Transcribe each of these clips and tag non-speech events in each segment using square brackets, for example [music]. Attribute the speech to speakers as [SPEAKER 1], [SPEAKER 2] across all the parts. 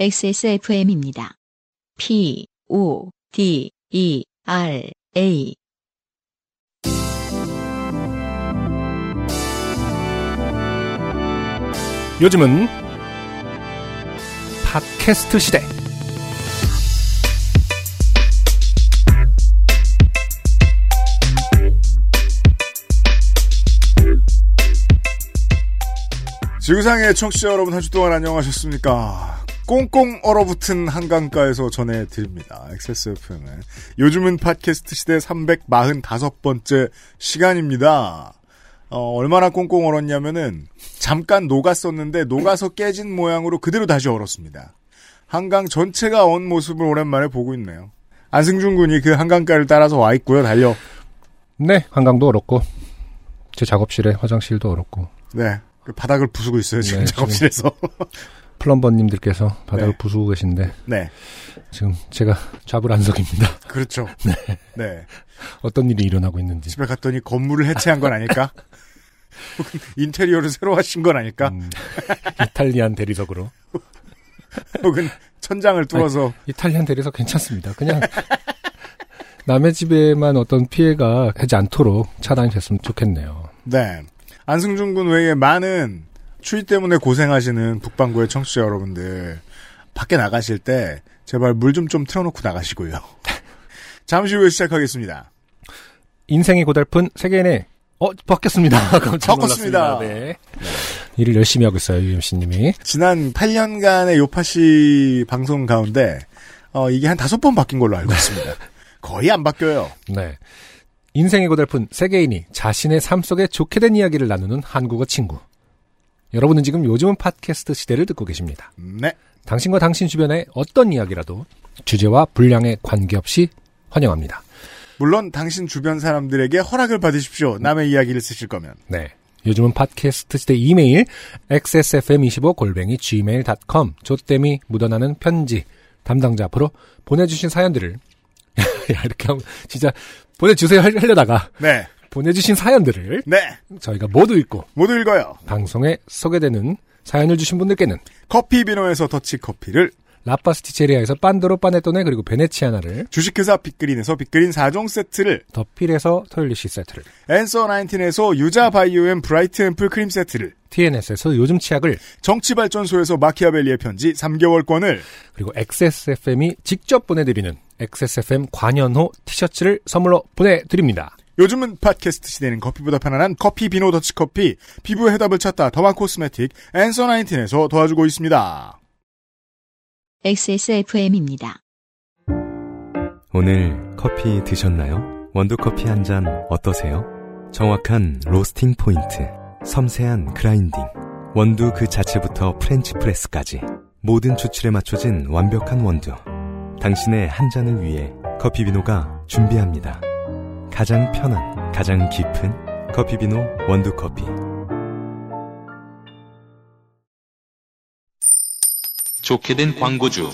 [SPEAKER 1] XSFM입니다. P, O, D, E, R, A.
[SPEAKER 2] 요즘은 팟캐스트 시대.
[SPEAKER 3] 지구상의 청취자 여러분 한 주 동안 안녕하셨습니까? 꽁꽁 얼어붙은 한강가에서 전해드립니다. XSFM의 요즘은 팟캐스트 시대 345번째 시간입니다. 어, 얼마나 꽁꽁 얼었냐면은 잠깐 녹았었는데 녹아서 깨진 모양으로 그대로 다시 얼었습니다. 한강 전체가 언 모습을 오랜만에 보고 있네요. 안승준 군이 그 한강가를 따라서 와 있고요. 달려.
[SPEAKER 2] 네, 한강도 어렵고 제 작업실에 화장실도 어렵고
[SPEAKER 3] 네. 그 바닥을 부수고 있어요. 지금
[SPEAKER 2] 네, 지금.
[SPEAKER 3] 작업실에서.
[SPEAKER 2] 플럼버님들께서 바닥을
[SPEAKER 3] 네.
[SPEAKER 2] 부수고 계신데
[SPEAKER 3] [laughs] 네.
[SPEAKER 2] 지금 제가 좌불안석입니다. [laughs]
[SPEAKER 3] 그렇죠. 네. 네.
[SPEAKER 2] 어떤 일이 일어나고 있는지.
[SPEAKER 3] 집에 갔더니 건물을 해체한 건 아닐까? [laughs] 혹은 인테리어를 새로 하신 건 아닐까?
[SPEAKER 2] 음, 이탈리안 대리석으로. 네.
[SPEAKER 3] 혹은 천장을 뚫어서
[SPEAKER 2] 이탈리안 대리석 괜찮습니다. 그냥 남의 집에만 어떤 피해가 하지 않도록 차단이 됐으면 좋겠네요.
[SPEAKER 3] 네 안승준 군 외에 많은 추위 때문에 고생하시는 북방구의 청취자 여러분들 밖에 나가실 때 제발 물 좀 좀 틀어놓고 나가시고요. [laughs] 잠시 후에 시작하겠습니다.
[SPEAKER 2] 인생이 고달픈 세계인의 어 [laughs] 바뀌었습니다. 깜짝
[SPEAKER 3] 바꿨습니다.
[SPEAKER 2] 놀랐습니다. 네. 일을 열심히 하고 있어요 유엠씨님이.
[SPEAKER 3] 지난 8년간의 요파 씨 방송 가운데 어, 이게 한 다섯 번 바뀐 걸로 알고 있습니다. 거의 안 바뀌어요.
[SPEAKER 2] 네. 인생이 고달픈 세계인이 자신의 삶 속에 좋게 된 이야기를 나누는 한국어 친구. 여러분은 지금 요즘은 팟캐스트 시대를 듣고 계십니다.
[SPEAKER 3] 네.
[SPEAKER 2] 당신과 당신 주변의 어떤 이야기라도 주제와 분량에 관계없이 환영합니다.
[SPEAKER 3] 물론 당신 주변 사람들에게 허락을 받으십시오. 남의 이야기를 쓰실 거면.
[SPEAKER 2] 네. 요즘은 팟캐스트 시대 이메일 xsfm25 골뱅이 gmail.com 조땜이 묻어나는 편지 담당자 앞으로 보내주신 사연들을 [laughs] 야 이렇게 하면 진짜 보내주세요 할- 하려다가
[SPEAKER 3] 네.
[SPEAKER 2] 보내주신 사연들을
[SPEAKER 3] 네.
[SPEAKER 2] 저희가 모두 읽고
[SPEAKER 3] 모두 읽어요.
[SPEAKER 2] 방송에 소개되는 사연을 주신 분들께는
[SPEAKER 3] 커피 비노에서 더치 커피를
[SPEAKER 2] 라파스티체리아에서 빤도로 빠네토네 그리고 베네치아나를
[SPEAKER 3] 주식회사 빅그린에서 빅그린 4종 세트를
[SPEAKER 2] 더필에서 토일리시 세트를
[SPEAKER 3] 앤서 19에서 유자 바이오 앤 브라이트 앰플 크림 세트를
[SPEAKER 2] TNS에서 요즘 치약을
[SPEAKER 3] 정치발전소에서 마키아벨리의 편지 3개월권을
[SPEAKER 2] 그리고 XSFM이 직접 보내드리는 XSFM 관현호 티셔츠를 선물로 보내드립니다.
[SPEAKER 3] 요즘은 팟캐스트 시대는 커피보다 편안한 커피 비노 더치 커피 피부의 해답을 찾다 더마 코스메틱 앤서 19에서 도와주고 있습니다.
[SPEAKER 1] XSFM입니다.
[SPEAKER 4] 오늘 커피 드셨나요? 원두커피 한 잔 어떠세요? 정확한 로스팅 포인트, 섬세한 그라인딩, 원두 그 자체부터 프렌치 프레스까지 모든 추출에 맞춰진 완벽한 원두. 당신의 한 잔을 위해 커피비노가 준비합니다. 가장 편한, 가장 깊은 커피비노 원두커피.
[SPEAKER 5] 좋게 된 광고주.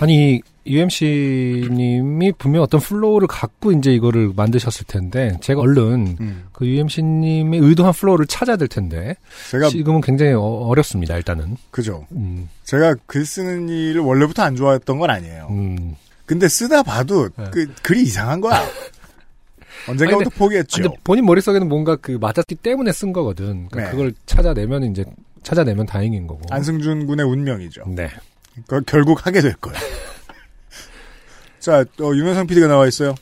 [SPEAKER 2] 아니 UMC님이 분명 어떤 플로우를 갖고 이제 이거를 만드셨을 텐데 제가 얼른
[SPEAKER 3] 음,
[SPEAKER 2] 그 UMC님의 의도한 플로우를 찾아야 될 텐데
[SPEAKER 3] 제가
[SPEAKER 2] 지금은 굉장히 어- 어렵습니다. 일단은
[SPEAKER 3] 그죠.
[SPEAKER 2] 음,
[SPEAKER 3] 제가 글 쓰는 일을 원래부터 안 좋아했던 건 아니에요.
[SPEAKER 2] 음.
[SPEAKER 3] 근데 쓰다 봐도
[SPEAKER 2] 네.
[SPEAKER 3] 그 글이 이상한
[SPEAKER 2] [laughs]
[SPEAKER 3] 거야.
[SPEAKER 2] 아니,
[SPEAKER 3] 언젠가부터
[SPEAKER 2] 근데-
[SPEAKER 3] 포기했죠.
[SPEAKER 2] 근데 본인 머릿속에는 뭔가 그 맞았기 때문에 쓴 거거든. 그러니까
[SPEAKER 3] 네.
[SPEAKER 2] 그걸 찾아내면 이제 찾아내면 다행인 거고.
[SPEAKER 3] 안승준 군의 운명이죠.
[SPEAKER 2] 네.
[SPEAKER 3] 그 결국 하게 될 거예요. [laughs] 자, 어, 윤현상 PD가 나와 있어요.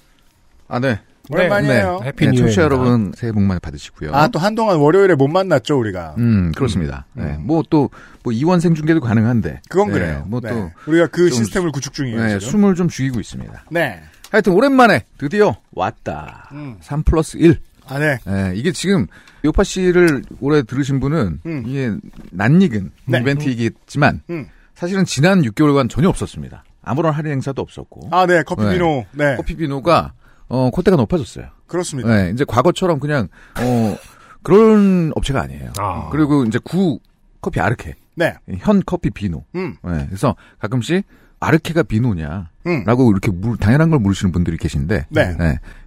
[SPEAKER 6] 아, 네.
[SPEAKER 3] 오랜만이에요.
[SPEAKER 2] 해피
[SPEAKER 6] 네,
[SPEAKER 2] 뉴
[SPEAKER 6] 청취자 여러분 새해 복 많이 받으시고요.
[SPEAKER 3] 아, 또 한동안 월요일에 못 만났죠, 우리가.
[SPEAKER 6] 음, 그렇습니다.
[SPEAKER 3] 음.
[SPEAKER 6] 네. 뭐 또, 뭐 이원 생중계도 가능한데.
[SPEAKER 3] 그건
[SPEAKER 6] 네,
[SPEAKER 3] 그래요.
[SPEAKER 6] 뭐
[SPEAKER 3] 네.
[SPEAKER 6] 또,
[SPEAKER 3] 우리가 그
[SPEAKER 6] 좀
[SPEAKER 3] 시스템을 구축 중이에요,
[SPEAKER 6] 네,
[SPEAKER 3] 지금.
[SPEAKER 6] 숨을 좀 죽이고 있습니다.
[SPEAKER 3] 네.
[SPEAKER 6] 하여튼 오랜만에 드디어 왔다.
[SPEAKER 3] 음.
[SPEAKER 6] 3 플러스 1.
[SPEAKER 3] 아, 네.
[SPEAKER 6] 네, 이게 지금 요파 씨를 올해 들으신 분은
[SPEAKER 3] 음.
[SPEAKER 6] 이게 낯익은
[SPEAKER 3] 네.
[SPEAKER 6] 이벤트이겠지만
[SPEAKER 3] 음.
[SPEAKER 6] 사실은 지난 6개월간 전혀 없었습니다. 아무런 할인 행사도 없었고.
[SPEAKER 3] 아, 네. 커피
[SPEAKER 6] 네.
[SPEAKER 3] 비노. 네.
[SPEAKER 6] 커피 비노가 어, 콧대가 높아졌어요.
[SPEAKER 3] 그렇습니다.
[SPEAKER 6] 네, 이제 과거처럼 그냥 어, 그런 업체가 아니에요.
[SPEAKER 2] 아.
[SPEAKER 6] 그리고 이제 구 커피 아르케,
[SPEAKER 3] 네.
[SPEAKER 6] 현 커피 비노.
[SPEAKER 3] 음.
[SPEAKER 6] 네, 그래서 가끔씩 아르케가 비노냐라고
[SPEAKER 3] 음.
[SPEAKER 6] 이렇게 물- 당연한 걸 물으시는 분들이 계신데,
[SPEAKER 3] 네.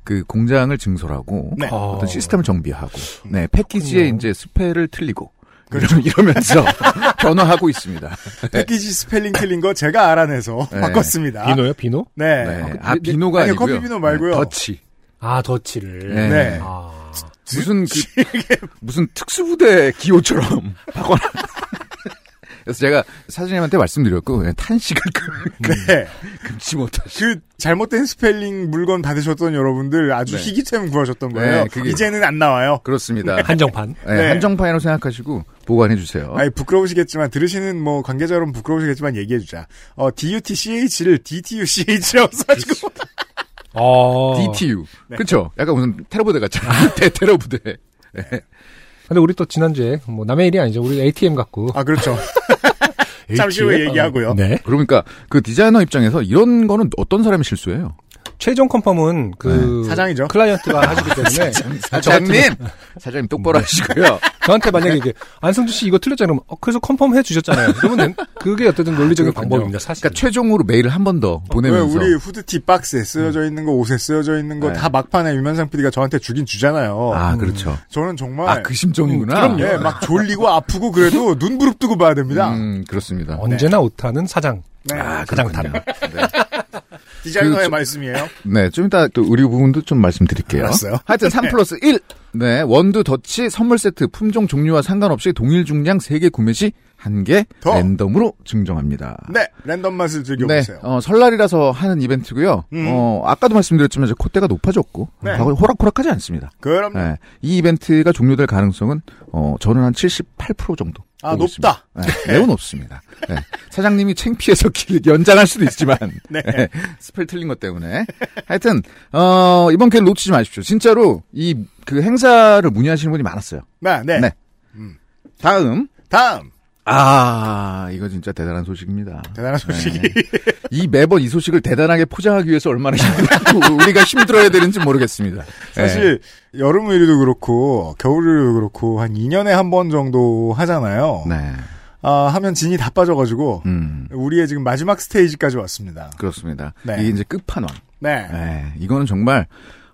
[SPEAKER 6] 그 공장을 증설하고
[SPEAKER 3] 네. 음.
[SPEAKER 6] 어떤 시스템을 정비하고, 네, 패키지에
[SPEAKER 2] 그렇군요.
[SPEAKER 6] 이제 스펠을 틀리고. 좀
[SPEAKER 3] [laughs]
[SPEAKER 6] 이러면서 변화하고 있습니다.
[SPEAKER 3] 패키지 스펠링 틀린 거 제가 알아내서
[SPEAKER 6] 네.
[SPEAKER 3] 바꿨습니다.
[SPEAKER 2] 비노요, 비노?
[SPEAKER 3] 네.
[SPEAKER 6] 네.
[SPEAKER 2] 아,
[SPEAKER 6] 아,
[SPEAKER 2] 그-
[SPEAKER 6] 비노가
[SPEAKER 3] 아니요,
[SPEAKER 6] 아니고요.
[SPEAKER 3] 커피 비노 말고요.
[SPEAKER 6] 네, 더치.
[SPEAKER 2] 아, 더치를.
[SPEAKER 6] 네.
[SPEAKER 3] 네.
[SPEAKER 2] 아.
[SPEAKER 3] [laughs]
[SPEAKER 6] 무슨 그, 무슨 특수부대 기호처럼 [laughs] 바꿔놔. 그래서 제가 사장님한테 말씀드렸고 예, 탄식을 금-
[SPEAKER 3] 네.
[SPEAKER 6] 금치 못하시.
[SPEAKER 3] 그 잘못된 스펠링 물건 받으셨던 여러분들 아주
[SPEAKER 6] 네.
[SPEAKER 3] 희귀템 구하셨던
[SPEAKER 6] 네,
[SPEAKER 3] 거예요.
[SPEAKER 6] 그게-
[SPEAKER 3] 이제는 안 나와요.
[SPEAKER 6] 그렇습니다. [laughs]
[SPEAKER 2] 한정판.
[SPEAKER 6] 예,
[SPEAKER 3] 네.
[SPEAKER 6] 한정판이라고 생각하시고 보관해 주세요.
[SPEAKER 3] 아니 부끄러우시겠지만 들으시는 뭐 관계자 여러분 부끄러우시겠지만 얘기해 주자. 어 DUTCH를
[SPEAKER 6] [laughs]
[SPEAKER 3] DTUCH라고 써가지고
[SPEAKER 2] 어.
[SPEAKER 6] DTU.
[SPEAKER 3] 네.
[SPEAKER 6] 그렇죠. [laughs] 약간 무슨 테러부대 같잖아요. 대 테러부대.
[SPEAKER 2] 근데 우리 또 지난주에, 뭐, 남의 일이 아니죠. 우리 ATM 갖고.
[SPEAKER 3] 아
[SPEAKER 6] [laughs]
[SPEAKER 3] 그렇죠. 잠시 후에
[SPEAKER 2] ATM?
[SPEAKER 3] 얘기하고요.
[SPEAKER 2] 네.
[SPEAKER 6] 그러니까 그 디자이너 입장에서 이런 거는 어떤 사람이 실수예요?
[SPEAKER 2] 최종 컨펌은 그.
[SPEAKER 3] 네. 사장이죠. [laughs]
[SPEAKER 2] 클라이언트가 하시기
[SPEAKER 3] 네.
[SPEAKER 2] 때문에.
[SPEAKER 6] 네. 아, 사장님, 사장님 똑바로 하시고요.
[SPEAKER 2] 저한테 만약에 이게, 안승준 씨 이거 틀렸잖아요. 그러면, 어, 그래서 컨펌 해 주셨잖아요. 그러면 그게 어쨌든 논리적인
[SPEAKER 6] 그렇군요.
[SPEAKER 2] 방법입니다, 사실.
[SPEAKER 6] 그러니까 최종으로 메일을 한 번
[SPEAKER 3] 어,
[SPEAKER 6] 더
[SPEAKER 3] 왜
[SPEAKER 6] 보내면서
[SPEAKER 3] 우리 후드티 박스에 쓰여져 있는 거 옷에 쓰여져 있는 거
[SPEAKER 6] 음. 네.
[SPEAKER 3] 다 막판에 유면상 PD가 저한테 주긴 주잖아요.
[SPEAKER 6] 아 그렇죠.
[SPEAKER 3] 저는 정말
[SPEAKER 6] 아 그 심정이구나.
[SPEAKER 3] 럼요막 졸리고 아프고 음,
[SPEAKER 6] [laughs]
[SPEAKER 3] 그래도 눈 부릅뜨고 봐야 됩니다.
[SPEAKER 6] 음, 그렇습니다.
[SPEAKER 2] 언제나 오타는 사장.
[SPEAKER 3] 네.
[SPEAKER 2] 가장
[SPEAKER 6] 그렇군요.
[SPEAKER 3] 디자이너의
[SPEAKER 6] 그 저-
[SPEAKER 3] 말씀이에요.
[SPEAKER 6] 네, 좀 이따 그 의류 부분도 좀 말씀드릴게요.
[SPEAKER 3] 알았어요.
[SPEAKER 6] 하여튼 3 플러스 1. 네, 원두 더치 선물 세트 품종 종류와 상관없이 동일 중량 3개 구매 시 한 개
[SPEAKER 3] 더.
[SPEAKER 6] 랜덤으로 증정합니다.
[SPEAKER 3] 네, 랜덤 맛을 즐겨보세요.
[SPEAKER 6] 네, 어, 설날이라서 하는 이벤트고요.
[SPEAKER 3] 음.
[SPEAKER 6] 어, 아까도 말씀드렸지만 이제 콧대가 높아졌고
[SPEAKER 3] 네.
[SPEAKER 6] 과거에 호락호락하지 않습니다.
[SPEAKER 3] 그럼
[SPEAKER 6] 네, 이 이벤트가 종료될 가능성은 어, 저는 한 78% 정도.
[SPEAKER 3] 아,
[SPEAKER 6] 보고
[SPEAKER 3] 높다.
[SPEAKER 6] 있습니다. 네, 매우 높습니다. 네, 사장님이 창피해서 길- 연장할 수도 있지만
[SPEAKER 3] [laughs] 네.
[SPEAKER 6] 네, 스펠 틀린 것 때문에 하여튼 어, 이번 기회 놓치지 마십시오. 진짜로 이 그 행사를 문의하시는 분이 많았어요.
[SPEAKER 3] 네, 네.
[SPEAKER 6] 네. 다음
[SPEAKER 3] 다음
[SPEAKER 6] 아 이거 진짜 대단한 소식입니다. 네.
[SPEAKER 3] 대단한 소식이
[SPEAKER 6] 이 매번 이 소식을 대단하게 포장하기 위해서 얼마나 힘들고 [laughs] 우리가 힘들어야 되는지 모르겠습니다. 네.
[SPEAKER 3] 사실
[SPEAKER 6] 예.
[SPEAKER 3] 여름 의류도 그렇고 겨울 의류도 그렇고 한 2년에 한 번 정도 하잖아요.
[SPEAKER 6] 네. 네.
[SPEAKER 3] 아 하면 진이 다 빠져가지고
[SPEAKER 6] 음.
[SPEAKER 3] 우리의 지금 마지막 스테이지까지 왔습니다.
[SPEAKER 6] 그렇습니다.
[SPEAKER 3] 네.
[SPEAKER 6] 이게 이제 끝판왕.
[SPEAKER 3] 네.
[SPEAKER 6] 예, 이거는 정말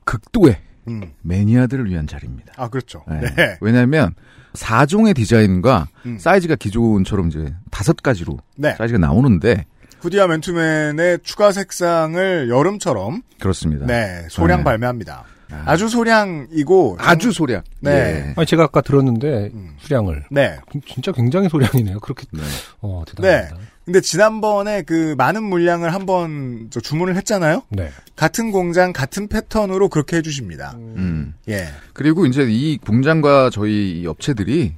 [SPEAKER 6] 극도의
[SPEAKER 3] 음.
[SPEAKER 6] 매니아들을 위한 자리입니다.
[SPEAKER 3] 아 그렇죠.
[SPEAKER 6] 예,
[SPEAKER 3] 네.
[SPEAKER 6] 왜냐하면 4종의 디자인과
[SPEAKER 3] 음.
[SPEAKER 6] 사이즈가 기존처럼 이제 다섯 가지로
[SPEAKER 3] 네.
[SPEAKER 6] 사이즈가 나오는데
[SPEAKER 3] 후디와 맨투맨의 추가 색상을 여름처럼
[SPEAKER 6] 그렇습니다.
[SPEAKER 3] 네 소량
[SPEAKER 6] 네.
[SPEAKER 3] 발매합니다. 아주 소량이고
[SPEAKER 6] 아주 소량. 예.
[SPEAKER 3] 네.
[SPEAKER 2] 아니, 제가 아까 들었는데,
[SPEAKER 3] 음.
[SPEAKER 2] 수량을.
[SPEAKER 3] 네.
[SPEAKER 2] 진짜 굉장히 소량이네요. 그렇게
[SPEAKER 6] 네.
[SPEAKER 2] 어 대단합니다.
[SPEAKER 3] 근데 지난번에 그 많은 물량을 한번 저 주문을 했잖아요.
[SPEAKER 2] 네.
[SPEAKER 3] 같은 공장 같은 패턴으로 그렇게 해주십니다.
[SPEAKER 6] 음.
[SPEAKER 3] 예.
[SPEAKER 6] 그리고 이제 이 공장과 저희 이 업체들이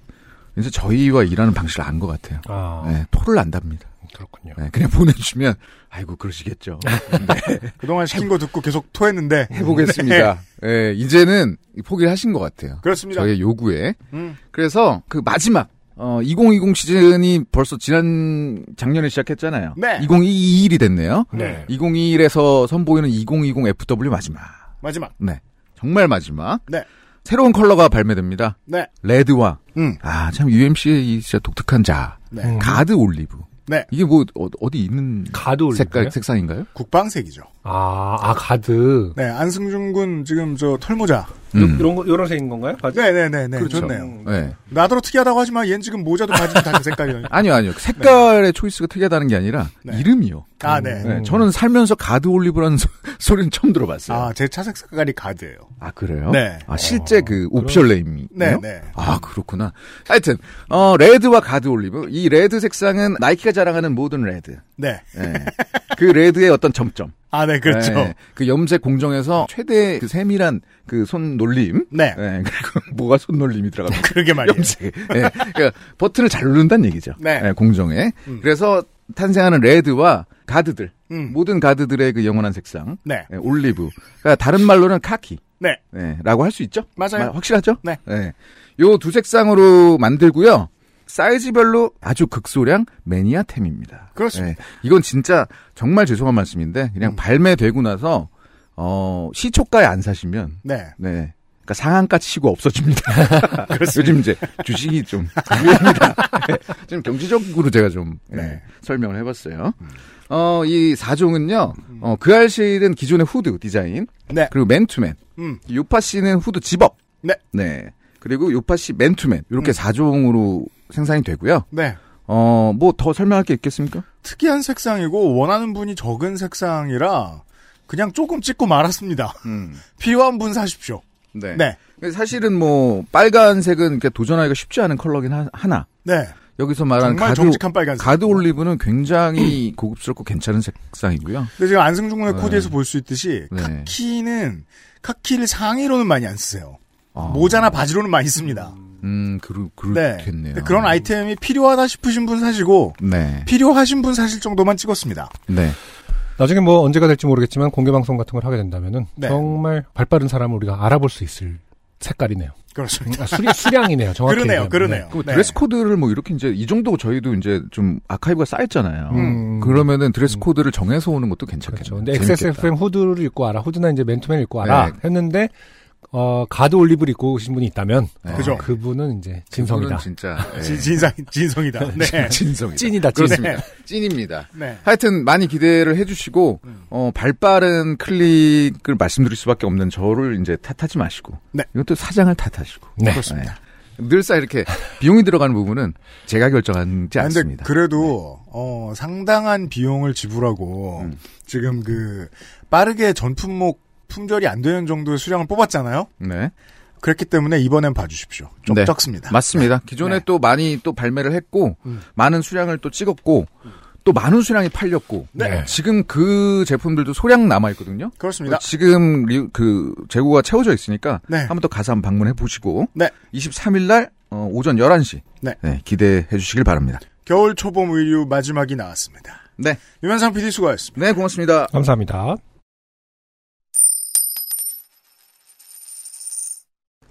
[SPEAKER 6] 이제 저희와 일하는 방식을 안 것 같아요.
[SPEAKER 2] 아
[SPEAKER 6] 네, 토를 안답니다.
[SPEAKER 2] 그렇군요.
[SPEAKER 6] 네, 그냥 보내주면 아이고 그러시겠죠.
[SPEAKER 3] [laughs] 그동안 시킨 거 듣고 계속 토했는데
[SPEAKER 6] 해보겠습니다.
[SPEAKER 3] 네.
[SPEAKER 6] 예, 이제는 포기를 하신 것 같아요.
[SPEAKER 3] 그렇습니다.
[SPEAKER 6] 저의 요구에.
[SPEAKER 3] 음.
[SPEAKER 6] 그래서 그 마지막 어, 2020 시즌이 벌써 지난 작년에 시작했잖아요.
[SPEAKER 3] 네.
[SPEAKER 6] 2021이 됐네요.
[SPEAKER 2] 네.
[SPEAKER 6] 2021에서 선보이는 2020 FW 마지막.
[SPEAKER 3] 마지막.
[SPEAKER 6] 네. 정말 마지막.
[SPEAKER 3] 네.
[SPEAKER 6] 새로운 컬러가 발매됩니다.
[SPEAKER 3] 네. 레
[SPEAKER 6] 레드와
[SPEAKER 3] 음.
[SPEAKER 6] 아, 참 UMC의 이 진짜 독특한 자.
[SPEAKER 3] 네.
[SPEAKER 2] 음.
[SPEAKER 6] 가드 올리브.
[SPEAKER 3] 네.
[SPEAKER 6] 이게 뭐 어, 디 있는
[SPEAKER 2] 가드 올리브.
[SPEAKER 6] 색깔 색상인가요?
[SPEAKER 3] 국방색이죠.
[SPEAKER 2] 아, 아 가드.
[SPEAKER 3] 네. 안승준 군 지금 저 털모자.
[SPEAKER 6] 음.
[SPEAKER 2] 이런 거 이런 색인 건가요? 바지?
[SPEAKER 3] 네, 네, 네, 네.
[SPEAKER 6] 그렇죠.
[SPEAKER 3] 좋네요.
[SPEAKER 6] 네.
[SPEAKER 3] 나더러 특이하다고 하지만 얘는 지금 모자도 바지도 다 그 색깔이에요.
[SPEAKER 6] 아니요, 아니요. 색깔의 초이스가 특이하다는 게 아니라
[SPEAKER 3] 네.
[SPEAKER 6] 이름이요.
[SPEAKER 3] 아, 네.
[SPEAKER 6] 네, 저는 살면서 가드 올리브라는 소, [laughs] 소리는 처음 들어봤어요.
[SPEAKER 3] 아,
[SPEAKER 6] 아,
[SPEAKER 3] 제 차색 색깔이 가드예요.
[SPEAKER 6] 그래요?
[SPEAKER 3] 네.
[SPEAKER 6] 아, 실제 그 오피셜 네임이요?
[SPEAKER 3] 네, 네.
[SPEAKER 6] 아, 그렇구나. 하여튼 어, 레드와 가드 올리브. 이 레드 색상은 나이키가 자랑하는 모든 레드.
[SPEAKER 3] 네.
[SPEAKER 6] [laughs] 네. 그 레드의 어떤 점점.
[SPEAKER 3] 아, 네, 그렇죠.
[SPEAKER 6] 네. 그 염색 공정에서 최대 그 세밀한 그 손 놀림.
[SPEAKER 3] 네.
[SPEAKER 6] 네, [laughs] 그리고 뭐가 손 놀림이 들어가면
[SPEAKER 3] 그러게 말이에요.
[SPEAKER 6] 염색. 예. 그러니까 버튼을 잘 누른다는 얘기죠.
[SPEAKER 3] 네.
[SPEAKER 6] 예, 공정에. 그래서 탄생하는 레드와 가드들.
[SPEAKER 3] 음.
[SPEAKER 6] 모든 가드들의 그 영원한 색상.
[SPEAKER 3] 네.
[SPEAKER 6] 예, 올리브. 그러니까 다른 말로는 카키.
[SPEAKER 3] 네.
[SPEAKER 6] 예, 라고 할 수 있죠?
[SPEAKER 3] 맞아요.
[SPEAKER 6] 마- 확실하죠?
[SPEAKER 3] 네.
[SPEAKER 6] 예. 요두 색상으로 만들고요. 사이즈별로 아주 극소량 매니아템입니다.
[SPEAKER 3] 그렇습니다. 음.
[SPEAKER 6] 예, 이건 진짜 정말 죄송한 말씀인데 그냥 발매되고 나서 어, 시초가에 안 사시면
[SPEAKER 3] 네.
[SPEAKER 6] 네. 그러니까 상한가 치고 없어집니다. [laughs] 요즘 이제 주식이 좀
[SPEAKER 3] [laughs]
[SPEAKER 6] 유행이다. 좀 경제적으로 제가 좀 예,
[SPEAKER 3] 네. 음.
[SPEAKER 6] 설명을 해봤어요. 어, 이 4종은요, 어, 그 알실은 기존의 후드 디자인,
[SPEAKER 3] 네.
[SPEAKER 6] 그리고 맨투맨,
[SPEAKER 3] 음.
[SPEAKER 6] 요파 씨는 후드 집업,
[SPEAKER 3] 네. 음.
[SPEAKER 6] 그리고 요파 씨 맨투맨, 이렇게 4종으로 생산이 되고요.
[SPEAKER 3] 네.
[SPEAKER 6] 어 뭐 더 설명할 게 있겠습니까?
[SPEAKER 3] 특이한 색상이고 원하는 분이 적은 색상이라 그냥 조금 찍고 말았습니다. [laughs]
[SPEAKER 6] 음.
[SPEAKER 3] 필요한 분 사십시오.
[SPEAKER 6] 네.
[SPEAKER 3] 네.
[SPEAKER 6] 근데 사실은 뭐 빨간색은 이렇게 도전하기가 쉽지 않은 컬러긴 하, 하나
[SPEAKER 3] 네.
[SPEAKER 6] 여기서 말한
[SPEAKER 3] 정말
[SPEAKER 6] 가드
[SPEAKER 3] 정직한 빨간색. 뭐 음.
[SPEAKER 6] 가드 올리브는 굉장히 고급스럽고 괜찮은 색상이고요.
[SPEAKER 3] 근데 지금 안승준 군의
[SPEAKER 6] 네.
[SPEAKER 3] 코디에서 볼 수 있듯이
[SPEAKER 6] 네.
[SPEAKER 3] 카키는 카키를 상의로는 많이 안 쓰세요.
[SPEAKER 6] 아,
[SPEAKER 3] 모자나 바지로는 많이 씁니다.
[SPEAKER 6] 음 그러
[SPEAKER 3] 네.
[SPEAKER 6] 그렇겠네요.
[SPEAKER 3] 근데 그런 아이템이 필요하다 싶으신 분 사시고
[SPEAKER 6] 네.
[SPEAKER 3] 필요하신 분 사실 정도만 찍었습니다.
[SPEAKER 6] 네.
[SPEAKER 2] 나중에 뭐 언제가 될지 모르겠지만 공개 방송 같은 걸 하게 된다면은
[SPEAKER 3] 네.
[SPEAKER 2] 정말 발빠른 사람을 우리가 알아볼 수 있을 색깔이네요.
[SPEAKER 3] 그렇습니다.
[SPEAKER 6] 음,
[SPEAKER 2] 아, 수리, 수량이네요. [laughs] 정확히.
[SPEAKER 3] 그러네요,
[SPEAKER 2] 얘기하면.
[SPEAKER 3] 그러네요.
[SPEAKER 6] 그럼
[SPEAKER 3] 네.
[SPEAKER 6] 드레스 코드를 뭐 이렇게 이제 이 정도 저희도 이제 좀 아카이브가 쌓였잖아요.
[SPEAKER 3] 음.
[SPEAKER 6] 그러면은 드레스 코드를 정해서 오는 것도
[SPEAKER 2] 네. 그렇죠.
[SPEAKER 6] 괜찮겠죠.
[SPEAKER 2] 근데 XSFM 후드를 입고 알아. 후드나 이제 맨투맨을 입고 알아.
[SPEAKER 6] 네.
[SPEAKER 2] 했는데 어, 가드 올리브를 입고 오신 분이 있다면
[SPEAKER 6] 네.
[SPEAKER 2] 어,
[SPEAKER 3] 그죠.
[SPEAKER 2] 그분은 이제 진성이다.
[SPEAKER 6] 진짜
[SPEAKER 3] [laughs]
[SPEAKER 6] 예.
[SPEAKER 3] 진- 진상,
[SPEAKER 6] [laughs]
[SPEAKER 3] 진성이다. 네.
[SPEAKER 6] 진성이다.
[SPEAKER 2] 찐이다, 찐.
[SPEAKER 6] 그렇습니다. 찐입니다.
[SPEAKER 3] 네.
[SPEAKER 6] 하여튼 많이 기대를 해주시고
[SPEAKER 3] 음.
[SPEAKER 6] 어, 발빠른 클릭을 말씀드릴 수밖에 없는 저를 이제 탓하지 마시고
[SPEAKER 3] 네.
[SPEAKER 6] 이것도 사장을 탓하시고
[SPEAKER 2] 네.
[SPEAKER 3] 그렇습니다.
[SPEAKER 6] 네. 늘상 이렇게 [laughs] 비용이 들어가는 부분은 제가 결정하지
[SPEAKER 3] 아, 근데
[SPEAKER 6] 않습니다. 네.
[SPEAKER 3] 그래도 어, 상당한 비용을 지불하고
[SPEAKER 6] 음.
[SPEAKER 3] 지금 그 빠르게 전품목 품절이 안 되는 정도의 수량을 뽑았잖아요.
[SPEAKER 6] 네.
[SPEAKER 3] 그랬기 때문에 이번엔 봐주십시오. 좀
[SPEAKER 6] 네.
[SPEAKER 3] 적습니다.
[SPEAKER 6] 맞습니다. 기존에
[SPEAKER 3] 네.
[SPEAKER 6] 또 많이 또 발매를 했고
[SPEAKER 3] 음.
[SPEAKER 6] 많은 수량을 또 찍었고 또 많은 수량이 팔렸고
[SPEAKER 2] 네.
[SPEAKER 6] 지금 그 제품들도 소량 남아 있거든요.
[SPEAKER 3] 그렇습니다.
[SPEAKER 6] 지금 리- 그 재고가 채워져 있으니까
[SPEAKER 3] 네.
[SPEAKER 6] 한번 더 가서 한번 방문해 보시고
[SPEAKER 3] 네.
[SPEAKER 6] 23일 날 어, 오전 11시
[SPEAKER 3] 네.
[SPEAKER 6] 기대해 주시길 바랍니다.
[SPEAKER 3] 겨울 초봄 의류 마지막이 나왔습니다.
[SPEAKER 6] 네.
[SPEAKER 3] 유면상 PD 수고하셨습니다.
[SPEAKER 6] 네, 고맙습니다.
[SPEAKER 2] 감사합니다.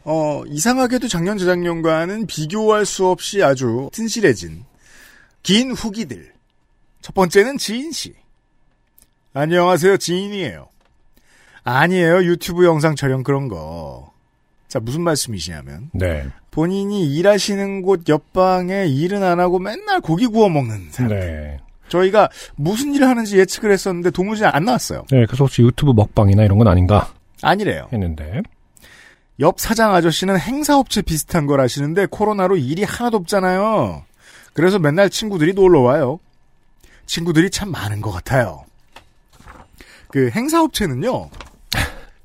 [SPEAKER 3] 어, 이상하게도 작년 재작년과는 비교할 수 없이 아주 튼실해진 긴 후기들. 첫 번째는 지인 씨. 안녕하세요, 지인이에요. 아니에요, 유튜브 영상 촬영 그런 거. 자, 무슨 말씀이시냐면,
[SPEAKER 2] 네.
[SPEAKER 3] 본인이 일하시는 곳 옆방에 일은 안 하고 맨날 고기 구워 먹는 사람.
[SPEAKER 2] 네.
[SPEAKER 3] 저희가 무슨 일을 하는지 예측을 했었는데 도무지 안 나왔어요.
[SPEAKER 2] 네. 그래서 혹시 유튜브 먹방이나 이런 건 아닌가
[SPEAKER 3] 아니래요.
[SPEAKER 2] 했는데.
[SPEAKER 3] 옆 사장 아저씨는 행사업체 비슷한 걸 하시는데 코로나로 일이 하나도 없잖아요. 그래서 맨날 친구들이 놀러 와요. 친구들이 참 많은 것 같아요. 그 행사업체는요.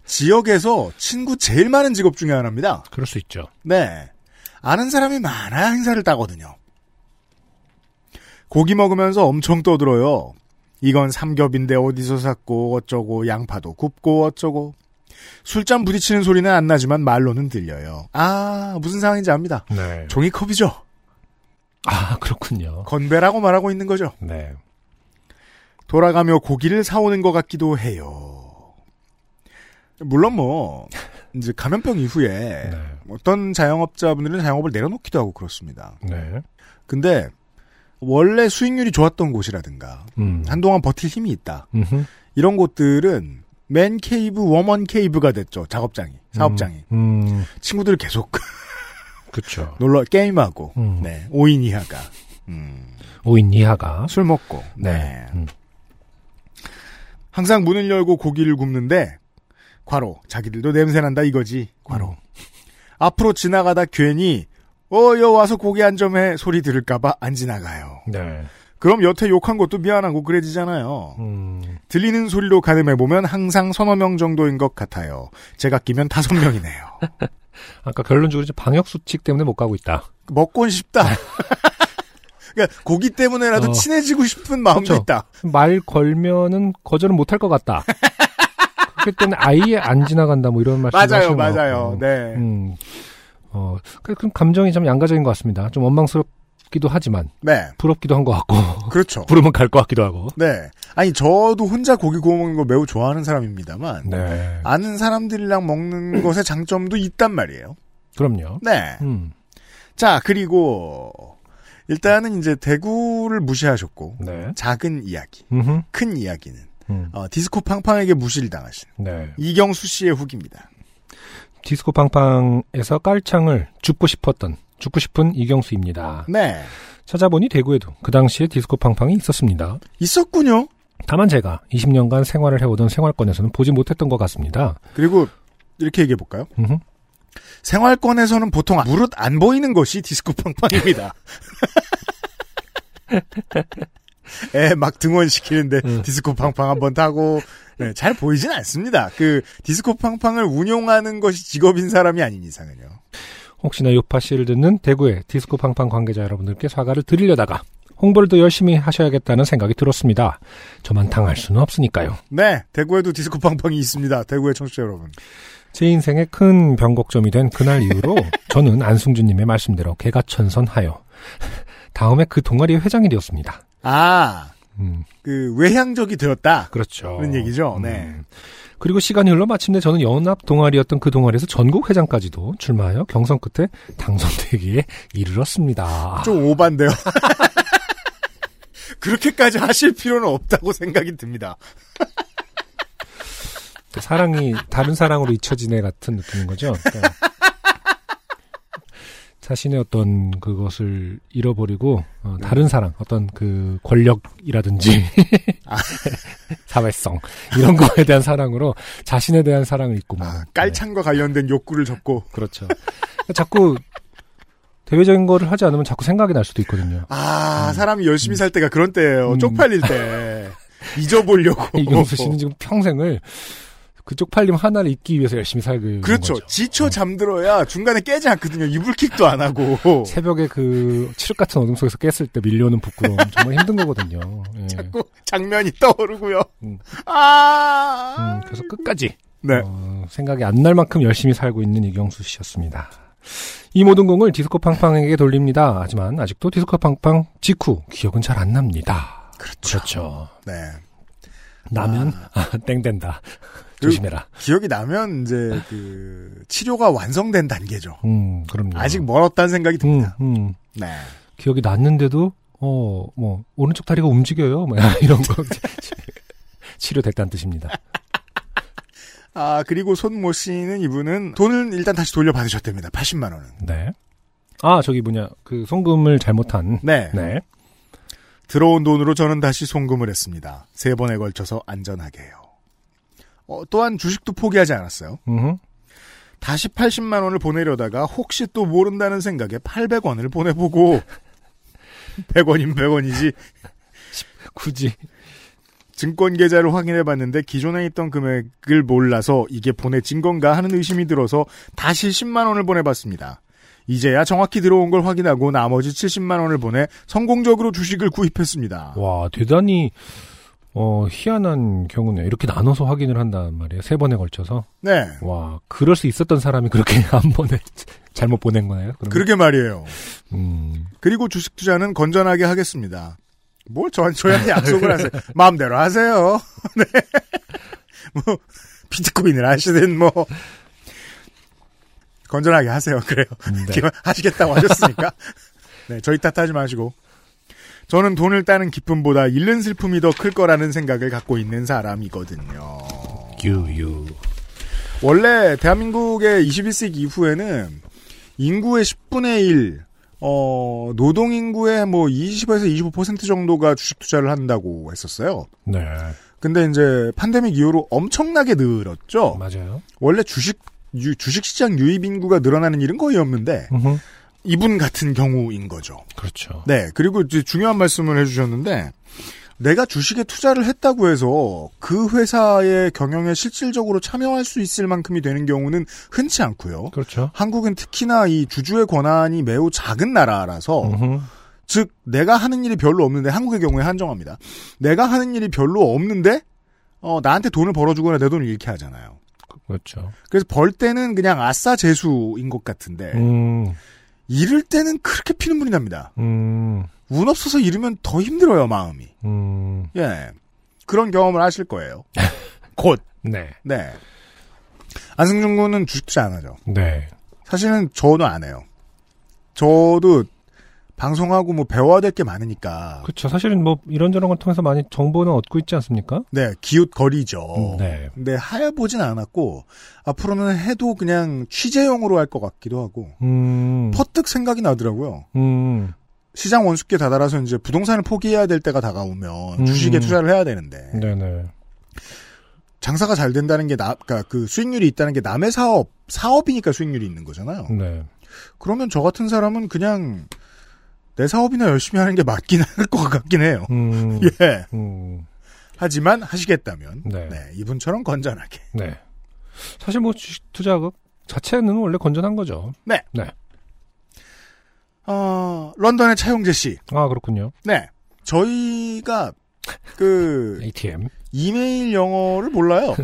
[SPEAKER 3] 지역에서 친구 제일 많은 직업 중에 하나입니다.
[SPEAKER 2] 그럴 수 있죠.
[SPEAKER 3] 네. 아는 사람이 많아야 행사를 따거든요. 고기 먹으면서 엄청 떠들어요. 이건 삼겹인데 어디서 샀고 어쩌고 양파도 굽고 어쩌고 술잔 부딪히는 소리는 안 나지만 말로는 들려요. 아 무슨 상황인지 압니다.
[SPEAKER 2] 네.
[SPEAKER 3] 종이컵이죠.
[SPEAKER 2] 아, 그렇군요.
[SPEAKER 3] 건배라고 말하고 있는 거죠.
[SPEAKER 2] 네.
[SPEAKER 3] 돌아가며 고기를 사오는 것 같기도 해요. 물론 뭐 이제 감염병 이후에
[SPEAKER 2] 네.
[SPEAKER 3] 어떤 자영업자분들은 자영업을 내려놓기도 하고 그렇습니다.
[SPEAKER 2] 네.
[SPEAKER 3] 근데 원래 수익률이 좋았던 곳이라든가
[SPEAKER 2] 음.
[SPEAKER 3] 한동안 버틸 힘이 있다
[SPEAKER 2] 음흠.
[SPEAKER 3] 이런 곳들은 맨 케이브 워먼 케이브가 됐죠 작업장이 사업장이
[SPEAKER 2] 음, 음,
[SPEAKER 3] 친구들 계속 [laughs]
[SPEAKER 2] 그쵸.
[SPEAKER 3] 놀러 게임하고
[SPEAKER 2] 음.
[SPEAKER 3] 네 5인 이하가 음,
[SPEAKER 2] 5인 이하가.
[SPEAKER 3] 술 먹고 네.
[SPEAKER 2] 네. 음.
[SPEAKER 3] 항상 문을 열고 고기를 굽는데 과로 자기들도 냄새난다 이거지 과로 앞으로 지나가다 괜히 어여 와서 고기 한 점 해 소리 들을까봐 안 지나가요
[SPEAKER 2] 네.
[SPEAKER 3] 그럼 여태 욕한 것도 미안하고 그래지잖아요.
[SPEAKER 2] 음,
[SPEAKER 3] 들리는 소리로 가늠해보면 항상 서너 명 정도인 것 같아요. 제가 끼면 다섯
[SPEAKER 2] [laughs]
[SPEAKER 3] 명이네요.
[SPEAKER 2] 아까 결론적으로 이제 방역수칙 때문에 못 가고 있다.
[SPEAKER 3] 먹곤 싶다. [laughs] 그러니까 고기 때문에라도
[SPEAKER 2] 네. 어.
[SPEAKER 3] 친해지고 싶은 마음도
[SPEAKER 2] 그렇죠.
[SPEAKER 3] 있다.
[SPEAKER 2] 말 걸면은 거절은 못 할 것 같다. [laughs] 그렇기 때문에 아예 안 지나간다, 뭐 이런 말씀
[SPEAKER 3] 맞아요, 맞아요. 네.
[SPEAKER 2] 음. 어, 그, 그 감정이 참 양가적인 것 같습니다. 좀 원망스럽기도 하지만,
[SPEAKER 3] 네.
[SPEAKER 2] 부럽기도 한 것 같고, [laughs]
[SPEAKER 3] 그렇죠.
[SPEAKER 2] 부르면 갈 것 같기도 하고.
[SPEAKER 3] 네. 아니, 저도 혼자 고기 구워 먹는 거 매우 좋아하는 사람입니다만,
[SPEAKER 2] 네.
[SPEAKER 3] 아는 사람들이랑 먹는 것의 장점도 있단 말이에요.
[SPEAKER 2] 그럼요.
[SPEAKER 3] 네.
[SPEAKER 2] 음,
[SPEAKER 3] 자, 그리고, 일단은 이제 대구를 무시하셨고,
[SPEAKER 2] 네.
[SPEAKER 3] 작은 이야기,
[SPEAKER 2] 음흠,
[SPEAKER 3] 큰 이야기는
[SPEAKER 2] 음,
[SPEAKER 3] 어, 디스코 팡팡에게 무시를 당하신
[SPEAKER 2] 네.
[SPEAKER 3] 이경수 씨의 후기입니다.
[SPEAKER 2] 디스코 팡팡에서 깔창을 죽고 싶었던, 죽고 싶은 이경수입니다.
[SPEAKER 3] 네,
[SPEAKER 2] 찾아보니 대구에도 그 당시에 디스코 팡팡이 있었습니다.
[SPEAKER 3] 있었군요.
[SPEAKER 2] 다만 제가 20년간 생활을 해오던 생활권에서는 보지 못했던 것 같습니다.
[SPEAKER 3] 그리고 이렇게 얘기해 볼까요?
[SPEAKER 2] 음흠.
[SPEAKER 3] 생활권에서는 보통 무릇 안 보이는 것이 디스코 팡팡입니다. [laughs] 애 예, 막 등원시키는데 디스코 팡팡 한번 타고 네, 잘 보이진 않습니다. 그 디스코 팡팡을 운용하는 것이 직업인 사람이 아닌 이상은요.
[SPEAKER 2] 혹시나 요파 씨를 듣는 대구의 디스코 팡팡 관계자 여러분들께 사과를 드리려다가 홍보를 더 열심히 하셔야겠다는 생각이 들었습니다. 저만 당할 수는 없으니까요.
[SPEAKER 3] 네, 대구에도 디스코 팡팡이 있습니다. 대구의 청취자 여러분.
[SPEAKER 2] 제 인생의 큰 변곡점이 된 그날 [laughs] 이후로 저는 안승준님의 말씀대로 개가천선하여 다음에 그 동아리의 회장이 되었습니다.
[SPEAKER 3] 아,
[SPEAKER 2] 음,
[SPEAKER 3] 그 외향적이 되었다.
[SPEAKER 2] 그렇죠.
[SPEAKER 3] 그런 얘기죠. 네.
[SPEAKER 2] 그리고 시간이 흘러 마침내 저는 연합 동아리였던 그 동아리에서 전국 회장까지도 출마하여 경선 끝에 당선되기에 이르렀습니다.
[SPEAKER 3] 좀 오반데요. [laughs] 그렇게까지 하실 필요는 없다고 생각이 듭니다.
[SPEAKER 2] 그 사랑이 다른 사랑으로 잊혀지네 같은 느낌인 거죠. 그러니까 자신의 어떤 그것을 잃어버리고 어,
[SPEAKER 3] 네.
[SPEAKER 2] 다른 사랑, 어떤 그 권력이라든지
[SPEAKER 3] 아.
[SPEAKER 2] [laughs] 사회성 이런 거에 대한 사랑으로 자신에 대한 사랑을 잊고 뭐. 막
[SPEAKER 3] 아, 깔창과 관련된 욕구를 접고
[SPEAKER 2] 그렇죠. 그러니까 자꾸 대외적인 거를 하지 않으면 자꾸 생각이 날 수도 있거든요.
[SPEAKER 3] 아 사람이 열심히 살 때가 그런 때예요.
[SPEAKER 2] 음.
[SPEAKER 3] 쪽팔릴 때 [laughs] 잊어보려고.
[SPEAKER 2] 이경수 씨는 지금 평생을 그쪽 팔림 하나를 잊기 위해서 열심히 살고
[SPEAKER 3] [laughs] 그렇죠.
[SPEAKER 2] 있는 거죠.
[SPEAKER 3] 지쳐 잠들어야 중간에 깨지 않거든요. 이불킥도 안 [laughs] 하고.
[SPEAKER 2] 새벽에 그 칠흑 같은 어둠 속에서 깼을 때 밀려오는 부끄러움 정말 힘든 거거든요.
[SPEAKER 3] [laughs]
[SPEAKER 2] 예.
[SPEAKER 3] 자꾸 장면이 떠오르고요.
[SPEAKER 2] 음.
[SPEAKER 3] 아.
[SPEAKER 2] 음, 그래서 끝까지
[SPEAKER 3] 네.
[SPEAKER 2] 어, 생각이 안 날 만큼 열심히 살고 있는 이경수 씨였습니다. 이 모든 공을 디스코 팡팡에게 돌립니다. 하지만 아직도 디스코 팡팡 직후 기억은 잘 안 납니다. 그렇죠.
[SPEAKER 3] 네.
[SPEAKER 2] 나면 아, 땡된다.
[SPEAKER 3] 그
[SPEAKER 2] 조심해라.
[SPEAKER 3] 기억이 나면 이제 그 치료가 완성된 단계죠.
[SPEAKER 2] 음, 그럼요.
[SPEAKER 3] 아직 멀었다는 생각이
[SPEAKER 2] 음,
[SPEAKER 3] 듭니다.
[SPEAKER 2] 음.
[SPEAKER 3] 네.
[SPEAKER 2] 기억이 났는데도 어 뭐 오른쪽 다리가 움직여요 뭐 [laughs] 이런
[SPEAKER 3] [laughs]
[SPEAKER 2] 거 치료됐다는 뜻입니다.
[SPEAKER 3] 아 그리고 손모 씨는 이분은 돈은 일단 다시 돌려받으셨답니다. 80만 원은.
[SPEAKER 2] 네. 아 저기 뭐냐 그 송금을 잘못한
[SPEAKER 3] 네.
[SPEAKER 2] 네.
[SPEAKER 3] 들어온 돈으로 저는 다시 송금을 했습니다. 세 번에 걸쳐서 안전하게요. 어, 또한 주식도 포기하지 않았어요.
[SPEAKER 2] 음.
[SPEAKER 3] 다시 80만 원을 보내려다가 혹시 또 모른다는 생각에 800원을 보내보고 100원이면 100원이지
[SPEAKER 2] 굳이
[SPEAKER 3] 증권 계좌를 확인해 봤는데 기존에 있던 금액을 몰라서 이게 보내진 건가 하는 의심이 들어서 다시 10만 원을 보내봤습니다. 이제야 정확히 들어온 걸 확인하고 나머지 70만 원을 보내 성공적으로 주식을 구입했습니다.
[SPEAKER 2] 와 대단히 어 희한한 경우네요. 이렇게 나눠서 확인을 한단 말이에요. 세 번에 걸쳐서
[SPEAKER 3] 네.
[SPEAKER 2] 와 그럴 수 있었던 사람이 그렇게 [laughs] 한 번에 잘못 보낸 거네요. 그러면?
[SPEAKER 3] 그러게 말이에요.
[SPEAKER 2] 음.
[SPEAKER 3] 그리고 주식 투자는 건전하게 하겠습니다. 뭘 저, 저한테 약속을 하세요. 마음대로 하세요. [laughs] 네. 뭐, 비트코인을 하시든 뭐. 건전하게 하세요. 그래요.
[SPEAKER 2] 음, 네.
[SPEAKER 3] 기왕 하시겠다고 하셨으니까. 네, 저희 탓하지 마시고. 저는 돈을 따는 기쁨보다 잃는 슬픔이 더 클 거라는 생각을 갖고 있는 사람이거든요.
[SPEAKER 2] 유유.
[SPEAKER 3] 원래 대한민국의 21세기 이후에는 인구의 10분의 1, 어, 노동 인구의 뭐 20에서 25% 정도가 주식 투자를 한다고 했었어요.
[SPEAKER 2] 네
[SPEAKER 3] 근데 이제 팬데믹 이후로 엄청나게 늘었죠.
[SPEAKER 2] 맞아요.
[SPEAKER 3] 원래 주식 유- 주식 시장 유입 인구가 늘어나는 일은 거의 없는데
[SPEAKER 2] 음흠.
[SPEAKER 3] 이분 같은 경우인 거죠.
[SPEAKER 2] 그렇죠.
[SPEAKER 3] 네, 그리고 이제 중요한 말씀을 해주셨는데, 내가 주식에 투자를 했다고 해서 그 회사의 경영에 실질적으로 참여할 수 있을 만큼이 되는 경우는 흔치 않고요.
[SPEAKER 2] 그렇죠.
[SPEAKER 3] 한국은 특히나 이 주주의 권한이 매우 작은 나라라서,
[SPEAKER 2] 음흠.
[SPEAKER 3] 즉, 내가 하는 일이 별로 없는데, 한국의 경우에 한정합니다. 내가 하는 일이 별로 없는데, 어, 나한테 돈을 벌어주거나 내 돈을 잃게 하잖아요.
[SPEAKER 2] 그렇죠.
[SPEAKER 3] 그래서 벌 때는 그냥 아싸 재수인 것 같은데,
[SPEAKER 2] 음.
[SPEAKER 3] 잃을 때는 그렇게 피눈물이 납니다.
[SPEAKER 2] 음.
[SPEAKER 3] 운 없어서 잃으면 더 힘들어요, 마음이.
[SPEAKER 2] 음,
[SPEAKER 3] 예. 그런 경험을 하실 거예요. 곧.
[SPEAKER 2] 네.
[SPEAKER 3] 네. 안승준 군은 주식 투자 안 하죠.
[SPEAKER 2] 네.
[SPEAKER 3] 사실은 저도 안 해요. 저도 방송하고 뭐 배워야 될 게 많으니까.
[SPEAKER 2] 그렇죠. 사실은 뭐 이런저런 걸 통해서 많이 정보는 얻고 있지 않습니까?
[SPEAKER 3] 네, 기웃거리죠.
[SPEAKER 2] 네.
[SPEAKER 3] 근데 하여보진 않았고, 앞으로는 해도 그냥 취재용으로 할 것 같기도 하고,
[SPEAKER 2] 음.
[SPEAKER 3] 퍼뜩 생각이 나더라고요.
[SPEAKER 2] 음.
[SPEAKER 3] 시장 원숙기에 다다라서 이제 부동산을 포기해야 될 때가 다가오면
[SPEAKER 2] 음.
[SPEAKER 3] 주식에 투자를 해야 되는데,
[SPEAKER 2] 네, 네.
[SPEAKER 3] 장사가 잘 된다는 게 나, 그러니까 그 수익률이 있다는 게 남의 사업 사업이니까 수익률이 있는 거잖아요.
[SPEAKER 2] 네.
[SPEAKER 3] 그러면 저 같은 사람은 그냥 내 사업이나 열심히 하는 게 맞긴 할 것 같긴 해요.
[SPEAKER 2] 음,
[SPEAKER 3] [laughs] 예.
[SPEAKER 2] 음,
[SPEAKER 3] 하지만 하시겠다면
[SPEAKER 2] 네.
[SPEAKER 3] 네, 이분처럼 건전하게
[SPEAKER 2] 네. 사실 뭐 주식 투자급 자체는 원래 건전한 거죠.
[SPEAKER 3] 어, 런던의 차용재 씨.
[SPEAKER 2] 아 그렇군요.
[SPEAKER 3] 네. 저희가
[SPEAKER 2] [laughs]
[SPEAKER 3] 그
[SPEAKER 2] ATM
[SPEAKER 3] 이메일 영어를 몰라요.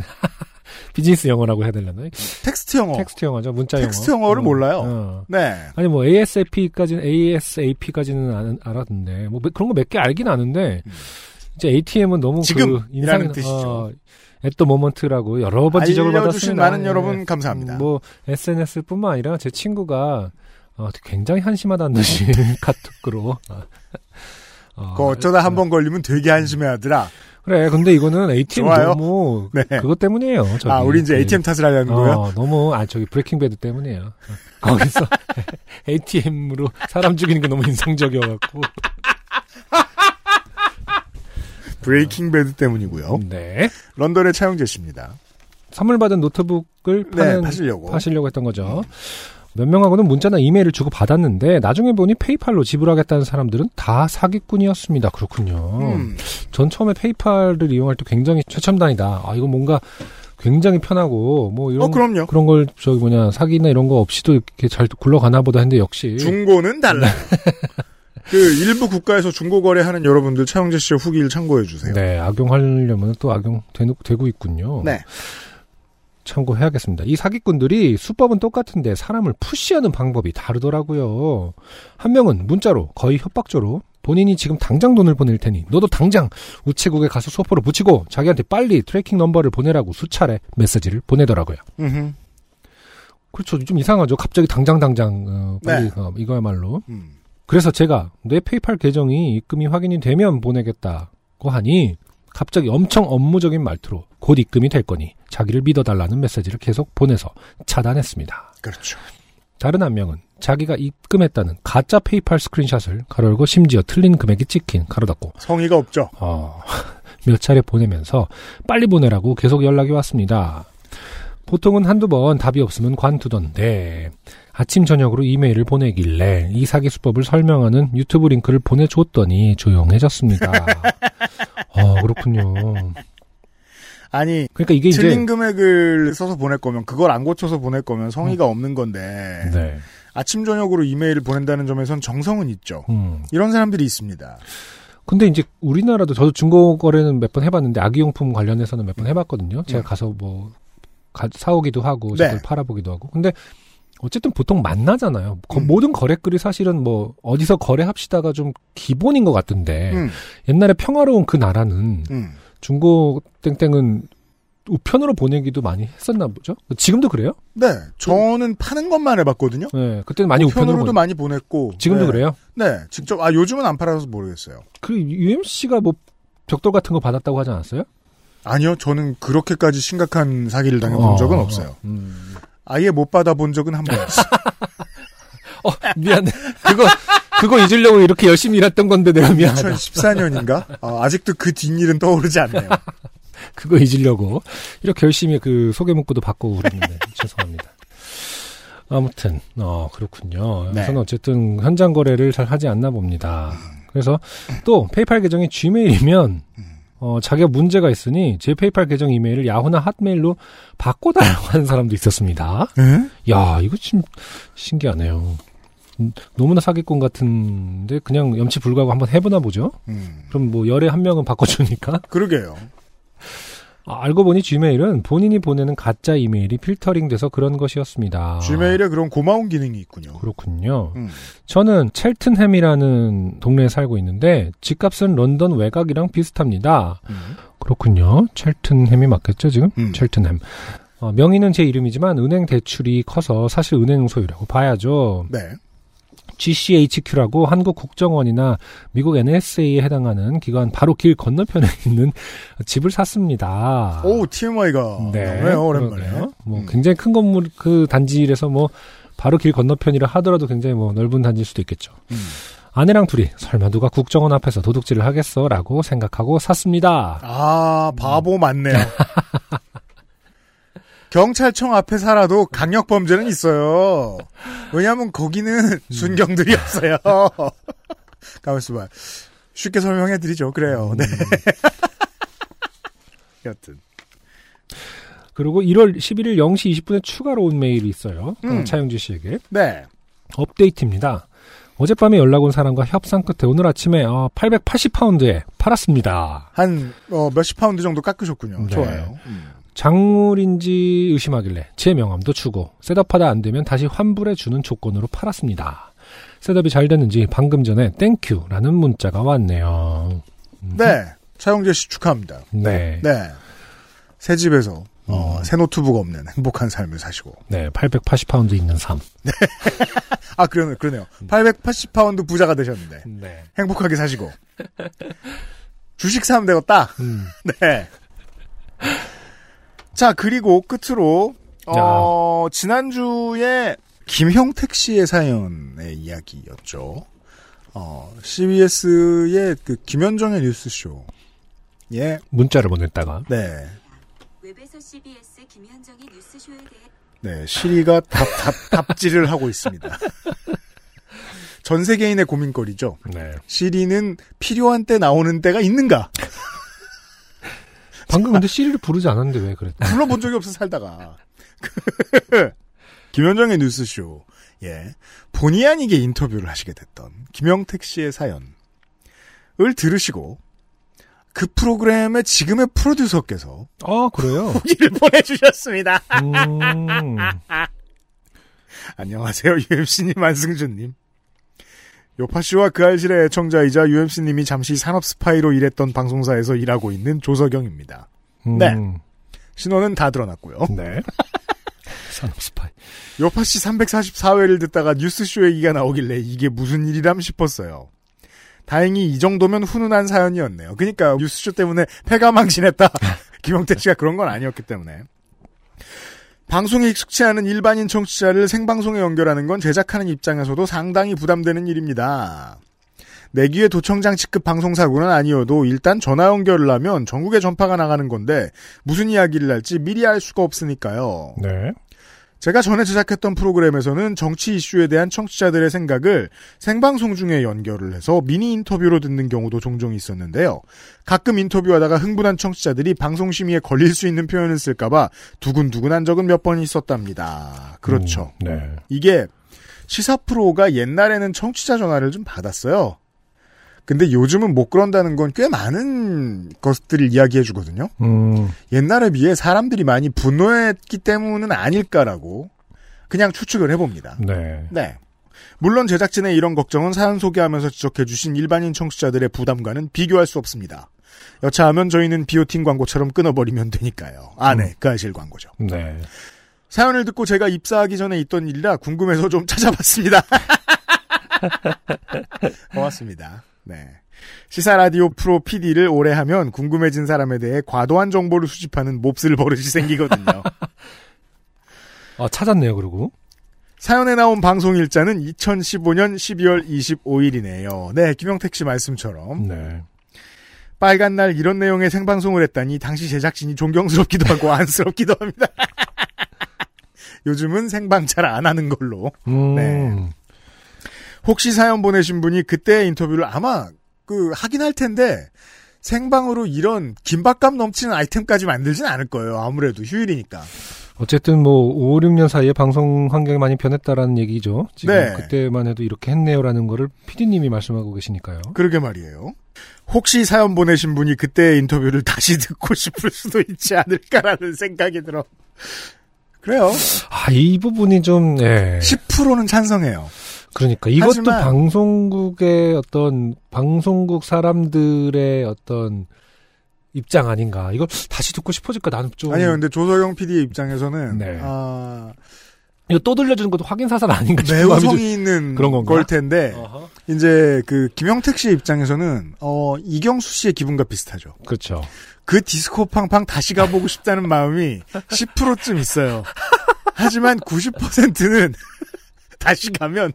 [SPEAKER 2] 비즈니스 영어라고 해야 되려나?
[SPEAKER 3] 텍스트 영어.
[SPEAKER 2] 텍스트 영어죠. 문자 영어.
[SPEAKER 3] 텍스트 영어를 몰라요.
[SPEAKER 2] 어.
[SPEAKER 3] 네.
[SPEAKER 2] 아니 뭐 ASAP까지는 ASAP까지는 알았는데 뭐 몇- 그런 거 몇 개 알긴 아는데 이제 ATM은 너무 그
[SPEAKER 3] 음. 지금이라는
[SPEAKER 2] 인상 어,
[SPEAKER 3] 뜻이죠.
[SPEAKER 2] 앳더 모먼트라고 여러 번 지적을
[SPEAKER 3] 알려주신
[SPEAKER 2] 받았습니다.
[SPEAKER 3] 많은
[SPEAKER 2] 예.
[SPEAKER 3] 여러분 감사합니다.
[SPEAKER 2] 음, 뭐 SNS뿐만 아니라 제 친구가 어, 굉장히 한심하다는 듯이 [laughs] 카톡으로 아, 어,
[SPEAKER 3] 네. 그거 어쩌다 한 번 걸리면 되게 한심해하더라.
[SPEAKER 2] 그래 근데 이거는 ATM
[SPEAKER 3] 좋아요.
[SPEAKER 2] 너무
[SPEAKER 3] 네.
[SPEAKER 2] 그것 때문이에요. 저기.
[SPEAKER 3] 아, 우리 이제
[SPEAKER 2] 예.
[SPEAKER 3] ATM 탓을 하려는 거예요?
[SPEAKER 2] 어, 너무 아 저기 브레이킹 배드 때문이에요. 어, 거기서 [laughs] ATM으로 사람 죽이는 게 너무 인상적이어갖고.
[SPEAKER 3] 브레이킹 배드 때문이고요.
[SPEAKER 2] 네.
[SPEAKER 3] 런던의 차용재 씨입니다.
[SPEAKER 2] 선물 받은 노트북을
[SPEAKER 3] 네,
[SPEAKER 2] 파는,
[SPEAKER 3] 파시려고.
[SPEAKER 2] 파시려고 했던 거죠. 몇 명하고는 문자나 이메일을 주고 받았는데 나중에 보니 페이팔로 지불하겠다는 사람들은 다 사기꾼이었습니다. 그렇군요.
[SPEAKER 3] 음,
[SPEAKER 2] 전 처음에 페이팔을 이용할 때 굉장히 최첨단이다. 아 이거 뭔가 굉장히 편하고 뭐 이런
[SPEAKER 3] 어, 그럼요.
[SPEAKER 2] 그런 걸 저기 뭐냐 사기나 이런 거 없이도 이렇게 잘 굴러가나 보다 했는데 역시
[SPEAKER 3] 중고는
[SPEAKER 2] [laughs]
[SPEAKER 3] 달라요.
[SPEAKER 2] 네.
[SPEAKER 3] 그 일부 국가에서 중고 거래하는 여러분들 차용재 씨의 후기를 참고해 주세요.
[SPEAKER 2] 네, 악용하려면 또 악용되고 있군요.
[SPEAKER 3] 네.
[SPEAKER 2] 참고해야겠습니다. 이 사기꾼들이 수법은 똑같은데 사람을 푸시하는 방법이 다르더라고요. 한 명은 문자로 거의 협박조로 본인이 지금 당장 돈을 보낼 테니 너도 당장 우체국에 가서 소포로 붙이고 자기한테 빨리 트래킹 넘버를 보내라고 수차례 메시지를 보내더라고요.
[SPEAKER 3] 음흠.
[SPEAKER 2] 그렇죠. 좀 이상하죠. 갑자기 당장 당장 어, 빨리 어, 이거야말로.
[SPEAKER 3] 네. 음.
[SPEAKER 2] 그래서 제가 내 페이팔 계정이 입금이 확인이 되면 보내겠다고 하니 갑자기 엄청 업무적인 말투로 곧 입금이 될 거니 자기를 믿어달라는 메시지를 계속 보내서 차단했습니다.
[SPEAKER 3] 그렇죠.
[SPEAKER 2] 다른 한 명은 자기가 입금했다는 가짜 페이팔 스크린샷을 가로 열고 심지어 틀린 금액이 찍힌 가로 닫고
[SPEAKER 3] 성의가 없죠.
[SPEAKER 2] 어, [laughs] 몇 차례 보내면서 빨리 보내라고 계속 연락이 왔습니다. 보통은 한두 번 답이 없으면 관두던데 아침 저녁으로 이메일을 보내길래 이 사기 수법을 설명하는 유튜브 링크를 보내줬더니
[SPEAKER 3] [laughs]
[SPEAKER 2] 조용해졌습니다. 어 그렇군요.
[SPEAKER 3] 아니
[SPEAKER 2] 그러니까 이게 이제
[SPEAKER 3] 틀린 금액을 써서 보낼 거면 그걸 안 고쳐서 보낼 거면 성의가 없는 건데
[SPEAKER 2] 음. 네,
[SPEAKER 3] 아침 저녁으로 이메일을 보낸다는 점에선 정성은 있죠.
[SPEAKER 2] 음.
[SPEAKER 3] 이런 사람들이 있습니다.
[SPEAKER 2] 근데 이제 우리나라도 저도 중고 거래는 몇 번 해봤는데 아기용품 관련해서는 몇 번 해봤거든요. 제가
[SPEAKER 3] 음.
[SPEAKER 2] 가서 뭐 가- 사오기도 하고
[SPEAKER 3] 네.
[SPEAKER 2] 제걸 팔아보기도 하고. 근데 어쨌든 보통 만나잖아요. 거-
[SPEAKER 3] 음.
[SPEAKER 2] 모든 거래글이 사실은 뭐 어디서 거래합시다가 좀 기본인 것 같은데
[SPEAKER 3] 음,
[SPEAKER 2] 옛날에 평화로운 그 나라는
[SPEAKER 3] 음.
[SPEAKER 2] 중고 땡땡은 우편으로 보내기도 많이 했었나 보죠. 지금도 그래요?
[SPEAKER 3] 네, 저는 파는 것만 해봤거든요.
[SPEAKER 2] 네, 그때는 많이 우편으로,
[SPEAKER 3] 편으로도
[SPEAKER 2] 보내-
[SPEAKER 3] 많이 보냈고
[SPEAKER 2] 지금도
[SPEAKER 3] 네.
[SPEAKER 2] 그래요.
[SPEAKER 3] 네, 직접 아 요즘은 안 팔아서 모르겠어요.
[SPEAKER 2] 그 UMC가 뭐 벽돌 같은 거 받았다고 하지 않았어요?
[SPEAKER 3] 아니요, 저는 그렇게까지 심각한 사기를 당해본
[SPEAKER 2] 어,
[SPEAKER 3] 적은
[SPEAKER 2] 어,
[SPEAKER 3] 없어요.
[SPEAKER 2] 음.
[SPEAKER 3] 아예 못 받아본 적은 한 번. [laughs] 있어요.
[SPEAKER 2] 어, 미안해. 그거, 그거 잊으려고 이렇게 열심히 일했던 건데 내가 미안하다.
[SPEAKER 3] 2014년인가? 아, 직도그 뒷일은 떠오르지 않네요.
[SPEAKER 2] 그거 잊으려고. 이렇게 열심히 그 소개 문구도 바꾸고 그랬는데. 죄송합니다. 아무튼, 어, 그렇군요.
[SPEAKER 3] 네.
[SPEAKER 2] 저는 어쨌든 현장 거래를 잘 하지 않나 봅니다. 그래서 또 페이팔 계정이 Gmail이면 어, 자기가 문제가 있으니 제 페이팔 계정 이메일을 야후나 핫메일로 바꿔달라고 하는 사람도 있었습니다.
[SPEAKER 3] 응?
[SPEAKER 2] 야, 이거 참 신기하네요. 음, 너무나 사기꾼 같은데 그냥 염치 불구하고 한번 해보나 보죠.
[SPEAKER 3] 음,
[SPEAKER 2] 그럼 뭐 열에 한 명은 바꿔주니까. [laughs]
[SPEAKER 3] 그러게요.
[SPEAKER 2] 아, 알고 보니 지메일은 본인이 보내는 가짜 이메일이 필터링돼서 그런 것이었습니다.
[SPEAKER 3] Gmail에 그런 고마운 기능이 있군요.
[SPEAKER 2] 그렇군요.
[SPEAKER 3] 음.
[SPEAKER 2] 저는 첼튼햄이라는 동네에 살고 있는데 집값은 런던 외곽이랑 비슷합니다.
[SPEAKER 3] 음.
[SPEAKER 2] 그렇군요. 첼튼햄이 맞겠죠 지금?
[SPEAKER 3] 음.
[SPEAKER 2] 첼튼햄. 어, 명의는 제 이름이지만 은행 대출이 커서 사실 은행 소유라고 봐야죠.
[SPEAKER 3] 네.
[SPEAKER 2] GCHQ라고 한국 국정원이나 미국 NSA에 해당하는 기관 바로 길 건너편에 [laughs] 있는 집을 샀습니다.
[SPEAKER 3] 오, TMI가 나네요, 오랜만에.
[SPEAKER 2] 그러네요. 뭐
[SPEAKER 3] 음.
[SPEAKER 2] 굉장히 큰 건물 그 단지에서 뭐 바로 길 건너편이라 하더라도 굉장히 뭐 넓은 단지일 수도 있겠죠.
[SPEAKER 3] 음.
[SPEAKER 2] 아내랑 둘이 설마 누가 국정원 앞에서 도둑질을 하겠어라고 생각하고 샀습니다.
[SPEAKER 3] [laughs] 아, 바보 맞네요. 경찰청 앞에 살아도 강력 범죄는 있어요. 왜냐하면 거기는 순경들이 없어요. [laughs] 가만있어 봐. 쉽게 설명해드리죠. 그래요.
[SPEAKER 2] 음.
[SPEAKER 3] 네. 여튼.
[SPEAKER 2] [laughs] 그리고 1월 11일 0시 20분에 추가로 온 메일이 있어요.
[SPEAKER 3] 음.
[SPEAKER 2] 어, 차영지 씨에게.
[SPEAKER 3] 네.
[SPEAKER 2] 업데이트입니다. 어젯밤에 연락 온 사람과 협상 끝에 오늘 아침에 어, 880파운드에 팔았습니다.
[SPEAKER 3] 한, 어, 몇십 파운드 정도 깎으셨군요.
[SPEAKER 2] 네.
[SPEAKER 3] 좋아요. 음.
[SPEAKER 2] 작물인지 의심하길래 제 명함도 주고 셋업하다 안 되면 다시 환불해 주는 조건으로 팔았습니다. 셋업이 잘 됐는지 방금 전에 땡큐라는 문자가 왔네요.
[SPEAKER 3] 네. 차용재 씨 축하합니다.
[SPEAKER 2] 네. 네.
[SPEAKER 3] 네. 새 집에서, 어, 새 노트북 없는 행복한 삶을 사시고.
[SPEAKER 2] 880파운드 네, 있는 삶.
[SPEAKER 3] 아, 그러네, 그러네요. 880파운드 부자가 되셨는데.
[SPEAKER 2] 네.
[SPEAKER 3] 행복하게 사시고. 주식 사면 되겠다.
[SPEAKER 2] 음.
[SPEAKER 3] [laughs] 네. 자, 그리고 끝으로, 어, 지난주에 김형택 씨의 사연의 이야기였죠. 어, CBS의 그 김현정의 뉴스쇼. 예,
[SPEAKER 2] 문자를 보냈다가
[SPEAKER 3] 네.
[SPEAKER 7] 웹에서 CBS 김현정이 뉴스쇼에 대해
[SPEAKER 3] 네, 시리가 답, 답, 답지를 하고 있습니다. [laughs] 전 세계인의 고민거리죠.
[SPEAKER 2] 네.
[SPEAKER 3] 시리는 필요한 때 나오는 때가 있는가?
[SPEAKER 2] 방금 근데 시리를 부르지 않았는데 왜 그랬다.
[SPEAKER 3] 불러본 적이 없어 살다가. [laughs] 그 김현정의 뉴스쇼. 예. 본의 아니게 인터뷰를 하시게 됐던 김영택 씨의 사연을 들으시고 그 프로그램의 지금의 [laughs] 프로듀서께서
[SPEAKER 2] 아 그래요?
[SPEAKER 3] 후기를 보내주셨습니다.
[SPEAKER 2] 음.
[SPEAKER 3] [laughs] 안녕하세요. UMC님, 안승준님. 요파씨와 그 알실의 애청자이자 UMC님이 잠시 산업스파이로 일했던 방송사에서 일하고 있는 조석영입니다.
[SPEAKER 2] 음.
[SPEAKER 3] 네. 신호는 다 드러났고요.
[SPEAKER 2] 네. 산업 스파이.
[SPEAKER 3] 요파씨 344회를 듣다가 뉴스쇼 얘기가 나오길래 이게 무슨 일이람 싶었어요. 다행히 이 정도면 훈훈한 사연이었네요. 그러니까 뉴스쇼 때문에 패가망신했다. [laughs] 김영태 씨가 그런 건 아니었기 때문에. 방송에 익숙치 않은 일반인 청취자를 생방송에 연결하는 건 제작하는 입장에서도 상당히 부담되는 일입니다. 내기의 도청장치급 방송사고는 아니어도 일단 전화 연결을 하면 전국에 전파가 나가는 건데 무슨 이야기를 할지 미리 알 수가 없으니까요.
[SPEAKER 2] 네.
[SPEAKER 3] 제가 전에 제작했던 프로그램에서는 정치 이슈에 대한 청취자들의 생각을 생방송 중에 연결을 해서 미니 인터뷰로 듣는 경우도 종종 있었는데요. 가끔 인터뷰하다가 흥분한 청취자들이 방송 심의에 걸릴 수 있는 표현을 쓸까봐 두근두근한 적은 몇 번 있었답니다. 그렇죠.
[SPEAKER 2] 음, 네.
[SPEAKER 3] 이게 시사 프로가 옛날에는 청취자 전화를 좀 받았어요. 근데 요즘은 못 그런다는 건 꽤 많은 것들을 이야기해 주거든요.
[SPEAKER 2] 음.
[SPEAKER 3] 옛날에 비해 사람들이 많이 분노했기 때문은 아닐까라고 그냥 추측을 해봅니다.
[SPEAKER 2] 네.
[SPEAKER 3] 네. 물론 제작진의 이런 걱정은 사연 소개하면서 지적해주신 일반인 청취자들의 부담과는 비교할 수 없습니다. 여차하면 저희는 비오틴 광고처럼 끊어버리면 되니까요. 아, 네. 그 아실 광고죠.
[SPEAKER 2] 네.
[SPEAKER 3] 사연을 듣고 제가 입사하기 전에 있던 일이라 궁금해서 좀 [laughs] 찾아봤습니다. 고맙습니다. 네. 시사 라디오 프로 PD를 오래 하면 궁금해진 사람에 대해 과도한 정보를 수집하는 몹쓸 버릇이 생기거든요.
[SPEAKER 2] 아 찾았네요. 그리고
[SPEAKER 3] 사연에 나온 방송 일자는 2015년 12월 25일이네요. 네, 김영택 씨 말씀처럼
[SPEAKER 2] 네.
[SPEAKER 3] 빨간 날 이런 내용의 생방송을 했다니 당시 제작진이 존경스럽기도 하고 [laughs] 안쓰럽기도 합니다. 요즘은 생방 잘 안 하는 걸로.
[SPEAKER 2] 음.
[SPEAKER 3] 네. 혹시 사연 보내신 분이 그때 인터뷰를 아마 그 하긴 할 텐데 생방으로 이런 긴박감 넘치는 아이템까지 만들진 않을 거예요. 아무래도 휴일이니까.
[SPEAKER 2] 어쨌든 뭐 5, 6년 사이에 방송 환경이 많이 변했다라는 얘기죠. 지금
[SPEAKER 3] 네.
[SPEAKER 2] 그때만 해도 이렇게 했네요라는 거를 PD님이 말씀하고 계시니까요.
[SPEAKER 3] 그러게 말이에요. 혹시 사연 보내신 분이 그때의 인터뷰를 [laughs] 다시 듣고 싶을 수도 있지 않을까라는 생각이 들어. 그래요.
[SPEAKER 2] 아, 이 부분이 좀 예.
[SPEAKER 3] 10%는 찬성해요.
[SPEAKER 2] 그러니까 이것도
[SPEAKER 3] 하지만-
[SPEAKER 2] 방송국의 어떤 방송국 사람들의 어떤 입장 아닌가. 이걸 다시 듣고 싶어질까 나는 좀
[SPEAKER 3] 아니요, 근데 조석영 PD의 입장에서는
[SPEAKER 2] 음. 네.
[SPEAKER 3] 아,
[SPEAKER 2] 이거 또 들려주는 것도 확인 사살 아닌가 싶은
[SPEAKER 3] 매우
[SPEAKER 2] 마음이 좀-
[SPEAKER 3] 성의 있는
[SPEAKER 2] 그런 건가?
[SPEAKER 3] 걸 텐데
[SPEAKER 2] 어허.
[SPEAKER 3] 이제 그 김영택 씨의 입장에서는 어, 이경수 씨의 기분과 비슷하죠.
[SPEAKER 2] 그렇죠.
[SPEAKER 3] 그 디스코 팡팡 다시 가보고 싶다는 마음이 10%쯤 있어요. 하지만 90%는 [laughs] 다시 가면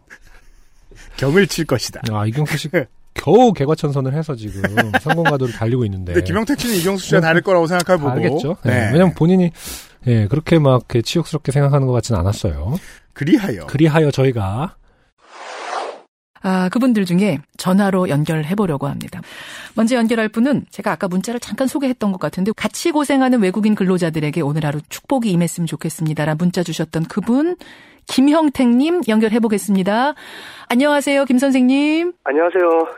[SPEAKER 3] 경을 칠 것이다.
[SPEAKER 2] 아 이경수 씨
[SPEAKER 3] 네.
[SPEAKER 2] 겨우 개과천선을
[SPEAKER 3] [laughs]
[SPEAKER 2] 해서 지금 성공가도를 달리고 있는데.
[SPEAKER 3] 근데 김영택 씨는 이경수 씨와 다를 거라고 네. 생각해 보고.
[SPEAKER 2] 네. 알겠죠. 네. 왜냐면 예, 본인이 예, 그렇게 막 이렇게 치욕스럽게 생각하는 것 같지는 않았어요.
[SPEAKER 3] 그리하여 [laughs]
[SPEAKER 2] 그리하여 저희가
[SPEAKER 8] 아, 그분들 중에 전화로 연결해 보려고 합니다. 먼저 연결할 분은 제가 아까 문자를 잠깐 소개했던 것 같은데 같이 고생하는 외국인 근로자들에게 오늘 하루 축복이 임했으면 좋겠습니다라 문자 주셨던 그분 김형택님 연결해 보겠습니다. 안녕하세요, 김 선생님. [laughs]
[SPEAKER 9] 안녕하세요.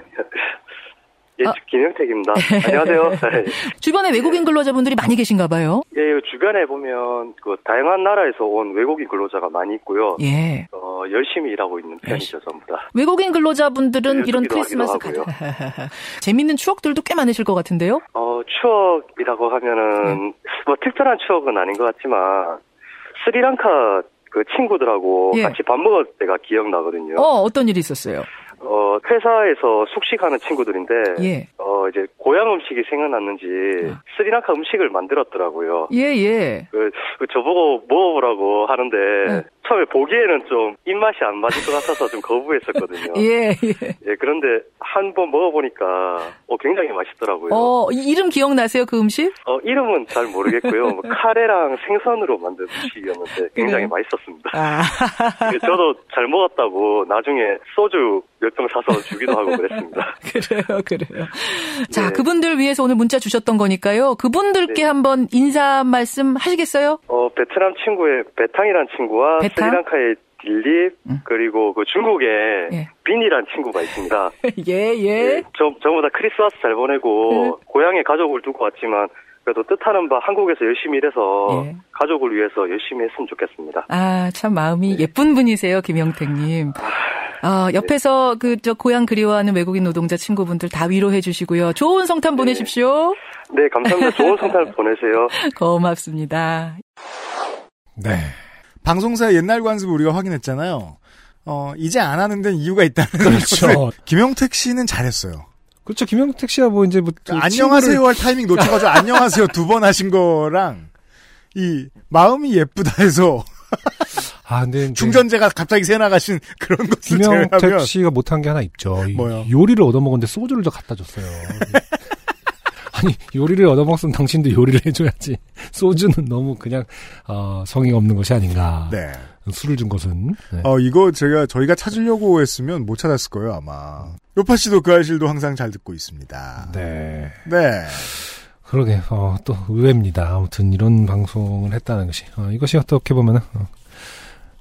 [SPEAKER 9] 예,
[SPEAKER 8] 아.
[SPEAKER 9] 김영택입니다. 안녕하세요.
[SPEAKER 8] [laughs] 주변에 외국인 근로자분들이 많이 계신가 봐요.
[SPEAKER 9] 예, 주변에 보면 그 다양한 나라에서 온 외국인 근로자가 많이 있고요.
[SPEAKER 8] 예.
[SPEAKER 9] 어, 열심히 일하고 있는 편이죠, 전부 다.
[SPEAKER 8] 외국인 근로자분들은
[SPEAKER 9] 예,
[SPEAKER 8] 이런
[SPEAKER 9] 듣기도
[SPEAKER 8] 크리스마스
[SPEAKER 9] 하기도
[SPEAKER 8] 가득 [laughs] 재밌는 추억들도 꽤 많으실 것 같은데요.
[SPEAKER 9] 어, 추억이라고
[SPEAKER 8] 네.
[SPEAKER 9] 하면은 뭐 특별한 추억은 아닌 것 같지만 스리랑카 그 친구들하고
[SPEAKER 8] 예.
[SPEAKER 9] 같이 밥 먹을 때가 기억나거든요.
[SPEAKER 8] 어, 어떤 일이 있었어요?
[SPEAKER 9] 어, 회사에서 숙식하는 친구들인데
[SPEAKER 8] 예. 아.
[SPEAKER 9] 어, 이제 고향 음식이 생각났는지 스리랑카 음식을 만들었더라고요.
[SPEAKER 8] 예, 예.
[SPEAKER 9] 그, 그 저보고 먹어보라고 하는데
[SPEAKER 8] 네.
[SPEAKER 9] 처음에 보기에는 좀 입맛이 안 맞을 것 같아서 좀 거부했었거든요. 예.
[SPEAKER 8] [laughs] 예, 예.
[SPEAKER 9] 그런데 한 번 먹어보니까 어, 굉장히 맛있더라고요. 어.
[SPEAKER 8] 어, 이- 이름 기억나세요, 그 음식?
[SPEAKER 9] 이름은 잘 모르겠고요.
[SPEAKER 8] [laughs]
[SPEAKER 9] 뭐 카레랑 생선으로 만든 음식이었는데 굉장히
[SPEAKER 8] 그래요?
[SPEAKER 9] 맛있었습니다.
[SPEAKER 8] 네.
[SPEAKER 9] [laughs] 예,
[SPEAKER 8] 아,
[SPEAKER 9] 저도 잘 먹었다고 나중에 소주 몇 병 사서 주기도 하고
[SPEAKER 8] [laughs]
[SPEAKER 9] 그랬습니다.
[SPEAKER 8] 그래요, 그래요. 자,
[SPEAKER 9] 네.
[SPEAKER 8] 그분들 위해서 오늘 문자 주셨던 거니까요. 그분들께
[SPEAKER 9] 네.
[SPEAKER 8] 한번 인사 말씀 하시겠어요? [laughs]
[SPEAKER 9] 어, 베트남 친구의 베탕이라는 친구와
[SPEAKER 8] 베탕?
[SPEAKER 9] 스리랑카의 딜립
[SPEAKER 8] 음.
[SPEAKER 9] 그리고 그 중국의
[SPEAKER 8] 예.
[SPEAKER 9] 빈이라는 친구가 있습니다.
[SPEAKER 8] 예,
[SPEAKER 9] 예,
[SPEAKER 8] 예.
[SPEAKER 9] 저, 저보다 크리스마스 잘 보내고, 고향에 가족을 두고 왔지만, 그래도 뜻하는 바 한국에서 열심히 일해서,
[SPEAKER 8] 예.
[SPEAKER 9] 가족을 위해서 열심히 했으면 좋겠습니다.
[SPEAKER 8] 아, 참
[SPEAKER 9] 네.
[SPEAKER 8] 마음이 예쁜 분이세요, 김영택님. 아, 옆에서 그, 저, 고향 그리워하는 외국인 노동자 친구분들 다 위로해 주시고요. 좋은 성탄 보내십시오.
[SPEAKER 9] 네, 감사합니다. 좋은 성탄 보내세요.
[SPEAKER 8] 고맙습니다.
[SPEAKER 3] 네. 방송사 옛날 관습 우리가 확인했잖아요. 어, 이제 안 하는 데는 이유가 있다는
[SPEAKER 2] 그렇죠.
[SPEAKER 3] 것을 김영택 씨는 잘했어요.
[SPEAKER 2] 그렇죠. 김영택 씨야 뭐 이제 뭐
[SPEAKER 3] 안녕하세요 할 타이밍 놓쳐가지고 안녕하세요 두 번 하신 거랑 이 마음이 예쁘다 해서
[SPEAKER 2] 아, 근데 이제
[SPEAKER 3] 중전제가 네. 갑자기 새나가신 [laughs] 그런 것을 제외하면
[SPEAKER 2] 김영택 씨가 못한 게 하나 있죠. 이
[SPEAKER 3] 뭐요?
[SPEAKER 2] 요리를 얻어먹었는데 소주를 더 갖다 줬어요.
[SPEAKER 3] [laughs]
[SPEAKER 2] 아니 요리를 얻어먹으면 당신도 요리를 해줘야지. 소주는 너무 그냥 어, 성의 없는 것이 아닌가.
[SPEAKER 3] 네.
[SPEAKER 2] 술을 준 것은 네.
[SPEAKER 3] 어 이거 제가 저희가 찾으려고 했으면 못 찾았을 거예요 아마. 요파 씨도 그 아실도 항상 잘 듣고 있습니다.
[SPEAKER 2] 네.
[SPEAKER 3] 네.
[SPEAKER 2] 그러게 어, 또 의외입니다. 아무튼 이런 방송을 했다는 것이 어, 이것이 어떻게 보면은 어,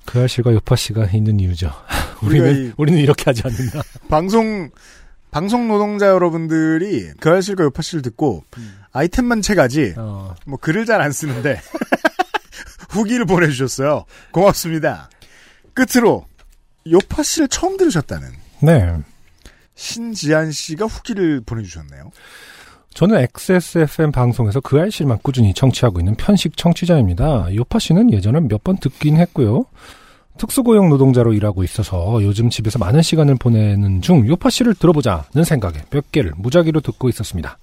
[SPEAKER 2] 그 아실과 요파 씨가 있는 이유죠. [laughs]
[SPEAKER 3] 우리가
[SPEAKER 2] 우리는
[SPEAKER 3] 이-
[SPEAKER 2] 우리는 이렇게 하지 않는다.
[SPEAKER 3] 방송 방송 노동자 여러분들이 그 아실과 요파 씨를 듣고 아이템만 채가지
[SPEAKER 2] 어,
[SPEAKER 3] 뭐 글을 잘 안 쓰는데 [laughs] 후기를 보내주셨어요. 고맙습니다. 끝으로 요파 씨를 처음 들으셨다는
[SPEAKER 2] 네.
[SPEAKER 3] 신지한 씨가 후기를 보내주셨네요.
[SPEAKER 2] 저는 XSFM 방송에서 그 알씨만 꾸준히 청취하고 있는 편식 청취자입니다. 요파 씨는 예전에 몇 번 듣긴 했고요. 특수고용 노동자로 일하고 있어서 요즘 집에서 많은 시간을 보내는 중 요파 씨를 들어보자는 생각에 몇 개를 무작위로 듣고 있었습니다.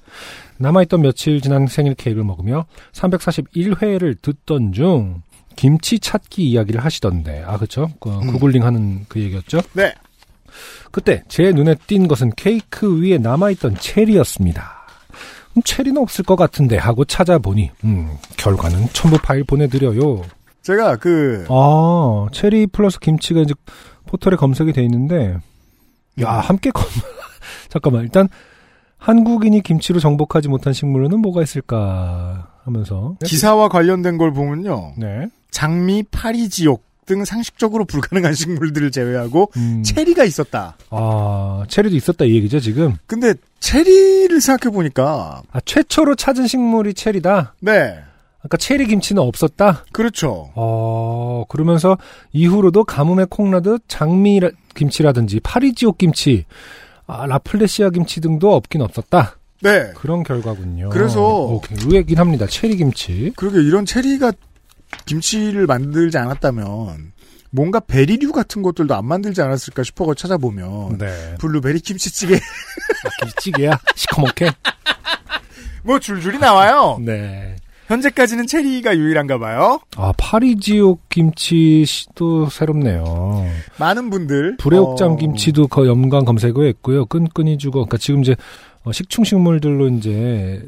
[SPEAKER 2] 남아있던 며칠 지난 생일 케이크를 먹으며 341회를 듣던 중 김치 찾기 이야기를 하시던데 아 그쵸? 그 구글링 하는 그 얘기였죠?
[SPEAKER 3] 네.
[SPEAKER 2] 그때 제 눈에 띈 것은 케이크 위에 남아있던 체리였습니다. 음, 체리는 없을 것 같은데 하고 찾아보니 음, 결과는 첨부 파일 보내드려요.
[SPEAKER 3] 제가 그
[SPEAKER 2] 아 체리 플러스 김치가 이제 포털에 검색이 돼 있는데 야 함께 검 [laughs] 잠깐만 일단 한국인이 김치로 정복하지 못한 식물로는 뭐가 있을까 하면서
[SPEAKER 3] 네? 기사와 관련된 걸 보면요.
[SPEAKER 2] 네
[SPEAKER 3] 장미, 파리지옥 등 상식적으로 불가능한 식물들을 제외하고
[SPEAKER 2] 음,
[SPEAKER 3] 체리가 있었다.
[SPEAKER 2] 아 체리도 있었다 이 얘기죠 지금
[SPEAKER 3] 근데 체리를 생각해 보니까
[SPEAKER 2] 아 최초로 찾은 식물이 체리다
[SPEAKER 3] 네
[SPEAKER 2] 아까 체리 김치는 없었다
[SPEAKER 3] 그렇죠.
[SPEAKER 2] 어, 그러면서 이후로도 가뭄에 콩나듯 장미 라- 김치라든지 파리지옥 김치, 아, 라플레시아 김치 등도 없긴 없었다.
[SPEAKER 3] 네
[SPEAKER 2] 그런 결과군요.
[SPEAKER 3] 그래서-
[SPEAKER 2] 오, 의외긴 합니다. 체리 김치.
[SPEAKER 3] 그러게 이런 체리가 김치를 만들지 않았다면 뭔가 베리류 같은 것들도 안 만들지 않았을까 싶어서 찾아보면
[SPEAKER 2] 네.
[SPEAKER 3] 블루베리 김치찌개
[SPEAKER 2] 김치찌개야. [laughs] 시커멓게.
[SPEAKER 3] [laughs] 뭐 줄줄이 나와요.
[SPEAKER 2] 네.
[SPEAKER 3] 현재까지는 체리가 유일한가 봐요.
[SPEAKER 2] 아, 파리지옥 김치 도 새롭네요.
[SPEAKER 3] 많은 분들
[SPEAKER 2] 불의옥장
[SPEAKER 3] 어,
[SPEAKER 2] 김치도 그 연관 검색어에 있고요. 끈끈이 죽어. 그러니까 지금 이제 어, 식충식물들로 이제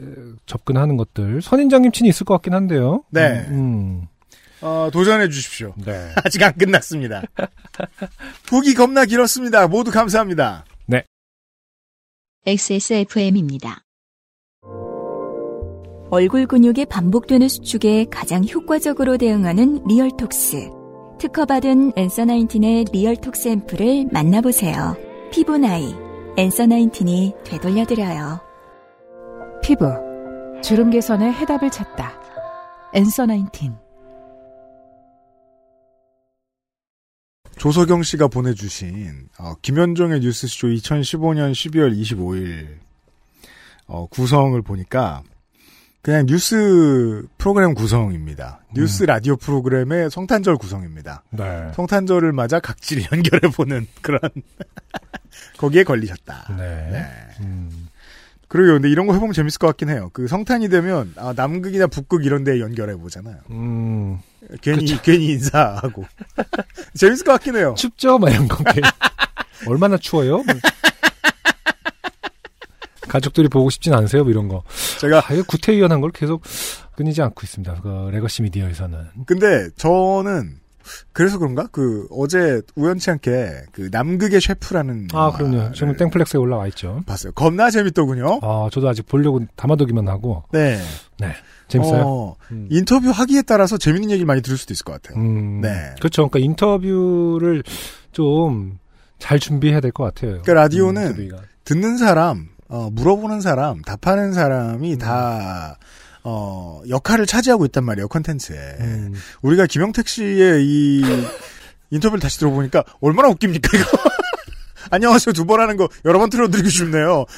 [SPEAKER 2] 접근하는 것들 선인장님 친이 있을 것 같긴 한데요.
[SPEAKER 3] 네.
[SPEAKER 2] 음,
[SPEAKER 3] 어, 도전해 주십시오.
[SPEAKER 2] 음. 네.
[SPEAKER 3] [laughs] 아직 안 끝났습니다. 보기 겁나 길었습니다. 모두 감사합니다.
[SPEAKER 1] XSFM입니다.
[SPEAKER 10] 얼굴 근육이 반복되는 수축에 가장 효과적으로 대응하는 리얼톡스. 특허받은 엔서나인틴의 리얼톡스 앰플을 만나보세요. 피부 나이, 엔서나인틴이 되돌려드려요.
[SPEAKER 11] 피부 주름 개선의 해답을 찾다. 엔서 19.
[SPEAKER 3] 조석영 씨가 보내주신 어, 김현종의 뉴스쇼 2015년 12월 25일 어, 구성을 보니까 그냥 뉴스 프로그램 구성입니다. 뉴스 라디오 프로그램의 성탄절 구성입니다.
[SPEAKER 2] 네.
[SPEAKER 3] 성탄절을 맞아 각질 연결해 보는 그런 [laughs] 거기에 걸리셨다.
[SPEAKER 2] 네. 음.
[SPEAKER 3] 그리고 근데 이런 거 해보면 재밌을 것 같긴 해요. 그 성탄이 되면 아, 남극이나 북극 이런 데 연결해 보잖아요.
[SPEAKER 2] 음.
[SPEAKER 3] 괜히 [laughs] 괜히 인사하고 [laughs] 재밌을 것 같긴 해요.
[SPEAKER 2] 춥죠? 막
[SPEAKER 3] [laughs]
[SPEAKER 2] 이런 거. 얼마나 추워요? 뭐. 가족들이 보고 싶진 않으세요? 뭐 이런 거.
[SPEAKER 3] 제가
[SPEAKER 2] 아예 구태의연한 걸 계속 끊이지 않고 있습니다. 그 레거시 미디어에서는.
[SPEAKER 3] 근데 저는 그래서 그런가 그 어제 우연치 않게 그 남극의 셰프라는
[SPEAKER 2] 아, 그럼요. 지금
[SPEAKER 3] 영화를
[SPEAKER 2] 땡플렉스에 올라와 있죠.
[SPEAKER 3] 봤어요. 겁나 재밌더군요.
[SPEAKER 2] 아, 저도 아직 보려고 담아두기만 하고.
[SPEAKER 3] 네
[SPEAKER 2] 재밌어요.
[SPEAKER 3] 어,
[SPEAKER 2] 음.
[SPEAKER 3] 인터뷰 하기에 따라서 재밌는 얘기를 많이 들을 수도 있을 것 같아요.
[SPEAKER 2] 음,
[SPEAKER 3] 네.
[SPEAKER 2] 그렇죠. 그러니까 인터뷰를 좀 잘 준비해야 될 것 같아요.
[SPEAKER 3] 그러니까 라디오는
[SPEAKER 2] 음, 인터뷰가.
[SPEAKER 3] 듣는 사람, 어, 물어보는 사람, 답하는
[SPEAKER 2] 음.
[SPEAKER 3] 사람이 다 어, 역할을 차지하고 있단 말이에요, 컨텐츠에.
[SPEAKER 2] 음,
[SPEAKER 3] 우리가 김영택 씨의 이 인터뷰를 다시 들어보니까 얼마나 웃깁니까, 이거. [laughs] 안녕하세요. 두 번 하는 거 여러 번 틀어드리고 싶네요. [laughs]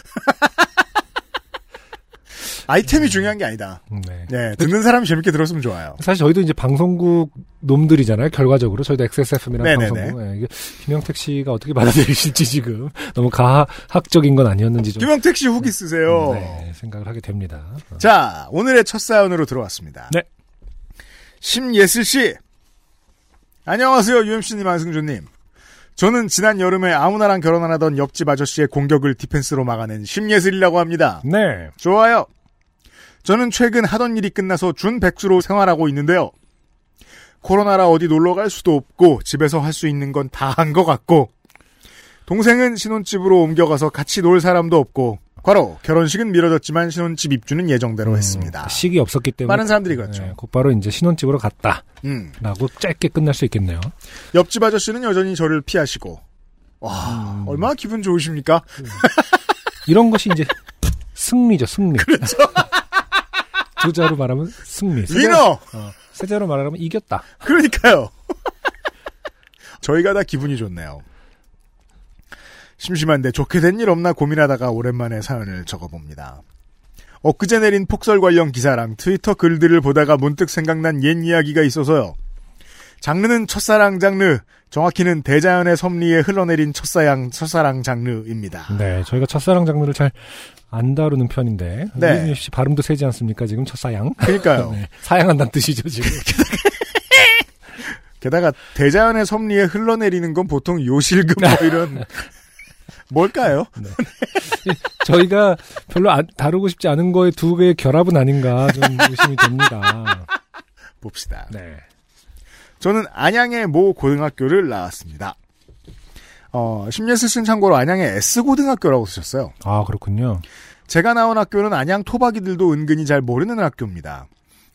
[SPEAKER 3] 아이템이 중요한 게 아니다.
[SPEAKER 2] 음, 네.
[SPEAKER 3] 네, 듣는 사람이 재밌게 들었으면 좋아요.
[SPEAKER 2] 사실 저희도 이제 방송국 놈들이잖아요. 결과적으로 저희도 XSFM이라는
[SPEAKER 3] 네네네.
[SPEAKER 2] 방송국. 예, 이게 김영택 씨가 어떻게 받아들이실지 지금 [laughs] 너무 가학적인 건 아니었는지 좀
[SPEAKER 3] 김영택 씨 후기 쓰세요.
[SPEAKER 2] 네, 생각을 하게 됩니다. 어.
[SPEAKER 3] 자, 오늘의 첫 사연으로 들어왔습니다.
[SPEAKER 2] 네.
[SPEAKER 3] 심예슬 씨. 안녕하세요, UMC님, 안승준님. 저는 지난 여름에 아무나랑 결혼 안 하던 옆집 아저씨의 공격을 디펜스로 막아낸 심예슬이라고 합니다.
[SPEAKER 2] 네.
[SPEAKER 3] 좋아요. 저는 최근 하던 일이 끝나서 준백수로 생활하고 있는데요. 코로나라 어디 놀러 갈 수도 없고 집에서 할 수 있는 건 다 한 것 같고 동생은 신혼집으로 옮겨가서 같이 놀 사람도 없고 과로 결혼식은 미뤄졌지만 신혼집 입주는 예정대로 했습니다.
[SPEAKER 2] 식이 없었기 때문에
[SPEAKER 3] 많은 사람들이 그렇죠.
[SPEAKER 2] 예, 곧바로 이제 신혼집으로 갔다라고
[SPEAKER 3] 음.
[SPEAKER 2] 짧게 끝날 수 있겠네요.
[SPEAKER 3] 옆집 아저씨는 여전히 저를 피하시고 와 얼마나 기분 좋으십니까?
[SPEAKER 2] 이런 것이 이제 [laughs] 승리죠, 승리. 그렇죠. [laughs] 두 자로 말하면 승리. 세 자로-
[SPEAKER 3] 위너
[SPEAKER 2] 어, 세 자로 말하면 이겼다.
[SPEAKER 3] 그러니까요. [laughs] 저희가 다 기분이 좋네요. 심심한데 좋게 된 일 없나 고민하다가 오랜만에 사연을 적어봅니다. 엊그제 내린 폭설 관련 기사랑 트위터 글들을 보다가 문득 생각난 옛 이야기가 있어서요. 장르는 첫사랑 장르, 정확히는 대자연의 섭리에 흘러내린 첫사랑, 첫사랑 장르입니다.
[SPEAKER 2] 네, 저희가 첫사랑 장르를 잘 안 다루는 편인데
[SPEAKER 3] 네.
[SPEAKER 2] 유진유 씨 발음도 세지 않습니까? 지금 첫사양.
[SPEAKER 3] 그러니까요.
[SPEAKER 2] 네, 사양한다는 뜻이죠 지금.
[SPEAKER 3] 게다가 대자연의 섭리에 흘러내리는 건 보통 요실금 뭐 이런 뭘까요?
[SPEAKER 2] [laughs] 저희가 별로 안- 다루고 싶지 않은 거의 두 개의 결합은 아닌가 좀 의심이 됩니다.
[SPEAKER 3] 봅시다.
[SPEAKER 2] 네,
[SPEAKER 3] 저는 안양의 모 고등학교를 나왔습니다. 어, 심예슬 씨는 참고로 안양의 S고등학교라고 쓰셨어요.
[SPEAKER 2] 아 그렇군요.
[SPEAKER 3] 제가 나온 학교는 안양 토박이들도 은근히 잘 모르는 학교입니다.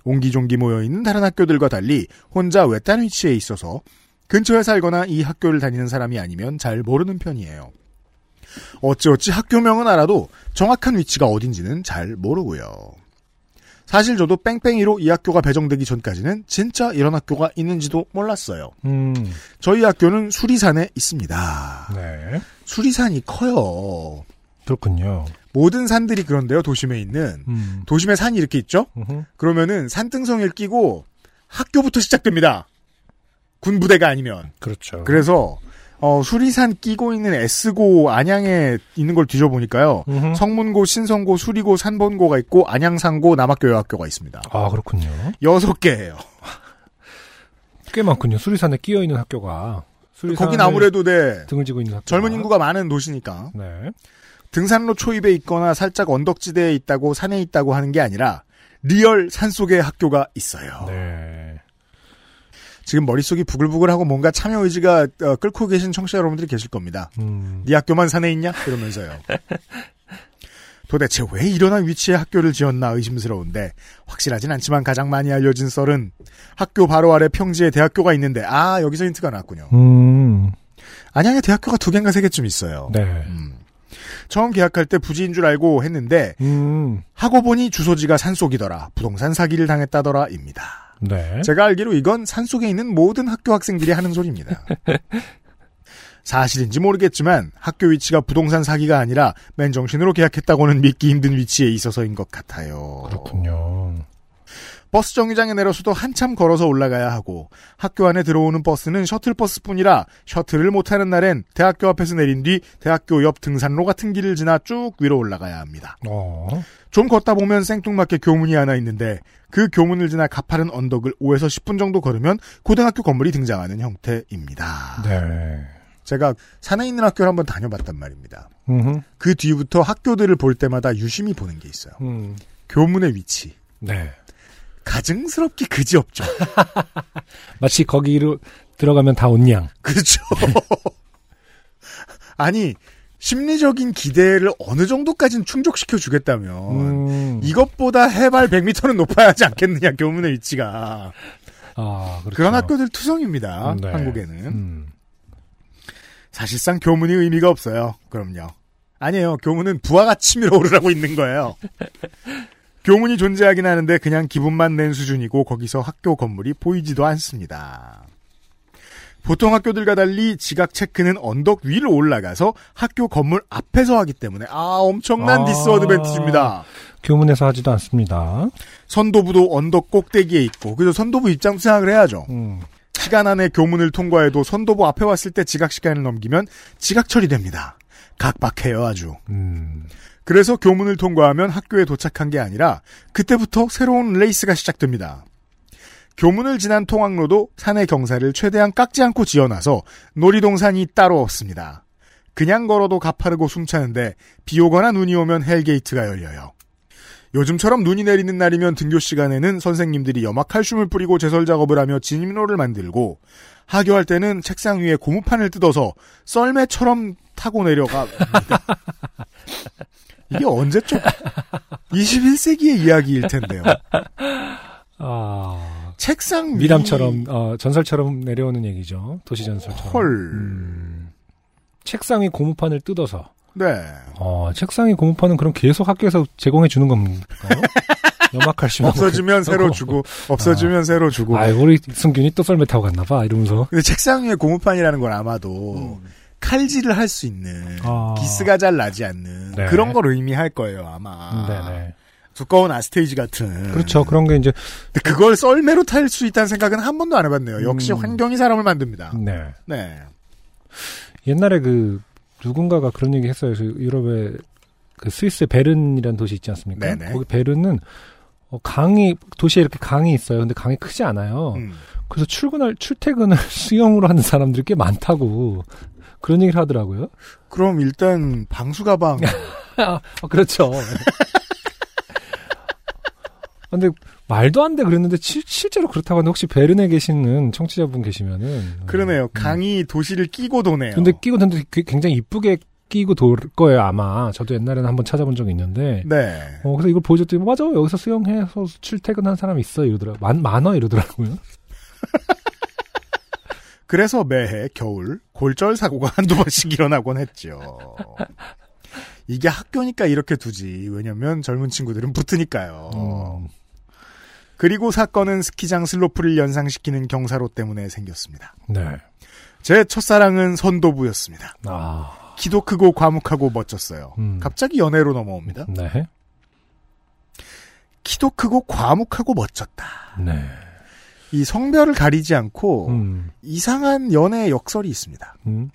[SPEAKER 3] 옹기종기 모여있는 다른 학교들과 달리 혼자 외딴 위치에 있어서 근처에 살거나 이 학교를 다니는 사람이 아니면 잘 모르는 편이에요. 어찌어찌 학교명은 알아도 정확한 위치가 어딘지는 잘 모르고요. 사실 저도 뺑뺑이로 이 학교가 배정되기 전까지는 진짜 이런 학교가 있는지도 몰랐어요.
[SPEAKER 2] 음,
[SPEAKER 3] 저희 학교는 수리산에 있습니다.
[SPEAKER 2] 네,
[SPEAKER 3] 수리산이 커요.
[SPEAKER 2] 그렇군요.
[SPEAKER 3] 모든 산들이 그런데요, 도심에 있는.
[SPEAKER 2] 음,
[SPEAKER 3] 도심에 산이 이렇게 있죠?
[SPEAKER 2] 음흠.
[SPEAKER 3] 그러면은 산등성을 끼고 학교부터 시작됩니다. 군부대가 아니면.
[SPEAKER 2] 그렇죠.
[SPEAKER 3] 그래서, 어, 수리산 끼고 있는 S고 안양에 있는 걸 뒤져보니까요.
[SPEAKER 2] 음흠.
[SPEAKER 3] 성문고, 신성고, 수리고, 산본고가 있고, 안양상고, 남학교여학교가 있습니다.
[SPEAKER 2] 아 그렇군요.
[SPEAKER 3] 여섯 개예요
[SPEAKER 2] 꽤 많군요. 수리산에 끼어 있는 학교가. 수리산을
[SPEAKER 3] 거긴 아무래도 네,
[SPEAKER 2] 등을 지고 있는 학교.
[SPEAKER 3] 젊은 인구가 많은 도시니까.
[SPEAKER 2] 네.
[SPEAKER 3] 등산로 초입에 있거나 살짝 언덕지대에 있다고 산에 있다고 하는 게 아니라 리얼 산속에 학교가
[SPEAKER 2] 아.
[SPEAKER 3] 있어요.
[SPEAKER 2] 네.
[SPEAKER 3] 지금 머릿속이 부글부글하고 뭔가 참여 의지가 어, 끓고 계신 청취자 여러분들이 계실 겁니다.
[SPEAKER 2] 음,
[SPEAKER 3] 네 학교만 산에 있냐? 이러면서요. 도대체 왜 이러한 위치에 학교를 지었나 의심스러운데 확실하진 않지만 가장 많이 알려진 썰은 학교 바로 아래 평지에 대학교가 있는데 아 여기서 힌트가 나왔군요.
[SPEAKER 2] 음.
[SPEAKER 3] 안양에 대학교가 두 개인가 세 개쯤 있어요.
[SPEAKER 2] 네.
[SPEAKER 3] 음. 처음 계약할 때 부지인 줄 알고 했는데
[SPEAKER 2] 음,
[SPEAKER 3] 하고 보니 주소지가 산속이더라 부동산 사기를 당했다더라입니다.
[SPEAKER 2] 네.
[SPEAKER 3] 제가 알기로 이건 산속에 있는 모든 학교 학생들이 하는
[SPEAKER 2] [laughs]
[SPEAKER 3] 소리입니다. 사실인지 모르겠지만 학교 위치가 부동산 사기가 아니라 맨정신으로 계약했다고는 믿기 힘든 위치에 있어서인 것 같아요.
[SPEAKER 2] 그렇군요.
[SPEAKER 3] 버스 정류장에 내려서도 한참 걸어서 올라가야 하고 학교 안에 들어오는 버스는 셔틀버스뿐이라 셔틀을 못하는 날엔 대학교 앞에서 내린 뒤 대학교 옆 등산로 같은 길을 지나 쭉 위로 올라가야 합니다.
[SPEAKER 2] 어,
[SPEAKER 3] 좀 걷다 보면 생뚱맞게 교문이 하나 있는데 그 교문을 지나 가파른 언덕을 5에서 10분 정도 걸으면 고등학교 건물이 등장하는 형태입니다.
[SPEAKER 2] 네.
[SPEAKER 3] 제가 산에 있는 학교를 한번 다녀봤단 말입니다.
[SPEAKER 2] 음.
[SPEAKER 3] 그 뒤부터 학교들을 볼 때마다 유심히 보는 게 있어요.
[SPEAKER 2] 음.
[SPEAKER 3] 교문의 위치.
[SPEAKER 2] 네.
[SPEAKER 3] 가증스럽기 그지없죠.
[SPEAKER 2] 마치 거기로 들어가면 다 온양.
[SPEAKER 3] [laughs] 그렇죠. [laughs] 아니 심리적인 기대를 어느 정도까지는 충족시켜 주겠다면 음. 이것보다 해발 100m는 높아야 하지 않겠느냐 교문의 위치가
[SPEAKER 2] 아, 그렇죠.
[SPEAKER 3] 그런 학교들 투성입니다
[SPEAKER 2] 네.
[SPEAKER 3] 한국에는 사실상 교문이 의미가 없어요 그럼요 아니에요 교문은 부하가 치밀어 오르라고 있는
[SPEAKER 2] [laughs]
[SPEAKER 3] 거예요 교문이 존재하긴 하는데 그냥 기분만 낸 수준이고 거기서 학교 건물이 보이지도 않습니다. 보통 학교들과 달리 지각 체크는 언덕 위로 올라가서 학교 건물 앞에서 하기 때문에 아 엄청난
[SPEAKER 2] 아.
[SPEAKER 3] 디스어드밴티지입니다.
[SPEAKER 2] 교문에서 하지도 않습니다.
[SPEAKER 3] 선도부도 언덕 꼭대기에 있고 그래서 선도부 입장 생각을 해야죠. 시간 안에 교문을 통과해도 선도부 앞에 왔을 때 지각 시간을 넘기면 지각 처리됩니다. 각박해요 아주. 그래서 교문을 통과하면 학교에 도착한 게 아니라 그때부터 새로운 레이스가 시작됩니다. 교문을 지난 통학로도 산의 경사를 최대한 깎지 않고 지어놔서 놀이동산이 따로 없습니다. 그냥 걸어도 가파르고 숨차는데 비 오거나 눈이 오면 헬게이트가 열려요. 요즘처럼 눈이 내리는 날이면 등교 시간에는 선생님들이 염화칼슘을 뿌리고 제설 작업을 하며 진입로를 만들고 하교할 때는 책상 위에 고무판을 뜯어서 썰매처럼 타고 내려갑니다.
[SPEAKER 2] [laughs]
[SPEAKER 3] 이게 언제쯤 21세기의 이야기일 텐데요.
[SPEAKER 2] 아.
[SPEAKER 3] 책상 위-
[SPEAKER 2] 미담처럼 어, 전설처럼 내려오는 얘기죠. 도시 전설처럼.
[SPEAKER 3] 헐.
[SPEAKER 2] 음. 책상에 고무판을 뜯어서.
[SPEAKER 3] 네.
[SPEAKER 2] 어, 책상에 고무판은 그럼 계속 학교에서 제공해
[SPEAKER 3] [laughs]
[SPEAKER 2] 주는 겁니까? 염막할심
[SPEAKER 3] 없어지면 새로 주고 없어지면 새로 주고.
[SPEAKER 2] 아, 우리 승균이 또 썰매 타고 갔나 봐. 이러면서.
[SPEAKER 3] 근데 책상 위에 고무판이라는 건 아마도
[SPEAKER 2] 음.
[SPEAKER 3] 칼질을 할 수 있는
[SPEAKER 2] 아.
[SPEAKER 3] 기스가 잘 나지 않는
[SPEAKER 2] 어. 네.
[SPEAKER 3] 그런 걸 의미할 거예요 아마. 두꺼운 아스테이지 같은.
[SPEAKER 2] 그렇죠. 그런 게 이제
[SPEAKER 3] 근데 그걸 썰매로 탈 수 있다는 생각은 한 번도 안 해봤네요.
[SPEAKER 2] 음.
[SPEAKER 3] 역시 환경이 사람을 만듭니다.
[SPEAKER 2] 네.
[SPEAKER 3] 네.
[SPEAKER 2] 옛날에 그 누군가가 그런 얘기 했어요. 그래서 유럽의 그 스위스 베른이라는 도시 있지 않습니까?
[SPEAKER 3] 네네.
[SPEAKER 2] 거기 베른은 어, 강이 도시에 이렇게 강이 있어요. 근데 강이 크지 않아요.
[SPEAKER 3] 음.
[SPEAKER 2] 그래서 출근할 출퇴근을 [laughs] 수영으로 하는 사람들이 꽤 많다고 그런 얘기를 하더라고요.
[SPEAKER 3] 그럼 일단 방수 가방.
[SPEAKER 2] 네. 아, 그렇죠. [laughs] 근데 말도 안 돼 그랬는데 실- 실제로 그렇다고 하는데 혹시 베른에 계시는 청취자분 계시면은
[SPEAKER 3] 그러네요. 강이 도시를 끼고 도네요.
[SPEAKER 2] 음. 근데 끼고 근데 굉장히 이쁘게 끼고 돌 거예요 아마 저도 옛날에는 한번 찾아본 적이 있는데
[SPEAKER 3] 네.
[SPEAKER 2] 어, 그래서 이걸 보여줬더니 맞아 여기서 수영해서 출퇴근한 사람 있어 이러더라 만 만어 이러더라고요.
[SPEAKER 3] 그래서 매해 겨울 골절 사고가 [laughs] 한두 번씩 일어나곤 했죠. 이게 학교니까 이렇게 두지. 왜냐면 젊은 친구들은 붙으니까요.
[SPEAKER 2] 음.
[SPEAKER 3] 그리고 사건은 스키장 슬로프를 연상시키는 경사로 때문에 생겼습니다.
[SPEAKER 2] 네.
[SPEAKER 3] 제 첫사랑은 선도부였습니다.
[SPEAKER 2] 아.
[SPEAKER 3] 키도 크고 과묵하고 멋졌어요.
[SPEAKER 2] 음.
[SPEAKER 3] 갑자기 연애로 넘어옵니다.
[SPEAKER 2] 네.
[SPEAKER 3] 키도 크고 과묵하고 멋졌다.
[SPEAKER 2] 네.
[SPEAKER 3] 이 성별을 가리지 않고 이상한 연애 역설이 있습니다.
[SPEAKER 2] 음.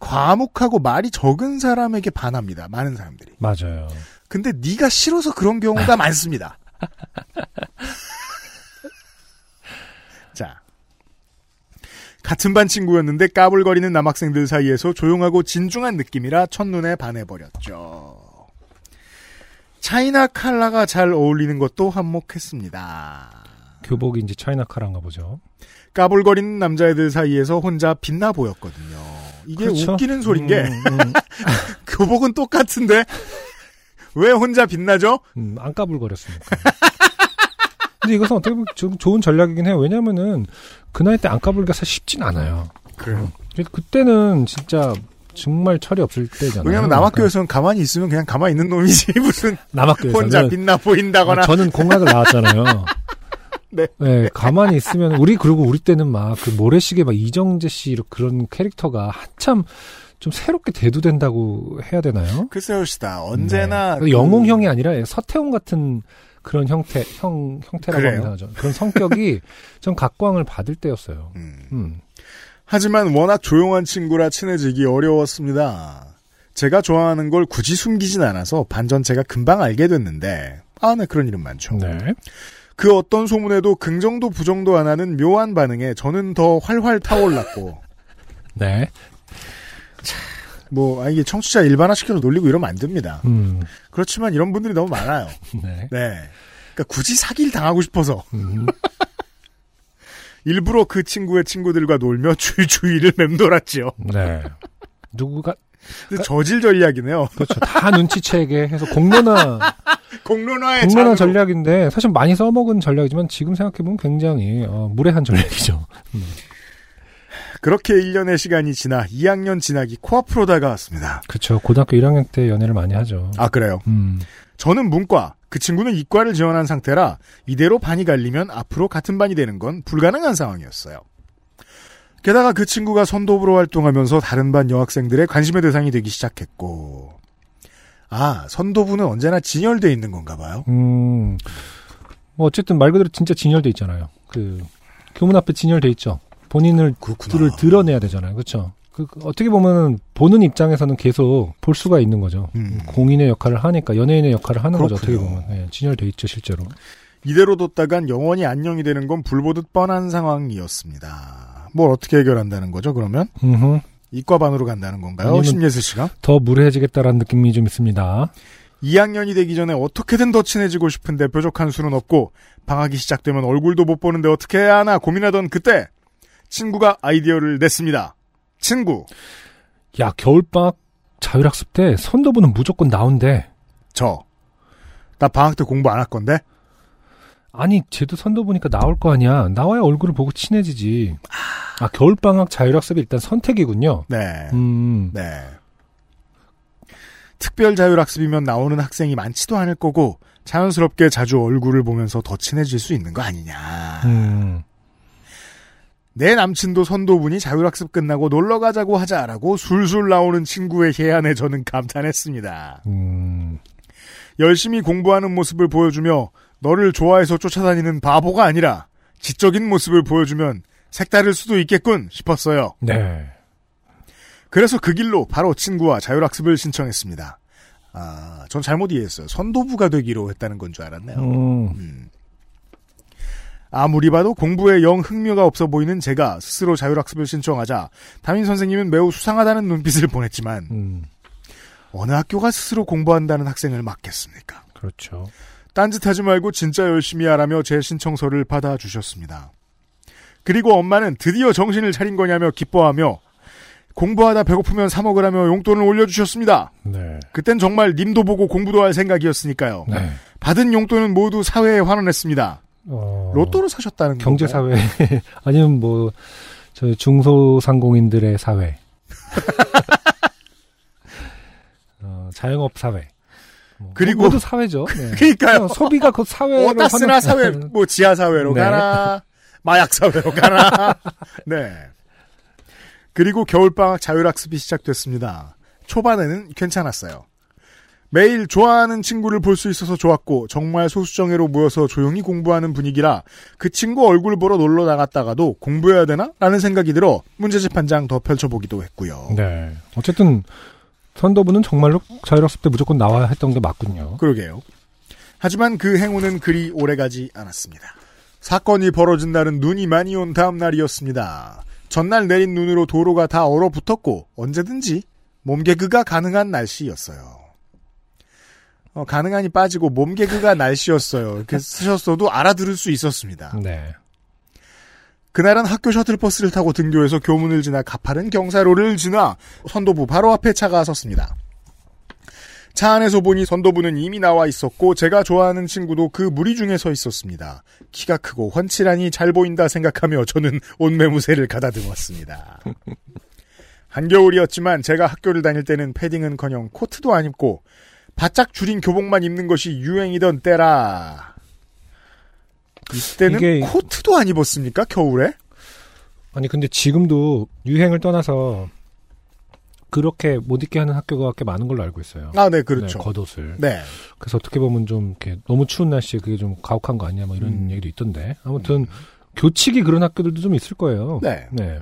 [SPEAKER 3] 과묵하고 말이 적은 사람에게 반합니다. 많은 사람들이.
[SPEAKER 2] 맞아요.
[SPEAKER 3] 근데 네가 싫어서 그런
[SPEAKER 2] [laughs]
[SPEAKER 3] 경우가 많습니다. 자. 같은 반 친구였는데 까불거리는 남학생들 사이에서 조용하고 진중한 느낌이라 첫눈에 반해버렸죠. 차이나 칼라가 잘 어울리는 것도 한몫했습니다.
[SPEAKER 2] 교복인지 차이나 카라인가 보죠.
[SPEAKER 3] 까불거리는 남자애들 사이에서 혼자 빛나 보였거든요. 이게
[SPEAKER 2] 그렇죠.
[SPEAKER 3] 웃기는 소린 게
[SPEAKER 2] 음,
[SPEAKER 3] 교복은
[SPEAKER 2] [laughs]
[SPEAKER 3] 똑같은데 왜 혼자 빛나죠?
[SPEAKER 2] 음, 안 까불거렸으니까. 근데 이것은 어떻게 보면 좀 좋은 전략이긴 해요. 왜냐면은 그 나이 때 안 까불기가 사실 쉽진 않아요.
[SPEAKER 3] 그래요.
[SPEAKER 2] 그때는 진짜 정말 철이 없을 때잖아요.
[SPEAKER 3] 왜냐면 남학교에서는 가만히 있으면 그냥 가만히 있는 놈이지 [laughs] 무슨
[SPEAKER 2] 그러니까 남학교에서는
[SPEAKER 3] 혼자 빛나 보인다거나
[SPEAKER 2] 아, 저는 공학을 나왔잖아요.
[SPEAKER 3] [laughs] 네.
[SPEAKER 2] 가만히 있으면 우리 그리고 우리 때는 막 그 모래시계 막 이정재 씨 이런 그런 캐릭터가 한참 좀 새롭게 대두된다고 해야 되나요?
[SPEAKER 3] 글쎄요, 시다 언제나 그
[SPEAKER 2] 네. 영웅형이 아니라 서태웅 같은 그런 형태 형 형태라고
[SPEAKER 3] 그래요?
[SPEAKER 2] 하죠. 그런
[SPEAKER 3] [laughs]
[SPEAKER 2] 성격이 전 각광을 받을 때였어요. 음.
[SPEAKER 3] 하지만 워낙 조용한 친구라 친해지기 어려웠습니다. 제가 좋아하는 걸 굳이 숨기진 않아서 반전 제가 금방 알게 됐는데 아, 네 그런 일은 많죠. 그 어떤 소문에도 긍정도 부정도 안 하는 묘한 반응에 저는 더 활활 타올랐고
[SPEAKER 2] 네.
[SPEAKER 3] 뭐 아, 이게 청취자 일반화시켜서 놀리고 이러면 안 됩니다.
[SPEAKER 2] 음.
[SPEAKER 3] 그렇지만 이런 분들이 너무 많아요.
[SPEAKER 2] 네.
[SPEAKER 3] 그러니까 굳이 사기를 당하고 싶어서 [laughs] 일부러 그 친구의 친구들과 놀며 주, 주위를 맴돌았지요.
[SPEAKER 2] 네. 누구가
[SPEAKER 3] 근데 저질 전략이네요.
[SPEAKER 2] 그렇죠. 다 눈치채게 해서 공론화 [laughs]
[SPEAKER 3] 공론화의
[SPEAKER 2] 공론화
[SPEAKER 3] 공론화
[SPEAKER 2] 전략인데 사실 많이 써먹은 전략이지만 지금 생각해보면 굉장히 어, 무례한 전략이죠.
[SPEAKER 3] 그렇게 1년의 시간이 지나 2학년 진학이 코앞으로 다가왔습니다.
[SPEAKER 2] [laughs] 그렇죠. 고등학교 1학년 때 연애를 많이 하죠.
[SPEAKER 3] 아 그래요.
[SPEAKER 2] 음.
[SPEAKER 3] 저는 문과, 그 친구는 이과를 지원한 상태라 이대로 반이 갈리면 앞으로 같은 반이 되는 건 불가능한 상황이었어요. 게다가 그 친구가 선도부로 활동하면서 다른 반 여학생들의 관심의 대상이 되기 시작했고, 아, 선도부는 언제나 진열돼 있는 건가 봐요.
[SPEAKER 2] 음. 뭐 어쨌든 말 그대로 진짜 진열돼 있잖아요. 그 교문 앞에 진열돼 있죠. 본인을 들을 드러내야 되잖아요. 그렇죠. 그, 그 어떻게 보면 보는 입장에서는 계속 볼 수가 있는 거죠. 공인의 역할을 하니까 연예인의 역할을 하는 거죠. 어떻게 보면 예, 진열돼 있죠 실제로.
[SPEAKER 3] 이대로 뒀다간 영원히 안녕이 되는 건 불보듯 뻔한 상황이었습니다. 뭘 어떻게 해결한다는 거죠, 그러면?
[SPEAKER 2] 음흠.
[SPEAKER 3] 이과 반으로 간다는 건가요,
[SPEAKER 2] 아니면
[SPEAKER 3] 심예슬 씨가?
[SPEAKER 2] 더 무례해지겠다라는 느낌이 좀 있습니다.
[SPEAKER 3] 2학년이 되기 전에 어떻게든 더 친해지고 싶은데 뾰족한 수는 없고 방학이 시작되면 얼굴도 못 보는데 어떻게 해야 하나 고민하던 그때 친구가 아이디어를 냈습니다. 친구.
[SPEAKER 2] 야 겨울방학 자율학습 때 선도부는 무조건 나온대.
[SPEAKER 3] 저. 나 방학 때 공부 안 할 건데.
[SPEAKER 2] 아니 쟤도 선도부니까 나올 거 아니야. 나와야 얼굴을 보고 친해지지. 아 겨울방학 자율학습이 일단 선택이군요.
[SPEAKER 3] 네.
[SPEAKER 2] 음.
[SPEAKER 3] 네. 특별 자율학습이면 나오는 학생이 많지도 않을 거고 자연스럽게 자주 얼굴을 보면서 더 친해질 수 있는 거 아니냐.
[SPEAKER 2] 음.
[SPEAKER 3] 내 남친도 선도분이 자율학습 끝나고 놀러 가자고 하자라고 술술 나오는 친구의 해안에 저는 감탄했습니다.
[SPEAKER 2] 음.
[SPEAKER 3] 열심히 공부하는 모습을 보여주며 너를 좋아해서 쫓아다니는 바보가 아니라 지적인 모습을 보여주면 색다를 수도 있겠군 싶었어요.
[SPEAKER 2] 네.
[SPEAKER 3] 그래서 그 길로 바로 친구와 자율학습을 신청했습니다. 아, 전 잘못 이해했어요. 선도부가 되기로 했다는 건 줄 알았네요.
[SPEAKER 2] 음.
[SPEAKER 3] 아무리 봐도 공부에 영 흥미가 없어 보이는 제가 스스로 자율학습을 신청하자 담임 선생님은 매우 수상하다는 눈빛을 보냈지만
[SPEAKER 2] 음.
[SPEAKER 3] 어느 학교가 스스로 공부한다는 학생을 막겠습니까?
[SPEAKER 2] 그렇죠.
[SPEAKER 3] 딴짓하지 말고 진짜 열심히 하라며 제 신청서를 받아주셨습니다. 그리고 엄마는 드디어 정신을 차린 거냐며 기뻐하며 공부하다 배고프면 사 먹으라며 용돈을 올려주셨습니다.
[SPEAKER 2] 네.
[SPEAKER 3] 그땐 정말 님도 보고 공부도 할 생각이었으니까요.
[SPEAKER 2] 네.
[SPEAKER 3] 받은 용돈은 모두 사회에 환원했습니다. 로또를 사셨다는 거
[SPEAKER 2] 어. 경제 사회 [laughs] 아니면 뭐 저 중소상공인들의 사회. [laughs] 어, 자영업 사회. 뭐,
[SPEAKER 3] 그리고- [laughs]
[SPEAKER 2] 모두 사회죠. 네.
[SPEAKER 3] 그러니까요.
[SPEAKER 2] 그냥 소비가 곧 사회로
[SPEAKER 3] 오다스나
[SPEAKER 2] 하는-
[SPEAKER 3] 사회, 뭐 지하 사회로
[SPEAKER 2] 네.
[SPEAKER 3] 가나 마약 사회로
[SPEAKER 2] [laughs]
[SPEAKER 3] 가나. 네. 그리고 겨울방학 자율학습이 시작됐습니다. 초반에는 괜찮았어요. 매일 좋아하는 친구를 볼 수 있어서 좋았고 정말 소수정예로 모여서 조용히 공부하는 분위기라 그 친구 얼굴 보러 놀러 나갔다가도 공부해야 되나? 라는 생각이 들어 문제집 한 장 더 펼쳐보기도 했고요.
[SPEAKER 2] 네. 어쨌든 선도부는 정말로 자율학습 때 무조건 나와야 했던 게 맞군요.
[SPEAKER 3] 그러게요. 하지만 그 행운은 그리 오래가지 않았습니다. 사건이 벌어진 날은 눈이 많이 온 다음 날이었습니다. 전날 내린 눈으로 도로가 다 얼어붙었고 언제든지 몸개그가 가능한 날씨였어요. 어, 가능한이 빠지고 몸개그가 날씨였어요. 이렇게 쓰셨어도 알아들을 수 있었습니다.
[SPEAKER 2] 네.
[SPEAKER 3] 그날은 학교 셔틀버스를 타고 등교해서 교문을 지나 가파른 경사로를 지나 선도부 바로 앞에 차가 섰습니다. 차 안에서 보니 선도부는 이미 나와 있었고 제가 좋아하는 친구도 그 무리 중에 서 있었습니다. 키가 크고 훤칠하니 잘 보인다 생각하며 저는 옷매무새를 가다듬었습니다.
[SPEAKER 2] [laughs]
[SPEAKER 3] 한겨울이었지만 제가 학교를 다닐 때는 패딩은커녕 코트도 안 입고 바짝 줄인 교복만 입는 것이 유행이던 때라. 이때는
[SPEAKER 2] 이게-
[SPEAKER 3] 코트도 안 입었습니까 겨울에?
[SPEAKER 2] 아니 근데 지금도 유행을 떠나서 그렇게 못 입게 하는 학교가 꽤 많은 걸로 알고 있어요.
[SPEAKER 3] 아, 네, 그렇죠.
[SPEAKER 2] 네, 겉옷을.
[SPEAKER 3] 네.
[SPEAKER 2] 그래서 어떻게 보면 좀 이렇게 너무 추운 날씨에 그게 좀 가혹한 거 아니냐 뭐 이런
[SPEAKER 3] 음.
[SPEAKER 2] 얘기도 있던데. 아무튼 교칙이 그런 학교들도 좀 있을 거예요.
[SPEAKER 3] 네.
[SPEAKER 2] 네.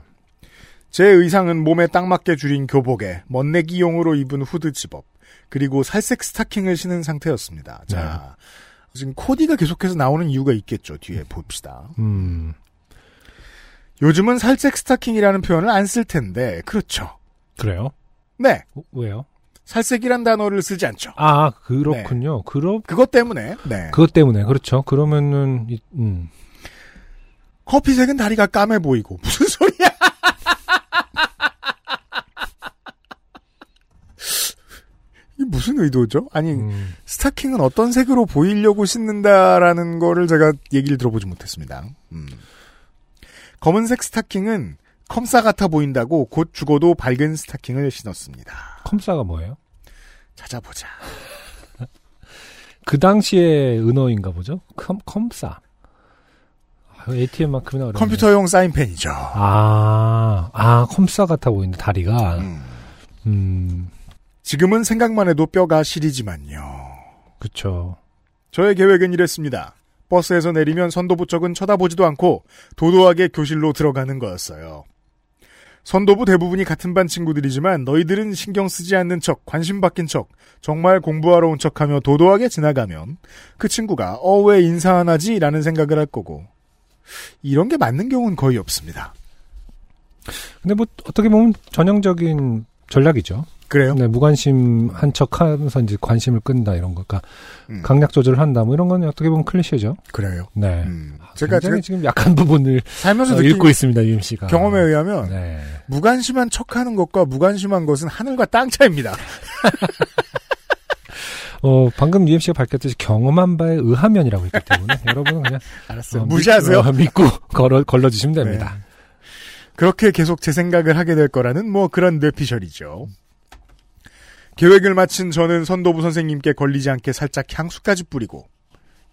[SPEAKER 3] 제 의상은 몸에 딱 맞게 줄인 교복에 멋내기용으로 입은 후드 집업 그리고 살색 스타킹을 신은 상태였습니다. 자 지금 코디가 계속해서 나오는 이유가 있겠죠. 뒤에 봅시다.
[SPEAKER 2] 음.
[SPEAKER 3] 요즘은 살색 스타킹이라는 표현을 안 쓸 텐데 그렇죠.
[SPEAKER 2] 그래요? 어,
[SPEAKER 3] 네.
[SPEAKER 2] 왜요?
[SPEAKER 3] 살색이란 단어를 쓰지 않죠.
[SPEAKER 2] 아, 그렇군요.
[SPEAKER 3] 네.
[SPEAKER 2] 그러
[SPEAKER 3] 그것 때문에 네.
[SPEAKER 2] 그것 때문에 그렇죠. 그러면은 이- 음.
[SPEAKER 3] 커피색은 다리가 까매 보이고 무슨 소리야? [laughs] 이 무슨 의도죠? 아니
[SPEAKER 2] 음,
[SPEAKER 3] 스타킹은 어떤 색으로 보이려고 신는다라는 거를 제가 얘기를 들어보지 못했습니다. 음. 검은색 스타킹은 컴싸 같아 보인다고 곧 죽어도 밝은 스타킹을 신었습니다.
[SPEAKER 2] 컴싸가 뭐예요?
[SPEAKER 3] 찾아보자.
[SPEAKER 2] 그 당시의 은어인가 보죠. 컴 컴싸. ATM만큼이나 어려워.
[SPEAKER 3] 컴퓨터용 사인펜이죠.
[SPEAKER 2] 아, 아, 컴싸 같아 보이는데, 다리가. 음,
[SPEAKER 3] 지금은 생각만 해도 뼈가 시리지만요.
[SPEAKER 2] 그쵸.
[SPEAKER 3] 저의 계획은 이랬습니다. 버스에서 내리면 선도부 쪽은 쳐다보지도 않고 도도하게 교실로 들어가는 거였어요. 선도부 대부분이 같은 반 친구들이지만 너희들은 신경 쓰지 않는 척, 관심 밖인 척, 정말 공부하러 온 척하며 도도하게 지나가면 그 친구가 어 왜 인사 안 하지? 라는 생각을 할 거고 이런 게 맞는 경우는 거의 없습니다.
[SPEAKER 2] 근데 뭐, 어떻게 보면 전형적인 전략이죠.
[SPEAKER 3] 그래요?
[SPEAKER 2] 네, 무관심한 척 하면서 이제 관심을 끈다, 이런 거. 그러니까,
[SPEAKER 3] 음.
[SPEAKER 2] 강약 조절을 한다, 뭐 이런 건 어떻게 보면 클리셰죠.
[SPEAKER 3] 그래요.
[SPEAKER 2] 네.
[SPEAKER 3] 음,
[SPEAKER 2] 아,
[SPEAKER 3] 제가-
[SPEAKER 2] 굉장히
[SPEAKER 3] 제가-
[SPEAKER 2] 지금 약한 부분을
[SPEAKER 3] 살면서
[SPEAKER 2] 어,
[SPEAKER 3] 느낀
[SPEAKER 2] 읽고 있습니다, 유임 씨가.
[SPEAKER 3] 경험에 의하면
[SPEAKER 2] 네.
[SPEAKER 3] 무관심한 척하는 것과 무관심한 것은 하늘과 땅 차입니다.
[SPEAKER 2] 어, 방금 유임 씨가 밝혔듯이 경험한 바에 의하면이라고 했기
[SPEAKER 3] [laughs]
[SPEAKER 2] 때문에 여러분은 그냥
[SPEAKER 3] 알았어요.
[SPEAKER 2] 어,
[SPEAKER 3] 무시하세요. 네.
[SPEAKER 2] 믿- 어, 믿고 [laughs] 걸어, 걸러주시면 됩니다.
[SPEAKER 3] 그렇게 계속 제 생각을 하게 될 거라는 뭐 그런 뇌피셜이죠. 계획을 마친 저는 선도부 선생님께 걸리지 않게 살짝 향수까지 뿌리고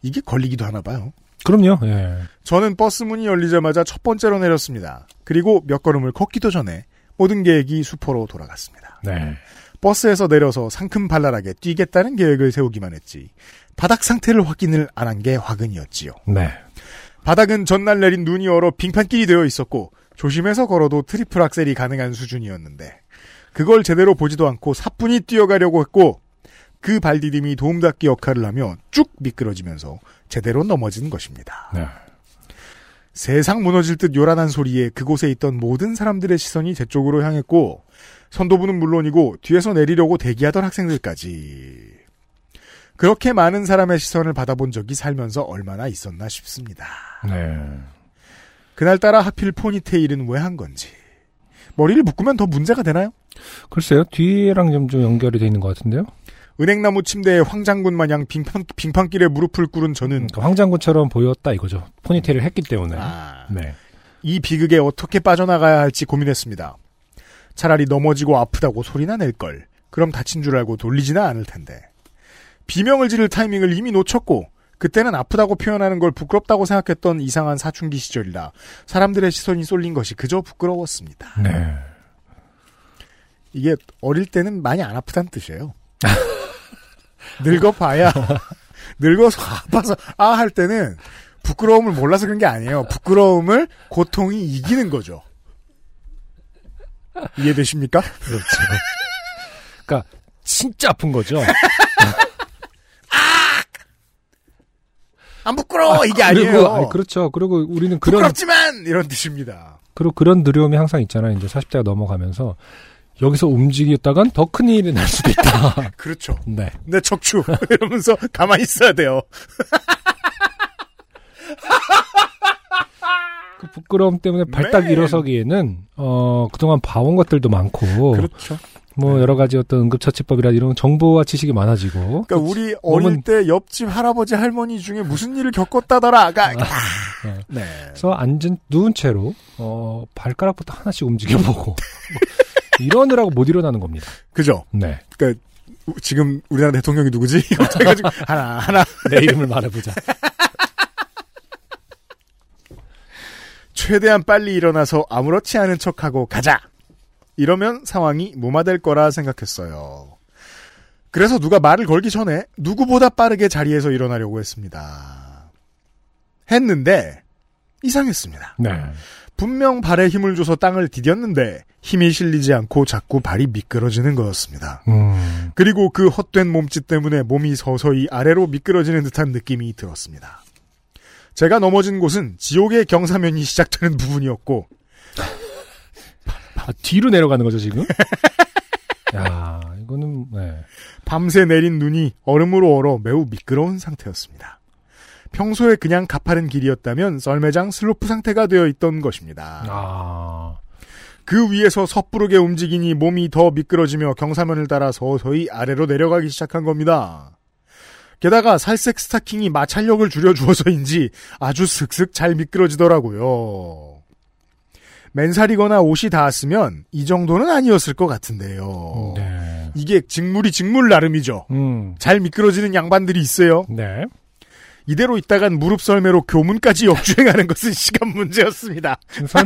[SPEAKER 3] 이게 걸리기도 하나 봐요.
[SPEAKER 2] 그럼요. 예.
[SPEAKER 3] 저는 버스 문이 열리자마자 첫 번째로 내렸습니다. 그리고 몇 걸음을 걷기도 전에 모든 계획이 수포로 돌아갔습니다.
[SPEAKER 2] 네.
[SPEAKER 3] 버스에서 내려서 상큼발랄하게 뛰겠다는 계획을 세우기만 했지 바닥 상태를 확인을 안 한 게 화근이었지요.
[SPEAKER 2] 네.
[SPEAKER 3] 바닥은 전날 내린 눈이 얼어 빙판길이 되어 있었고 조심해서 걸어도 트리플 악셀이 가능한 수준이었는데 그걸 제대로 보지도 않고 사뿐히 뛰어가려고 했고 그 발디딤이 도움닫기 역할을 하며 쭉 미끄러지면서 제대로 넘어진 것입니다.
[SPEAKER 2] 네.
[SPEAKER 3] 세상 무너질 듯 요란한 소리에 그곳에 있던 모든 사람들의 시선이 제 쪽으로 향했고 선도부는 물론이고 뒤에서 내리려고 대기하던 학생들까지 그렇게 많은 사람의 시선을 받아본 적이 살면서 얼마나 있었나 싶습니다.
[SPEAKER 2] 네.
[SPEAKER 3] 그날따라 하필 포니테일은 왜 한 건지. 머리를 묶으면 더 문제가 되나요?
[SPEAKER 2] 글쎄요, 뒤랑 좀, 좀 연결이 돼 있는 것 같은데요.
[SPEAKER 3] 은행나무 침대에 황장군 마냥 빙판, 빙판길에 무릎을 꿇은 저는
[SPEAKER 2] 그러니까 황장군처럼 보였다 이거죠. 포니테일을 했기 때문에.
[SPEAKER 3] 아.
[SPEAKER 2] 네.
[SPEAKER 3] 이 비극에 어떻게 빠져나가야 할지 고민했습니다. 차라리 넘어지고 아프다고 소리나 낼걸. 그럼 다친 줄 알고 돌리지나 않을 텐데. 비명을 지를 타이밍을 이미 놓쳤고, 그때는 아프다고 표현하는 걸 부끄럽다고 생각했던 이상한 사춘기 시절이라 사람들의 시선이 쏠린 것이 그저 부끄러웠습니다.
[SPEAKER 2] 네.
[SPEAKER 3] 이게 어릴 때는 많이 안 아프다는 뜻이에요. [laughs] 늙어봐야 [laughs] 늙어서 아파서 아 할 때는 부끄러움을 몰라서 그런 게 아니에요. 부끄러움을 고통이 이기는 거죠. 이해되십니까?
[SPEAKER 2] 그렇죠. 그러니까 진짜 아픈
[SPEAKER 3] [laughs]
[SPEAKER 2] 거죠.
[SPEAKER 3] 안 부끄러워 이게 아니에요.
[SPEAKER 2] 그리고 아, 아니, 그렇죠. 그리고 우리는 그런
[SPEAKER 3] 부끄럽지만 짠! 이런 뜻입니다.
[SPEAKER 2] 그리고 그런 두려움이 항상 있잖아요. 이제 40대가 넘어가면서 여기서 움직였다간 더 큰 일이 날 수도 있다. [laughs]
[SPEAKER 3] 그렇죠.
[SPEAKER 2] 네.
[SPEAKER 3] 내 척추 [laughs] 이러면서 가만히 있어야 돼요.
[SPEAKER 2] 그 부끄러움 때문에 발딱
[SPEAKER 3] 맨.
[SPEAKER 2] 일어서기에는 어 그동안 봐온 것들도 많고
[SPEAKER 3] 그렇죠.
[SPEAKER 2] 뭐 여러 가지 어떤 응급처치법이라 이런 정보와 지식이 많아지고
[SPEAKER 3] 그러니까 우리 어릴
[SPEAKER 2] 몸은-
[SPEAKER 3] 때 옆집 할아버지 할머니 중에 무슨 일을 겪었다더라가
[SPEAKER 2] 네.
[SPEAKER 3] 네.
[SPEAKER 2] 그래서 앉은 누운 채로 어 발가락부터 하나씩 움직여보고 뭐 이러느라고 못 일어나는 겁니다.
[SPEAKER 3] 그죠?
[SPEAKER 2] 네.
[SPEAKER 3] 그러니까 우- 지금 우리나라 대통령이 누구지? [laughs] 이렇게 해가지고 하나 하나
[SPEAKER 2] 내 이름을 말해보자.
[SPEAKER 3] 최대한 빨리 일어나서 아무렇지 않은 척하고 가자. 이러면 상황이 무마될 거라 생각했어요. 그래서 누가 말을 걸기 전에 누구보다 빠르게 자리에서 일어나려고 했습니다. 했는데 이상했습니다.
[SPEAKER 2] 네.
[SPEAKER 3] 분명 발에 힘을 줘서 땅을 디뎠는데 힘이 실리지 않고 자꾸 발이 미끄러지는 거였습니다.
[SPEAKER 2] 음.
[SPEAKER 3] 그리고 그 헛된 몸짓 때문에 몸이 서서히 아래로 미끄러지는 듯한 느낌이 들었습니다. 제가 넘어진 곳은 지옥의 경사면이 시작되는 부분이었고,
[SPEAKER 2] 아, 뒤로 내려가는 거죠 지금? 야 이거는 네.
[SPEAKER 3] 밤새 내린 눈이 얼음으로 얼어 매우 미끄러운 상태였습니다. 평소에 그냥 가파른 길이었다면 썰매장 슬로프 상태가 되어 있던 것입니다.
[SPEAKER 2] 아
[SPEAKER 3] 그 위에서 섣부르게 움직이니 몸이 더 미끄러지며 경사면을 따라 서서히 아래로 내려가기 시작한 겁니다. 게다가 살색 스타킹이 마찰력을 줄여주어서인지 아주 슥슥 잘 미끄러지더라고요. 맨살이거나 옷이 닿았으면 이 정도는 아니었을 것 같은데요.
[SPEAKER 2] 네.
[SPEAKER 3] 이게 직물이 직물 나름이죠.
[SPEAKER 2] 음.
[SPEAKER 3] 잘 미끄러지는 양반들이 있어요.
[SPEAKER 2] 네.
[SPEAKER 3] 이대로 있다간 무릎 썰매로 교문까지 [laughs] 역주행하는 것은 시간 문제였습니다.
[SPEAKER 2] 지금 설,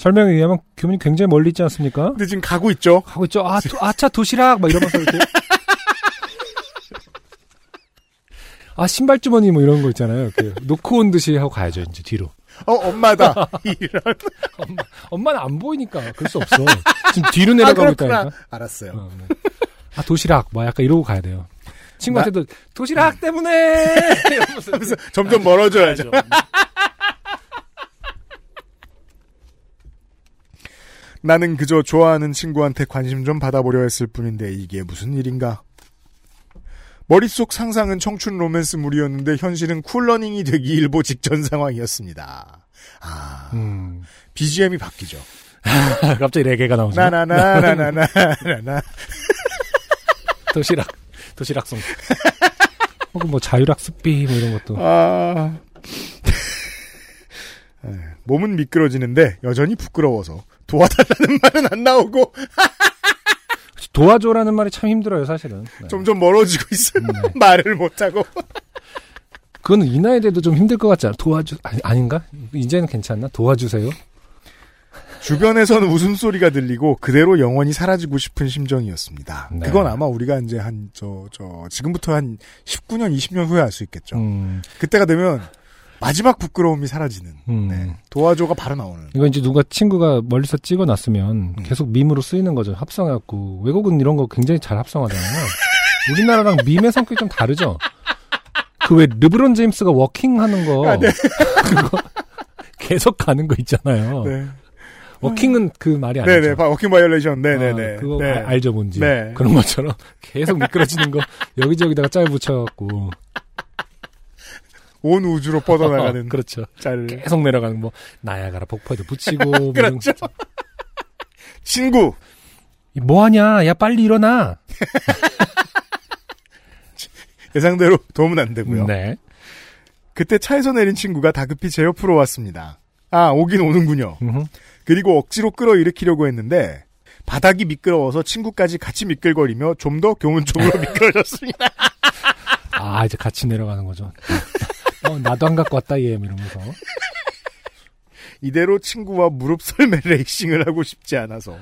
[SPEAKER 2] 설명에 의하면 교문이 굉장히 멀리 있지 않습니까?
[SPEAKER 3] 근데 지금 가고 있죠.
[SPEAKER 2] 하고 있죠. 아, 도- 아차 도시락 막 이러면서 이렇게. 아 신발 주머니 뭐 이런 거 있잖아요. 이렇게 놓고 온 듯이 하고 가야죠 이제 뒤로.
[SPEAKER 3] 어 엄마다. 이런.
[SPEAKER 2] 엄마는 안 보이니까 그럴 수 없어. 지금 뒤로 내려가고
[SPEAKER 3] 아, 그렇구나.
[SPEAKER 2] 있다니까.
[SPEAKER 3] 알았어요.
[SPEAKER 2] 어, 네. 아 도시락 막 약간 이러고 가야 돼요. 친구한테도 도시락 때문에 이러면서
[SPEAKER 3] 그래서 점점 멀어져야죠. [laughs] 나는 그저 좋아하는 친구한테 관심 좀 받아보려 했을 뿐인데 이게 무슨 일인가? 머릿속 상상은 청춘 로맨스물이었는데 현실은 쿨러닝이 되기 일보 직전 상황이었습니다. 아,
[SPEAKER 2] 음,
[SPEAKER 3] BGM이 바뀌죠.
[SPEAKER 2] [laughs] 갑자기 레게가 나오죠.
[SPEAKER 3] 나나나나나나나.
[SPEAKER 2] 도시락 도시락송. [laughs] 혹은 뭐 자율학습비 뭐 이런 것도.
[SPEAKER 3] 아. [laughs] 에, 몸은 미끄러지는데 여전히 부끄러워서 도와달라는 [laughs] 말은 안 나오고
[SPEAKER 2] 도와줘라는 말이 참 힘들어요, 사실은. 네.
[SPEAKER 3] 점점 멀어지고 있어요. [laughs] 말을 못하고.
[SPEAKER 2] 그건 이 나이 돼도 좀 힘들 것 같지 않아? 도와주, 아니, 아닌가? 이제는 괜찮나? 도와주세요?
[SPEAKER 3] 주변에서는 웃음소리가 들리고 그대로 영원히 사라지고 싶은 심정이었습니다.
[SPEAKER 2] 네.
[SPEAKER 3] 그건 아마 우리가 이제 한, 저, 저, 지금부터 한 19년, 20년 후에 알 수 있겠죠.
[SPEAKER 2] 음,
[SPEAKER 3] 그때가 되면 마지막 부끄러움이 사라지는.
[SPEAKER 2] 음.
[SPEAKER 3] 네. 도와줘가 바로 나오는.
[SPEAKER 2] 이거 이제 누가 친구가 멀리서 찍어 놨으면
[SPEAKER 3] 음.
[SPEAKER 2] 계속 밈으로 쓰이는 거죠. 합성해갖고. 외국은 이런 거 굉장히 잘 합성하잖아요. 우리나라랑 밈의 성격이 좀 다르죠? 그 왜 르브론 제임스가 워킹
[SPEAKER 3] [laughs]
[SPEAKER 2] 하는 거.
[SPEAKER 3] 아, 네.
[SPEAKER 2] [laughs] 그거 계속 가는 거 있잖아요.
[SPEAKER 3] 네.
[SPEAKER 2] 워킹은 그 말이 아니죠.
[SPEAKER 3] 네네. 바- 워킹 바이올레이션. 네네네.
[SPEAKER 2] 아, 그거
[SPEAKER 3] 네.
[SPEAKER 2] 아- 알죠 뭔지.
[SPEAKER 3] 네.
[SPEAKER 2] 그런 것처럼 계속 미끄러지는 거 여기저기다가 짤 붙여갖고.
[SPEAKER 3] 온 우주로 [laughs] 뻗어나가는
[SPEAKER 2] 그렇죠.
[SPEAKER 3] 짤을.
[SPEAKER 2] 계속 내려가는 뭐 나야가라 폭포에도 붙이고 뭐
[SPEAKER 3] [laughs]
[SPEAKER 2] 이런
[SPEAKER 3] 그렇죠.
[SPEAKER 2] 거.
[SPEAKER 3] 친구!
[SPEAKER 2] 이 뭐하냐? 야 빨리 일어나.
[SPEAKER 3] 예상대로 도움은 안 되고요.
[SPEAKER 2] 네.
[SPEAKER 3] 그때 차에서 내린 친구가 다급히 제 옆으로 왔습니다. 아, 오긴 오는군요.
[SPEAKER 2] 음흠.
[SPEAKER 3] 그리고 억지로 끌어일으키려고 했는데 바닥이 미끄러워서 친구까지 같이 미끌거리며 좀 더 교문
[SPEAKER 2] [laughs]
[SPEAKER 3] 쪽으로 미끄러졌습니다.
[SPEAKER 2] 아 이제 같이 내려가는 거죠. 어, 나도 안 갖고 왔다 얘뭐 이러면서.
[SPEAKER 3] 이대로 친구와 무릎 썰매 [laughs] 레이싱을 하고 싶지 않아서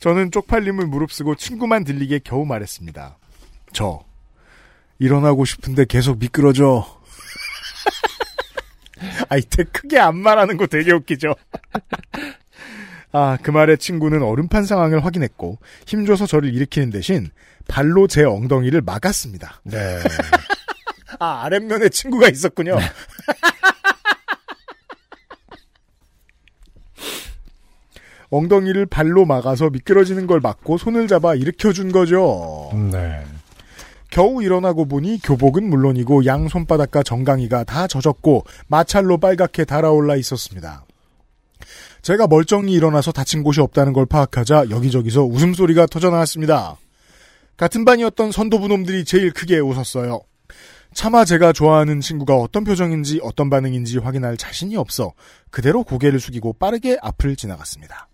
[SPEAKER 3] 저는 쪽팔림을 무릅쓰고 친구만 들리게 겨우 말했습니다. 저 일어나고 싶은데 계속 미끄러져. [laughs] 아, 이때 크게 안 말하는 거 되게 웃기죠. 아, 그 말에 친구는 얼음판 상황을 확인했고 힘줘서 저를 일으키는 대신 발로 제 엉덩이를 막았습니다.
[SPEAKER 2] 네.
[SPEAKER 3] 아, 아랫면에 친구가 있었군요. 엉덩이를 발로 막아서 미끄러지는 걸 막고 손을 잡아 일으켜준 거죠.
[SPEAKER 2] 음,
[SPEAKER 3] 네. 겨우 일어나고 보니 교복은 물론이고 양 손바닥과 정강이가 다 젖었고 마찰로 빨갛게 달아올라 있었습니다. 제가 멀쩡히 일어나서 다친 곳이 없다는 걸 파악하자 여기저기서 웃음소리가 터져나왔습니다. 같은 반이었던 선도부 놈들이 제일 크게 웃었어요. 차마 제가 좋아하는 친구가 어떤 표정인지 어떤 반응인지 확인할 자신이 없어 그대로 고개를 숙이고 빠르게 앞을 지나갔습니다.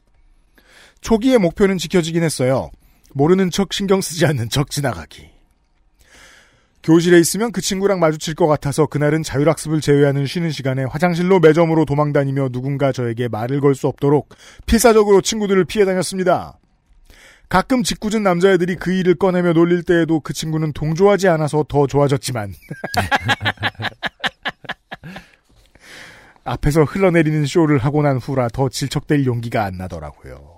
[SPEAKER 3] 초기의 목표는 지켜지긴 했어요. 모르는 척 신경 쓰지 않는 척 지나가기. 교실에 있으면 그 친구랑 마주칠 것 같아서 그날은 자율학습을 제외하는 쉬는 시간에 화장실로 매점으로 도망다니며 누군가 저에게 말을 걸 수 없도록 필사적으로 친구들을 피해 다녔습니다. 가끔 짓궂은 남자애들이 그 일을 꺼내며 놀릴 때에도 그 친구는 동조하지 않아서 더 좋아졌지만 [laughs] 앞에서 흘러내리는 쇼를 하고 난 후라 더 질척될 용기가 안 나더라고요.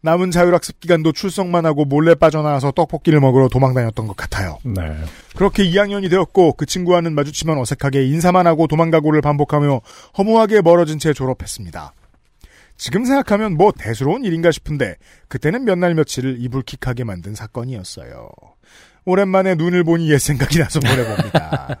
[SPEAKER 3] 남은 자율학습 기간도 출석만 하고 몰래 빠져나와서 떡볶이를 먹으러 도망다녔던 것 같아요.
[SPEAKER 2] 네.
[SPEAKER 3] 그렇게 2학년이 되었고 그 친구와는 마주치면 어색하게 인사만 하고 도망가고를 반복하며 허무하게 멀어진 채 졸업했습니다. 지금 생각하면 뭐 대수로운 일인가 싶은데 그때는 몇 날 며칠을 이불킥하게 만든 사건이었어요. 오랜만에 눈을 보니 옛 생각이 나서 보내봅니다.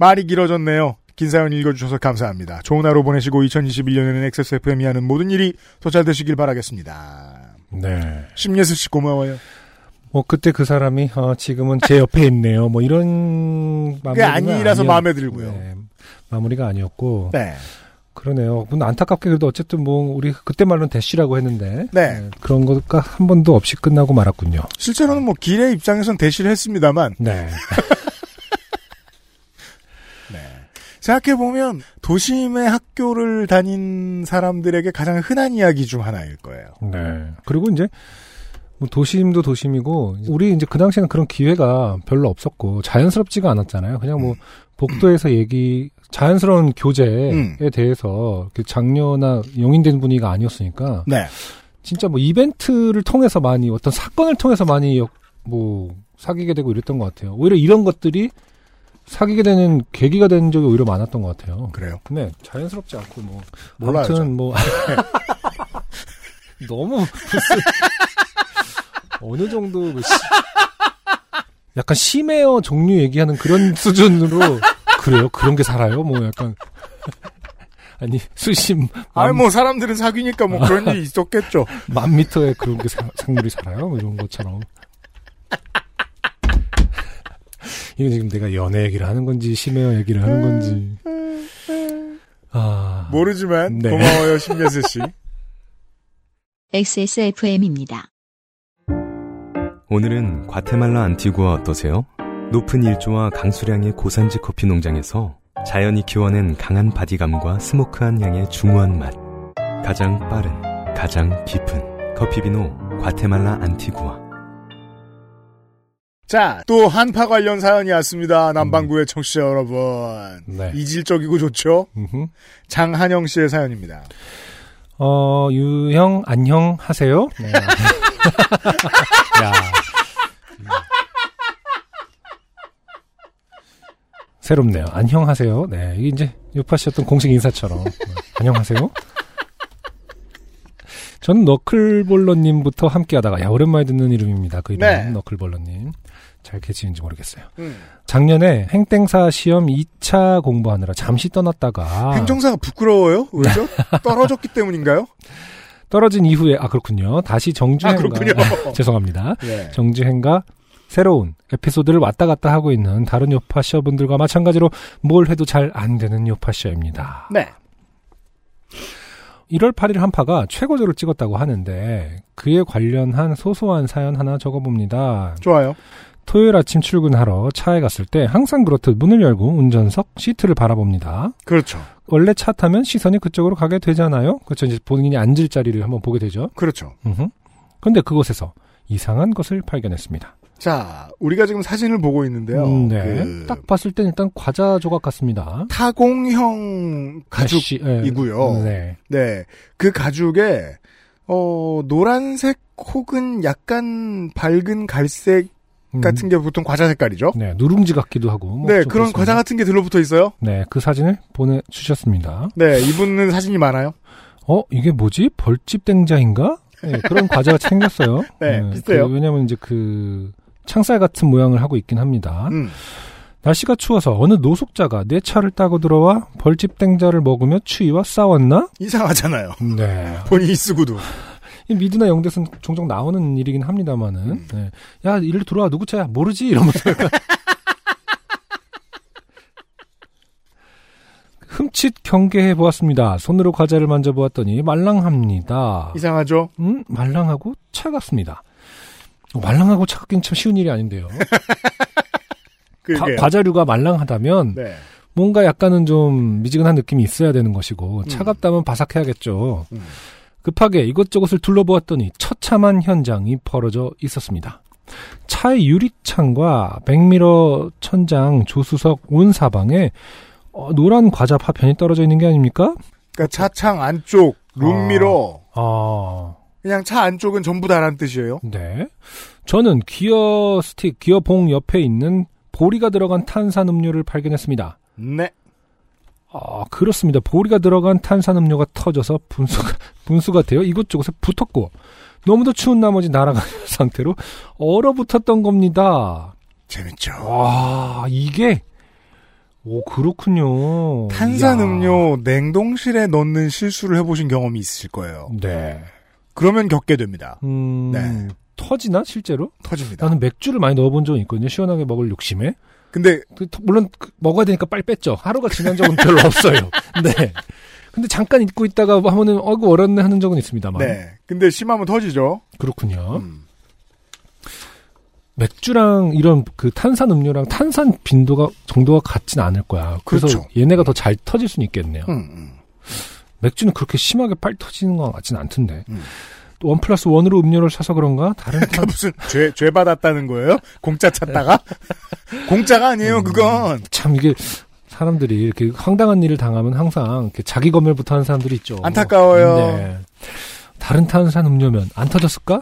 [SPEAKER 3] 말이 길어졌네요. 긴 사연 읽어주셔서 감사합니다. 좋은 하루 보내시고 2021년에는 XSFM이 하는 모든 일이 더 잘 되시길 바라겠습니다.
[SPEAKER 2] 네.
[SPEAKER 3] 심예슬 씨 고마워요.
[SPEAKER 2] 뭐 그때 그 사람이 어, 지금은 제 옆에 있네요. 뭐 이런
[SPEAKER 3] 그게 아니라서 마음에 들고요.
[SPEAKER 2] 네. 마무리가 아니었고.
[SPEAKER 3] 네.
[SPEAKER 2] 그러네요. 근데 안타깝게 그래도 어쨌든 뭐 우리 그때 말로는 대쉬라고 했는데
[SPEAKER 3] 네.
[SPEAKER 2] 그런 것과 한 번도 없이 끝나고 말았군요.
[SPEAKER 3] 실제로는 뭐 길의 입장에선 대시를 했습니다만
[SPEAKER 2] 네.
[SPEAKER 3] 생각해보면 도심의 학교를 다닌 사람들에게 가장 흔한 이야기 중 하나일 거예요.
[SPEAKER 2] 네. 그리고 이제 뭐 도심도 도심이고 우리 이제 그 당시에는 그런 기회가 별로 없었고 자연스럽지가 않았잖아요. 그냥 뭐 복도에서 얘기 자연스러운 교제에 대해서 그 장려나 용인된 분위기가 아니었으니까
[SPEAKER 3] 네.
[SPEAKER 2] 진짜 뭐 이벤트를 통해서 많이 어떤 사건을 통해서 많이 역- 뭐 사귀게 되고 이랬던 것 같아요. 오히려 이런 것들이 사귀게 되는 계기가 된 적이 오히려 많았던 것 같아요.
[SPEAKER 3] 그래요?
[SPEAKER 2] 네, 자연스럽지 않고 뭐
[SPEAKER 3] 몰라요,
[SPEAKER 2] 아무튼
[SPEAKER 3] 저는.
[SPEAKER 2] 뭐 [laughs] 너무 무슨 네. 어느 정도 그 시- 약간 심해어 종류 얘기하는 그런 수준으로 그래요? 그런 게 살아요? 뭐 약간 [laughs] 아니 수심
[SPEAKER 3] 아니 뭐 사람들은 사귀니까 뭐 그런 [laughs] 일이 있었겠죠.
[SPEAKER 2] 만 미터에 그런 게 사- 생물이 살아요? 뭐 이런 것처럼. 이건 지금 내가 연애 얘기를 하는 건지 심해어 얘기를 하는 건지. 아,
[SPEAKER 3] 모르지만
[SPEAKER 2] 네.
[SPEAKER 3] 고마워요 심예슬 씨.
[SPEAKER 1] XSFM입니다.
[SPEAKER 4] 오늘은 과테말라 안티구아 어떠세요? 높은 일조와 강수량의 고산지 커피 농장에서 자연이 키워낸 강한 바디감과 스모크한 향의 중후한 맛. 가장 빠른, 가장 깊은 커피비노 과테말라 안티구아.
[SPEAKER 3] [laughs] 자, 또 한파 관련 사연이 왔습니다. 남방구의 청취자 여러분.
[SPEAKER 2] 네.
[SPEAKER 3] 이질적이고 좋죠? 장한영 씨의 사연입니다.
[SPEAKER 2] 어, 유형, 안녕 하세요? 네. [laughs] 야. 새롭네요. 안녕 하세요. 네. 이게 이제 요파 씨 어떤 공식 인사처럼. 네, 안녕 하세요. 저는 너클볼러님부터 함께 하다가, 야, 오랜만에 듣는 이름입니다. 그 이름.
[SPEAKER 12] 네.
[SPEAKER 2] 너클볼러님. 잘 계시는지 모르겠어요.
[SPEAKER 3] 음.
[SPEAKER 2] 작년에 행땡사 시험 2차 공부하느라 잠시 떠났다가.
[SPEAKER 3] 아. 행정사가 부끄러워요? 왜죠? 떨어졌기 때문인가요?
[SPEAKER 2] 떨어진 이후에 아 그렇군요. 다시
[SPEAKER 3] 아,
[SPEAKER 2] 정주행과 [laughs]
[SPEAKER 3] 그렇군요.
[SPEAKER 2] 죄송합니다.
[SPEAKER 3] 네.
[SPEAKER 2] 정주행과 새로운 에피소드를 왔다 갔다 하고 있는 다른 요파셔분들과 마찬가지로 뭘 해도 잘 안 되는 요파셔입니다.
[SPEAKER 3] 네.
[SPEAKER 2] 1월 8일 한파가 최고조를 찍었다고 하는데 그에 관련한 소소한 사연 하나 적어봅니다.
[SPEAKER 3] 좋아요.
[SPEAKER 2] 토요일 아침 출근하러 차에 갔을 때 항상 그렇듯 문을 열고 운전석 시트를 바라봅니다.
[SPEAKER 3] 그렇죠.
[SPEAKER 2] 원래 차 타면 시선이 그쪽으로 가게 되잖아요. 그렇죠. 이제 본인이 앉을 자리를 한번 보게 되죠.
[SPEAKER 3] 그렇죠.
[SPEAKER 2] 그런데 그곳에서 이상한 것을 발견했습니다.
[SPEAKER 3] 자, 우리가 지금 사진을 보고 있는데요.
[SPEAKER 2] 음, 네.
[SPEAKER 3] 그
[SPEAKER 2] 딱 봤을 땐 일단 과자 조각 같습니다.
[SPEAKER 3] 타공형
[SPEAKER 2] 메쉬, 예.
[SPEAKER 3] 가죽이고요.
[SPEAKER 2] 네.
[SPEAKER 3] 네. 그 가죽에 어 노란색 혹은 약간 밝은 갈색 같은 게 보통 과자 색깔이죠.
[SPEAKER 2] 음, 네, 누룽지 같기도 하고. 뭐
[SPEAKER 3] 네,
[SPEAKER 2] 좀
[SPEAKER 3] 그런
[SPEAKER 2] 그렇습니다.
[SPEAKER 3] 과자 같은 게 들러붙어 있어요.
[SPEAKER 2] 네, 그 사진을 보내주셨습니다.
[SPEAKER 3] 네, 이분은 사진이 많아요.
[SPEAKER 2] 어, 이게 뭐지? 벌집 땡자인가? 네,
[SPEAKER 3] [laughs]
[SPEAKER 2] 그런 과자가 생겼어요.
[SPEAKER 3] 네, 비슷해요.
[SPEAKER 2] 그 왜냐면 이제 그 창살 같은 모양을 하고 있긴
[SPEAKER 3] 음.
[SPEAKER 2] 합니다. 날씨가 추워서 어느 노숙자가 내 차를 따고 들어와 벌집 땡자를 먹으며 추위와 싸웠나?
[SPEAKER 3] 이상하잖아요.
[SPEAKER 2] 네.
[SPEAKER 3] 본인이 쓰고도.
[SPEAKER 2] 이 미드나 영대에서는 종종 나오는 일이긴 합니다만은.
[SPEAKER 3] 음.
[SPEAKER 2] 네. 야, 일로 들어와. 누구 차야? 모르지?
[SPEAKER 3] [laughs]
[SPEAKER 2] 이러면서 약간 흠칫 경계해 보았습니다. 손으로 과자를 만져보았더니 말랑합니다.
[SPEAKER 3] 이상하죠?
[SPEAKER 2] 음, 말랑하고 차갑습니다. 어, 말랑하고 차갑긴 참 쉬운 일이 아닌데요. 과,
[SPEAKER 3] [laughs] 그러게요.
[SPEAKER 2] 과자류가 말랑하다면
[SPEAKER 3] 네.
[SPEAKER 2] 뭔가 약간은 좀 미지근한 느낌이 있어야 되는 것이고 차갑다면 바삭해야겠죠. 급하게 이것저것을 둘러보았더니 처참한 현장이 벌어져 있었습니다. 차의 유리창과 백미러 천장, 조수석 온 사방에 어, 노란 과자 파편이 떨어져 있는 게 아닙니까?
[SPEAKER 3] 그러니까 차창 안쪽 룸미러
[SPEAKER 2] 아,
[SPEAKER 3] 그냥 차 안쪽은 전부 다란 뜻이에요.
[SPEAKER 2] 네. 저는 기어 스틱, 기어 봉 옆에 있는 보리가 들어간 탄산음료를 발견했습니다.
[SPEAKER 3] 네.
[SPEAKER 2] 아, 그렇습니다. 보리가 들어간 탄산음료가 터져서 분수가, [laughs] 분수가 되어 이곳저곳에 붙었고, 너무도 추운 나머지 날아간 [laughs] 상태로 얼어붙었던 겁니다.
[SPEAKER 3] 재밌죠.
[SPEAKER 2] 와, 이게, 오, 그렇군요.
[SPEAKER 3] 탄산
[SPEAKER 2] 이야.
[SPEAKER 3] 음료 냉동실에 넣는 실수를 해보신 경험이 있으실 거예요.
[SPEAKER 2] 네.
[SPEAKER 3] 그러면 겪게 됩니다.
[SPEAKER 2] 음,
[SPEAKER 3] 네.
[SPEAKER 2] 터지나, 실제로?
[SPEAKER 3] 터집니다.
[SPEAKER 2] 나는 맥주를 많이 넣어본 적이 있거든요. 시원하게 먹을 욕심에.
[SPEAKER 3] 근데
[SPEAKER 2] 그, 터- 물론 그, 먹어야 되니까 빨리 뺐죠. 하루가 지난 적은 [laughs] 별로 없어요. 네. 근데 잠깐 잊고 있다가 하면은 어이구 얼었네 하는 적은 있습니다만.
[SPEAKER 3] 네. 근데 심하면 터지죠.
[SPEAKER 2] 그렇군요.
[SPEAKER 3] 음.
[SPEAKER 2] 맥주랑 이런 그 탄산 음료랑 탄산 빈도가 정도가 같진 않을 거야. 그래서
[SPEAKER 3] 그렇죠.
[SPEAKER 2] 얘네가 더 잘 터질 수는 있겠네요.
[SPEAKER 3] 음, 음.
[SPEAKER 2] 맥주는 그렇게 심하게 빨리 터지는 것 같진 않던데.
[SPEAKER 3] 음.
[SPEAKER 2] 또 원 플러스 원으로 음료를 사서 그런가? 다른
[SPEAKER 3] 그러니까 무슨 죄, 죄 받았다는 거예요? 공짜 찾다가?
[SPEAKER 2] 네.
[SPEAKER 3] [laughs] 공짜가
[SPEAKER 2] 음.
[SPEAKER 3] 아니에요, 그건.
[SPEAKER 2] 참 이게 사람들이 이렇게 황당한 일을 당하면 항상 이렇게 자기 검열부터 하는 사람들이 있죠. 네.
[SPEAKER 3] 안타까워요.
[SPEAKER 2] 다른 탄산 음료면 안 터졌을까?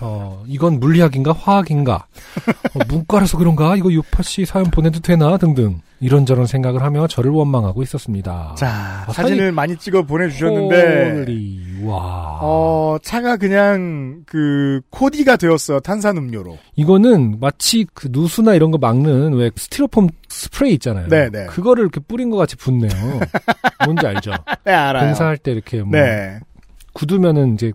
[SPEAKER 2] 어, 이건 물리학인가 화학인가? 어,
[SPEAKER 3] [laughs]
[SPEAKER 2] 문과라서 그런가? 이거 유파 씨 사연 보내도 되나? 등등 이런저런 생각을 하며 저를 원망하고 있었습니다.
[SPEAKER 3] 자,
[SPEAKER 2] 아,
[SPEAKER 3] 사진을 많이 찍어 보내주셨는데,
[SPEAKER 2] 홀리, 와.
[SPEAKER 3] 어, 차가 그냥 그 코디가 되었어요, 탄산음료로.
[SPEAKER 2] 이거는 마치 그 누수나 이런 거 막는 왜 스티로폼 스프레이 있잖아요.
[SPEAKER 3] 네, 네.
[SPEAKER 2] 그거를 이렇게 뿌린 것 같이 붙네요.
[SPEAKER 3] [laughs]
[SPEAKER 2] 뭔지 알죠?
[SPEAKER 3] 네, 알아요.
[SPEAKER 2] 공사할 때 이렇게 뭐
[SPEAKER 3] 네.
[SPEAKER 2] 굳으면은 이제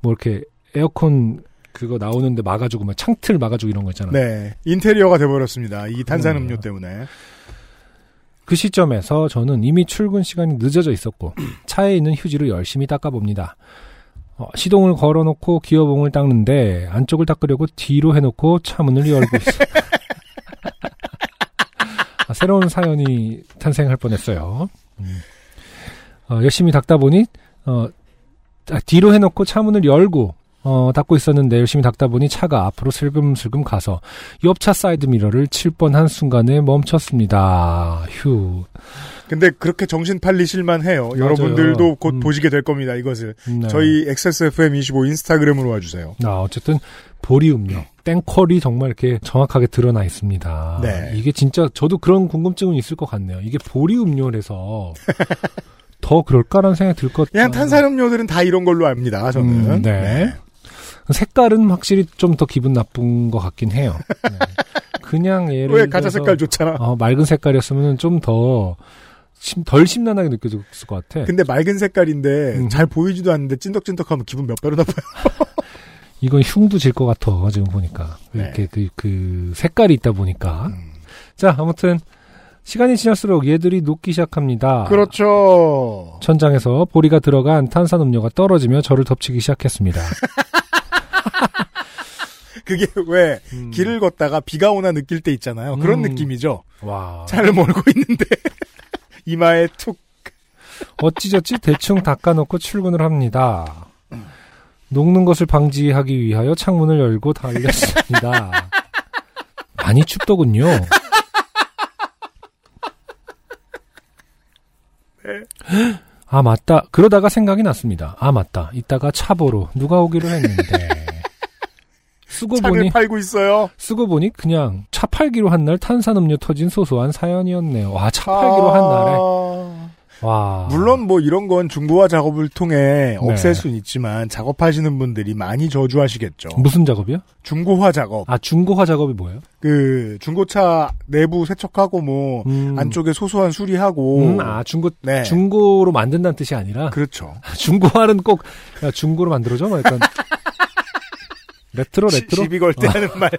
[SPEAKER 2] 뭐 이렇게 에어컨 그거 나오는데 막아주고 막 창틀 막아주고 이런 거 있잖아요.
[SPEAKER 3] 네. 인테리어가 돼버렸습니다. 이
[SPEAKER 2] 네.
[SPEAKER 3] 탄산음료 때문에.
[SPEAKER 2] 그 시점에서 저는 이미 출근 시간이 늦어져 있었고 [clears throat] 차에 있는 휴지로 열심히 닦아봅니다. 어, 시동을 걸어놓고 기어봉을 닦는데 안쪽을 닦으려고 뒤로 해놓고 차문을 열고 있어요. [laughs] 아, 새로운 사연이 탄생할 뻔했어요. 음. 어, 열심히 닦다 보니 어, 아, 뒤로 해놓고 차문을 열고 어, 닦고 있었는데 열심히 닦다 보니 차가 앞으로 슬금슬금 가서 옆차 사이드 미러를 칠 뻔한 순간에 멈췄습니다. 휴.
[SPEAKER 3] 근데 그렇게 정신 팔리실만 해요.
[SPEAKER 2] 맞아요.
[SPEAKER 3] 여러분들도 곧
[SPEAKER 2] 음.
[SPEAKER 3] 보시게 될 겁니다, 이것을.
[SPEAKER 2] 네.
[SPEAKER 3] 저희 XSFM25 인스타그램으로 와주세요.
[SPEAKER 2] 아, 어쨌든 보리 음료. 땡컬이 정말 이렇게 정확하게 드러나 있습니다.
[SPEAKER 3] 네.
[SPEAKER 2] 이게 진짜 저도 그런 궁금증은 있을 것 같네요. 이게 보리 음료라서
[SPEAKER 3] [laughs]
[SPEAKER 2] 더 그럴까라는 생각이 들 것.
[SPEAKER 3] 그냥 탄산음료들은 다 이런 걸로 압니다, 저는.
[SPEAKER 2] 어. 음, 네. 색깔은 확실히 좀 더 기분 나쁜 것 같긴 해요. 네.
[SPEAKER 3] [laughs]
[SPEAKER 2] 그냥 예를
[SPEAKER 3] 왜 가자
[SPEAKER 2] 들어서,
[SPEAKER 3] 색깔 좋잖아.
[SPEAKER 2] 어, 맑은 색깔이었으면 좀 더 덜 심란하게 느껴졌을 것 같아.
[SPEAKER 3] 근데 맑은 색깔인데
[SPEAKER 2] 네. 음.
[SPEAKER 3] 잘 보이지도 않는데 찐덕찐덕하면 기분 몇 배로 나빠요.
[SPEAKER 2] 이건 흉도 질 것 같아 지금 보니까 이렇게 그, 그 색깔이 있다 보니까 자 아무튼 시간이 지날수록 얘들이 녹기 시작합니다.
[SPEAKER 3] 그렇죠. [laughs]
[SPEAKER 2] 천장에서 보리가 들어간 탄산 음료가 떨어지며 저를 덮치기 시작했습니다.
[SPEAKER 3] 그게 왜
[SPEAKER 2] 음.
[SPEAKER 3] 길을 걷다가 비가 오나 느낄 때 있잖아요. 그런 느낌이죠.
[SPEAKER 2] 와
[SPEAKER 3] 차를 몰고 [laughs] 있는데 이마에 툭
[SPEAKER 2] 어찌저찌 대충 닦아놓고 출근을 합니다. 녹는 것을 방지하기 위하여 창문을 열고 달렸습니다. 많이 춥더군요. 아 맞다. 그러다가 생각이 났습니다. 아 맞다. 이따가 차보로 누가 오기로 했는데 쓰고
[SPEAKER 3] 차를
[SPEAKER 2] 보니
[SPEAKER 3] 팔고 있어요.
[SPEAKER 2] 쓰고 보니 그냥 차 팔기로 한 날 탄산음료 터진 소소한 사연이었네요. 와, 차 팔기로 한 날에.
[SPEAKER 3] 아.
[SPEAKER 2] 와.
[SPEAKER 3] 물론 뭐 이런 건 중고화 작업을 통해
[SPEAKER 2] 아. 네.
[SPEAKER 3] 없앨 수는 있지만 작업하시는 분들이 많이 저주하시겠죠.
[SPEAKER 2] 무슨 작업이요?
[SPEAKER 3] 중고화 작업.
[SPEAKER 2] 아, 중고화 작업이 뭐예요?
[SPEAKER 3] 그 중고차 내부 세척하고 뭐 안쪽에 소소한 수리하고
[SPEAKER 2] 음, 아, 중고
[SPEAKER 3] 네.
[SPEAKER 2] 중고로 만든다는 뜻이 아니라
[SPEAKER 3] 그렇죠.
[SPEAKER 2] [laughs] 중고화는 꼭 야, 중고로 만들어줘. 막
[SPEAKER 3] [laughs]
[SPEAKER 2] 약간 레트로
[SPEAKER 3] 시-
[SPEAKER 2] 레트로
[SPEAKER 3] 시비 걸때 하는
[SPEAKER 2] [laughs]
[SPEAKER 3] 말.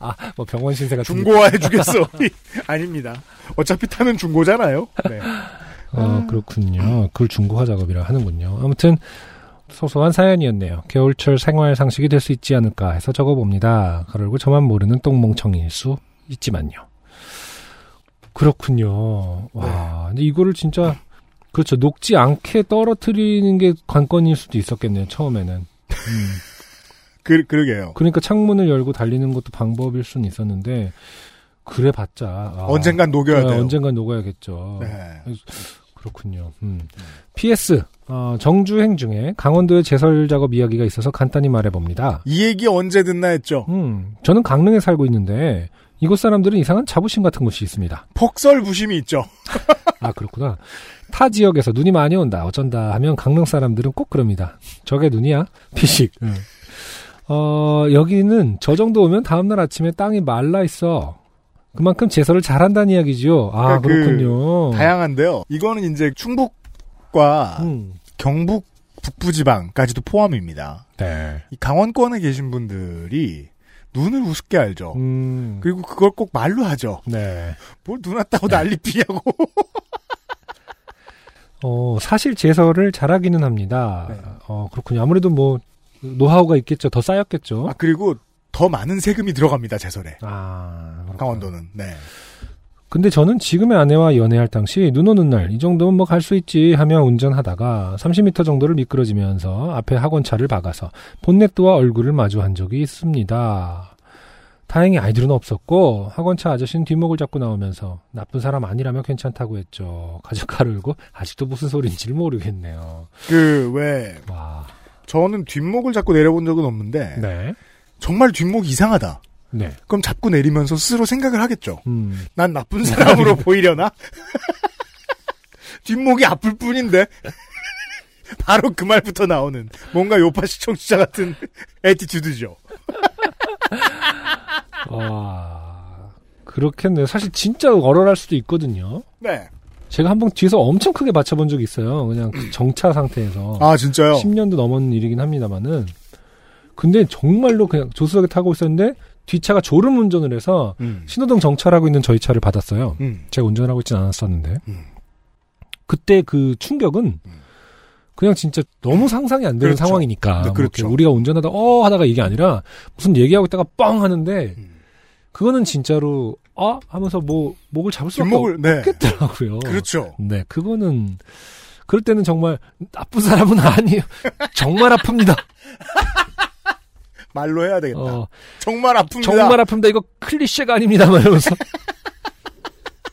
[SPEAKER 2] 아, 뭐 병원 신세 같은
[SPEAKER 3] 중고화 해주겠어. [laughs] 아닙니다. 어차피 타는 중고잖아요. 네.
[SPEAKER 2] 어, 그렇군요. 그걸 중고화 작업이라 하는군요. 아무튼 소소한 사연이었네요. 겨울철 생활 상식이 될 수 있지 않을까 해서 적어봅니다. 그리고 저만 모르는 똥멍청이일 수 있지만요. 그렇군요. 와,
[SPEAKER 3] 네.
[SPEAKER 2] 근데 이거를 진짜 그렇죠. 녹지 않게 떨어뜨리는 게 관건일 수도 있었겠네요. 처음에는.
[SPEAKER 3] 그, 그러게요.
[SPEAKER 2] 그러니까 창문을 열고 달리는 것도 방법일 수는 있었는데 그래 봤자 아.
[SPEAKER 3] 언젠간 녹여야 돼요.
[SPEAKER 2] 네, 언젠간 녹아야겠죠.
[SPEAKER 3] 네.
[SPEAKER 2] 그렇군요. 음. PS 어, 정주행 중에 강원도의 제설 작업 이야기가 있어서 간단히 말해봅니다.
[SPEAKER 3] 이 얘기 언제 듣나 했죠.
[SPEAKER 2] 음, 저는 강릉에 살고 있는데 이곳 사람들은 이상한 자부심 같은 것이 있습니다.
[SPEAKER 3] 폭설 부심이 있죠.
[SPEAKER 2] 아 그렇구나. 타 지역에서 눈이 많이 온다 어쩐다 하면 강릉 사람들은 꼭 그럽니다. 저게 눈이야? 피식.
[SPEAKER 3] 네.
[SPEAKER 2] 응. 어 여기는 저 정도 오면 다음날 아침에 땅이 말라 있어. 그만큼 제설을 잘한다는 이야기지요. 아
[SPEAKER 3] 그러니까 그
[SPEAKER 2] 그렇군요.
[SPEAKER 3] 다양한데요. 이거는 이제 충북과
[SPEAKER 2] 음.
[SPEAKER 3] 경북 북부지방까지도 포함입니다.
[SPEAKER 2] 네.
[SPEAKER 3] 이 강원권에 계신 분들이 눈을 우습게 알죠.
[SPEAKER 2] 음.
[SPEAKER 3] 그리고 그걸 꼭 말로 하죠.
[SPEAKER 2] 네.
[SPEAKER 3] 뭘 눈 왔다고 난리 피냐고.
[SPEAKER 2] 어 사실 제설을 잘하기는 합니다. 어 그렇군요. 아무래도 뭐 노하우가 있겠죠. 더 쌓였겠죠.
[SPEAKER 3] 아, 그리고 더 많은 세금이 들어갑니다, 제설에.
[SPEAKER 2] 아,
[SPEAKER 3] 강원도는. 네.
[SPEAKER 2] 근데 저는 지금의 아내와 연애할 당시 눈 오는 날 이 정도면 뭐 갈 수 있지 하며 운전하다가 30m 정도를 미끄러지면서 앞에 학원차를 박아서 본넷도와 얼굴을 마주한 적이 있습니다. 다행히 아이들은 없었고 학원차 아저씨는 뒷목을 잡고 나오면서 나쁜 사람 아니라면 괜찮다고 했죠. 가져가를 울고 아직도 무슨 소린지를 모르겠네요.
[SPEAKER 3] 그, 왜. 저는 뒷목을 잡고 내려본 적은 없는데.
[SPEAKER 2] 네.
[SPEAKER 3] 정말 뒷목이 이상하다.
[SPEAKER 2] 네.
[SPEAKER 3] 그럼 잡고 내리면서 스스로 생각을 하겠죠.
[SPEAKER 2] 음.
[SPEAKER 3] 난 나쁜
[SPEAKER 2] [laughs]
[SPEAKER 3] 사람으로 보이려나? 뒷목이 아플 뿐인데. 바로 그 말부터 나오는 뭔가 요파시 청취자 같은 에티튜드죠.
[SPEAKER 2] 아 [laughs] 그렇겠네요. 사실 진짜 얼얼할 수도 있거든요.
[SPEAKER 3] 네.
[SPEAKER 2] 제가 한 번 뒤에서 엄청 크게 맞춰본 적이 있어요. 그냥 그 정차 상태에서.
[SPEAKER 3] 아, 진짜요?
[SPEAKER 2] 10년도 넘은 일이긴 합니다만은. 근데 정말로 그냥 조수석에 타고 있었는데 뒷차가 졸음 운전을 해서 신호등 정차하고 있는 저희 차를 받았어요.
[SPEAKER 3] 음.
[SPEAKER 2] 제가 운전을 하고 있진 않았었는데. 그때 그 충격은 그냥 진짜 너무 상상이 안 되는
[SPEAKER 3] 음. 그렇죠.
[SPEAKER 2] 상황이니까.
[SPEAKER 3] 네,
[SPEAKER 2] 뭐
[SPEAKER 3] 그렇죠.
[SPEAKER 2] 이렇게 우리가 운전하다 어 하다가 이게 아니라 무슨 얘기하고 있다가 뻥 하는데
[SPEAKER 3] 음.
[SPEAKER 2] 그거는 진짜로 아 하면서 뭐 목을 잡을 수밖에
[SPEAKER 3] 뒷목을, 네.
[SPEAKER 2] 없겠더라고요.
[SPEAKER 3] 그렇죠.
[SPEAKER 2] 네, 그거는 그럴 때는 정말 나쁜 사람은 아니에요. [laughs] 정말 아픕니다.
[SPEAKER 3] 말로 해야 되겠다.
[SPEAKER 2] 어,
[SPEAKER 3] 정말 아픕니다.
[SPEAKER 2] 정말 아픕니다. 이거 클리셰가 아닙니다. 막 이러면서.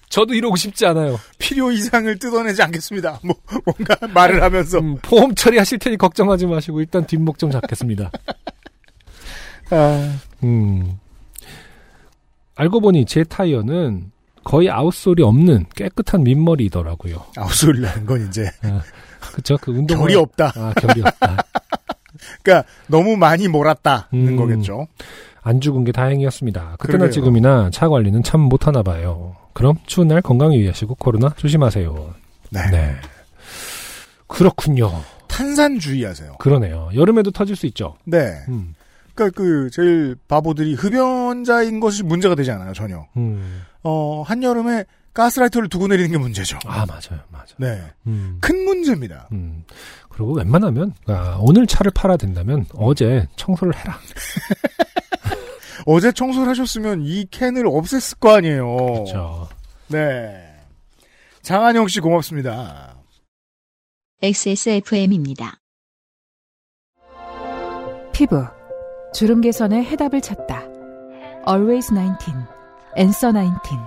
[SPEAKER 2] 저도 이러고 싶지 않아요.
[SPEAKER 3] 필요 이상을 뜯어내지 않겠습니다. 뭐, 뭔가 말을 하면서.
[SPEAKER 2] 음, 보험 처리하실 테니 걱정하지 마시고 일단 뒷목 좀 잡겠습니다.
[SPEAKER 3] 아,
[SPEAKER 2] 음. 알고 보니 제 타이어는 거의 아웃솔이 없는 깨끗한 민머리이더라고요.
[SPEAKER 3] 아웃솔이라는 건 이제.
[SPEAKER 2] 그쵸? 그 운동
[SPEAKER 3] 결이 없다.
[SPEAKER 2] 아, 결이 없다.
[SPEAKER 3] 그러니까 너무 많이 몰았다는
[SPEAKER 2] 음.
[SPEAKER 3] 거겠죠.
[SPEAKER 2] 안 죽은 게 다행이었습니다. 그때나
[SPEAKER 3] 그러게요.
[SPEAKER 2] 지금이나 차 관리는 참 못하나 봐요. 그럼 추운 날 건강 유의하시고 코로나 조심하세요.
[SPEAKER 3] 네.
[SPEAKER 2] 그렇군요.
[SPEAKER 3] 탄산 주의하세요.
[SPEAKER 2] 그러네요. 여름에도 터질 수 있죠.
[SPEAKER 3] 네.
[SPEAKER 2] 음.
[SPEAKER 3] 그러니까 그 제일 바보들이 흡연자인 것이 문제가 되지 않아요 전혀.
[SPEAKER 2] 음.
[SPEAKER 3] 어 한여름에 가스라이터를 두고 내리는 게 문제죠.
[SPEAKER 2] 아 맞아요, 맞아.
[SPEAKER 3] 네.
[SPEAKER 2] 음.
[SPEAKER 3] 큰 문제입니다.
[SPEAKER 2] 음. 그리고 웬만하면 아, 오늘 차를 팔아야 된다면 어제 청소를 해라.
[SPEAKER 3] 어제 청소를 하셨으면 이 캔을 없앴을 거 아니에요.
[SPEAKER 2] 그렇죠.
[SPEAKER 3] 네. 장한영 씨 고맙습니다.
[SPEAKER 1] XSFM입니다.
[SPEAKER 11] 피부 주름 개선의 해답을 찾다. Always 19. Answer 19.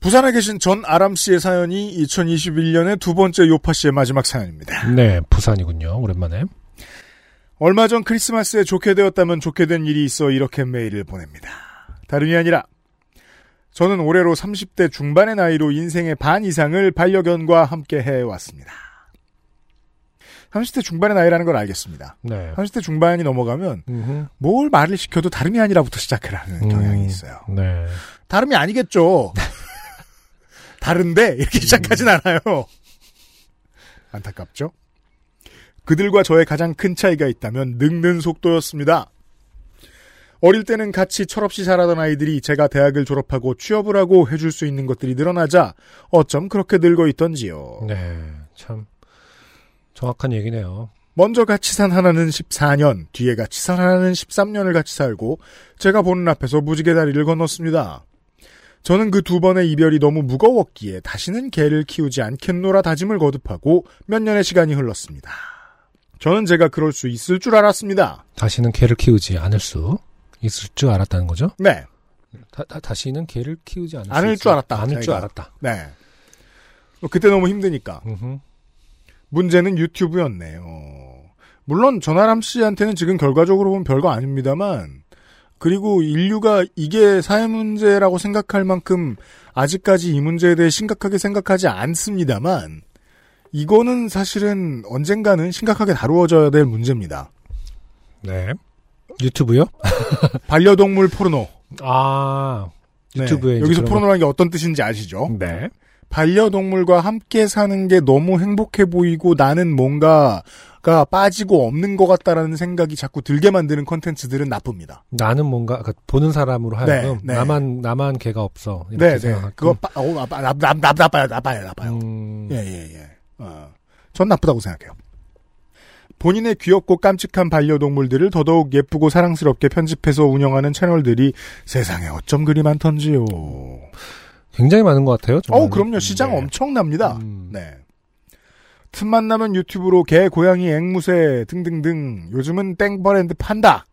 [SPEAKER 3] 부산에 계신 전 아람 씨의 사연이 2021년의 두 번째 요파 씨의 마지막 사연입니다.
[SPEAKER 2] 네, 부산이군요. 오랜만에.
[SPEAKER 3] 얼마 전 크리스마스에 좋게 되었다면 좋게 된 일이 있어 이렇게 메일을 보냅니다. 다름이 아니라 저는 올해로 30대 중반의 나이로 인생의 반 이상을 반려견과 함께 해왔습니다. 30대 중반의 나이라는 걸 알겠습니다.
[SPEAKER 2] 네. 음.
[SPEAKER 3] 30대 중반이 넘어가면 뭘 말을 시켜도 다름이 아니라부터 시작하라는 경향이 있어요.
[SPEAKER 2] 네.
[SPEAKER 3] 다름이 아니겠죠. 다른데 이렇게 시작하진 않아요. 안타깝죠? 그들과 저의 가장 큰 차이가 있다면 늙는 속도였습니다. 어릴 때는 같이 철없이 자라던 아이들이 제가 대학을 졸업하고 취업을 하고 해줄 수 있는 것들이 늘어나자 어쩜 그렇게 늙어 있던지요.
[SPEAKER 2] 네. 참 정확한 얘기네요.
[SPEAKER 3] 먼저 같이 산 하나는 14년, 뒤에 같이 산 하나는 13년을 같이 살고 제가 보는 앞에서 무지개 다리를 건넜습니다. 저는 그 두 번의 이별이 너무 무거웠기에 다시는 개를 키우지 않겠노라 다짐을 거듭하고 몇 년의 시간이 흘렀습니다. 저는 제가 그럴 수 있을 줄 알았습니다.
[SPEAKER 2] 다시는 개를 키우지 않을 수 있을 줄 알았다는 거죠?
[SPEAKER 3] 네.
[SPEAKER 2] 다, 시는 개를 키우지 않을,
[SPEAKER 3] 않을
[SPEAKER 2] 수
[SPEAKER 3] 줄
[SPEAKER 2] 있을-
[SPEAKER 3] 알았다.
[SPEAKER 2] 않을 줄
[SPEAKER 3] 자기가.
[SPEAKER 2] 알았다.
[SPEAKER 3] 네. 뭐 그때 너무 힘드니까. 문제는 유튜브였네요. 물론 전아람 씨한테는 지금 결과적으로 보면 별거 아닙니다만, 그리고 인류가 이게 사회 문제라고 생각할 만큼 아직까지 이 문제에 대해 심각하게 생각하지 않습니다만, 이거는 사실은 언젠가는 심각하게 다루어져야 될 문제입니다.
[SPEAKER 2] 네. 유튜브요?
[SPEAKER 3] 반려동물 포르노.
[SPEAKER 2] 아,
[SPEAKER 3] 네,
[SPEAKER 2] 유튜브에 이제
[SPEAKER 3] 여기서
[SPEAKER 2] 그런
[SPEAKER 3] 포르노라는 게 어떤 뜻인지 아시죠?
[SPEAKER 2] 네.
[SPEAKER 3] 반려동물과 함께 사는 게 너무 행복해 보이고 나는 뭔가가 빠지고 없는 것 같다라는 생각이 자꾸 들게 만드는 컨텐츠들은 나쁩니다.
[SPEAKER 2] 나는 뭔가 그러니까 보는 사람으로
[SPEAKER 3] 네,
[SPEAKER 2] 하여금
[SPEAKER 3] 네.
[SPEAKER 2] 나만 나만 개가 없어 이렇게
[SPEAKER 3] 네, 네.
[SPEAKER 2] 생각하고 음.
[SPEAKER 3] 그거 빠, 어, 나, 나, 나, 나, 나빠요, 나빠요, 나빠요. 예, 예, 예. 어, 전 나쁘다고 생각해요. 본인의 귀엽고 깜찍한 반려동물들을 더더욱 예쁘고 사랑스럽게 편집해서 운영하는 채널들이 세상에 어쩜 그리 많던지요.
[SPEAKER 2] 굉장히 많은 것 같아요.
[SPEAKER 3] 어,
[SPEAKER 2] 정말. 음.
[SPEAKER 3] 그럼요. 시장
[SPEAKER 2] 네.
[SPEAKER 3] 엄청납니다. 네. 틈만 나면 유튜브로 개, 고양이, 앵무새 등등등 요즘은 땡버랜드 판다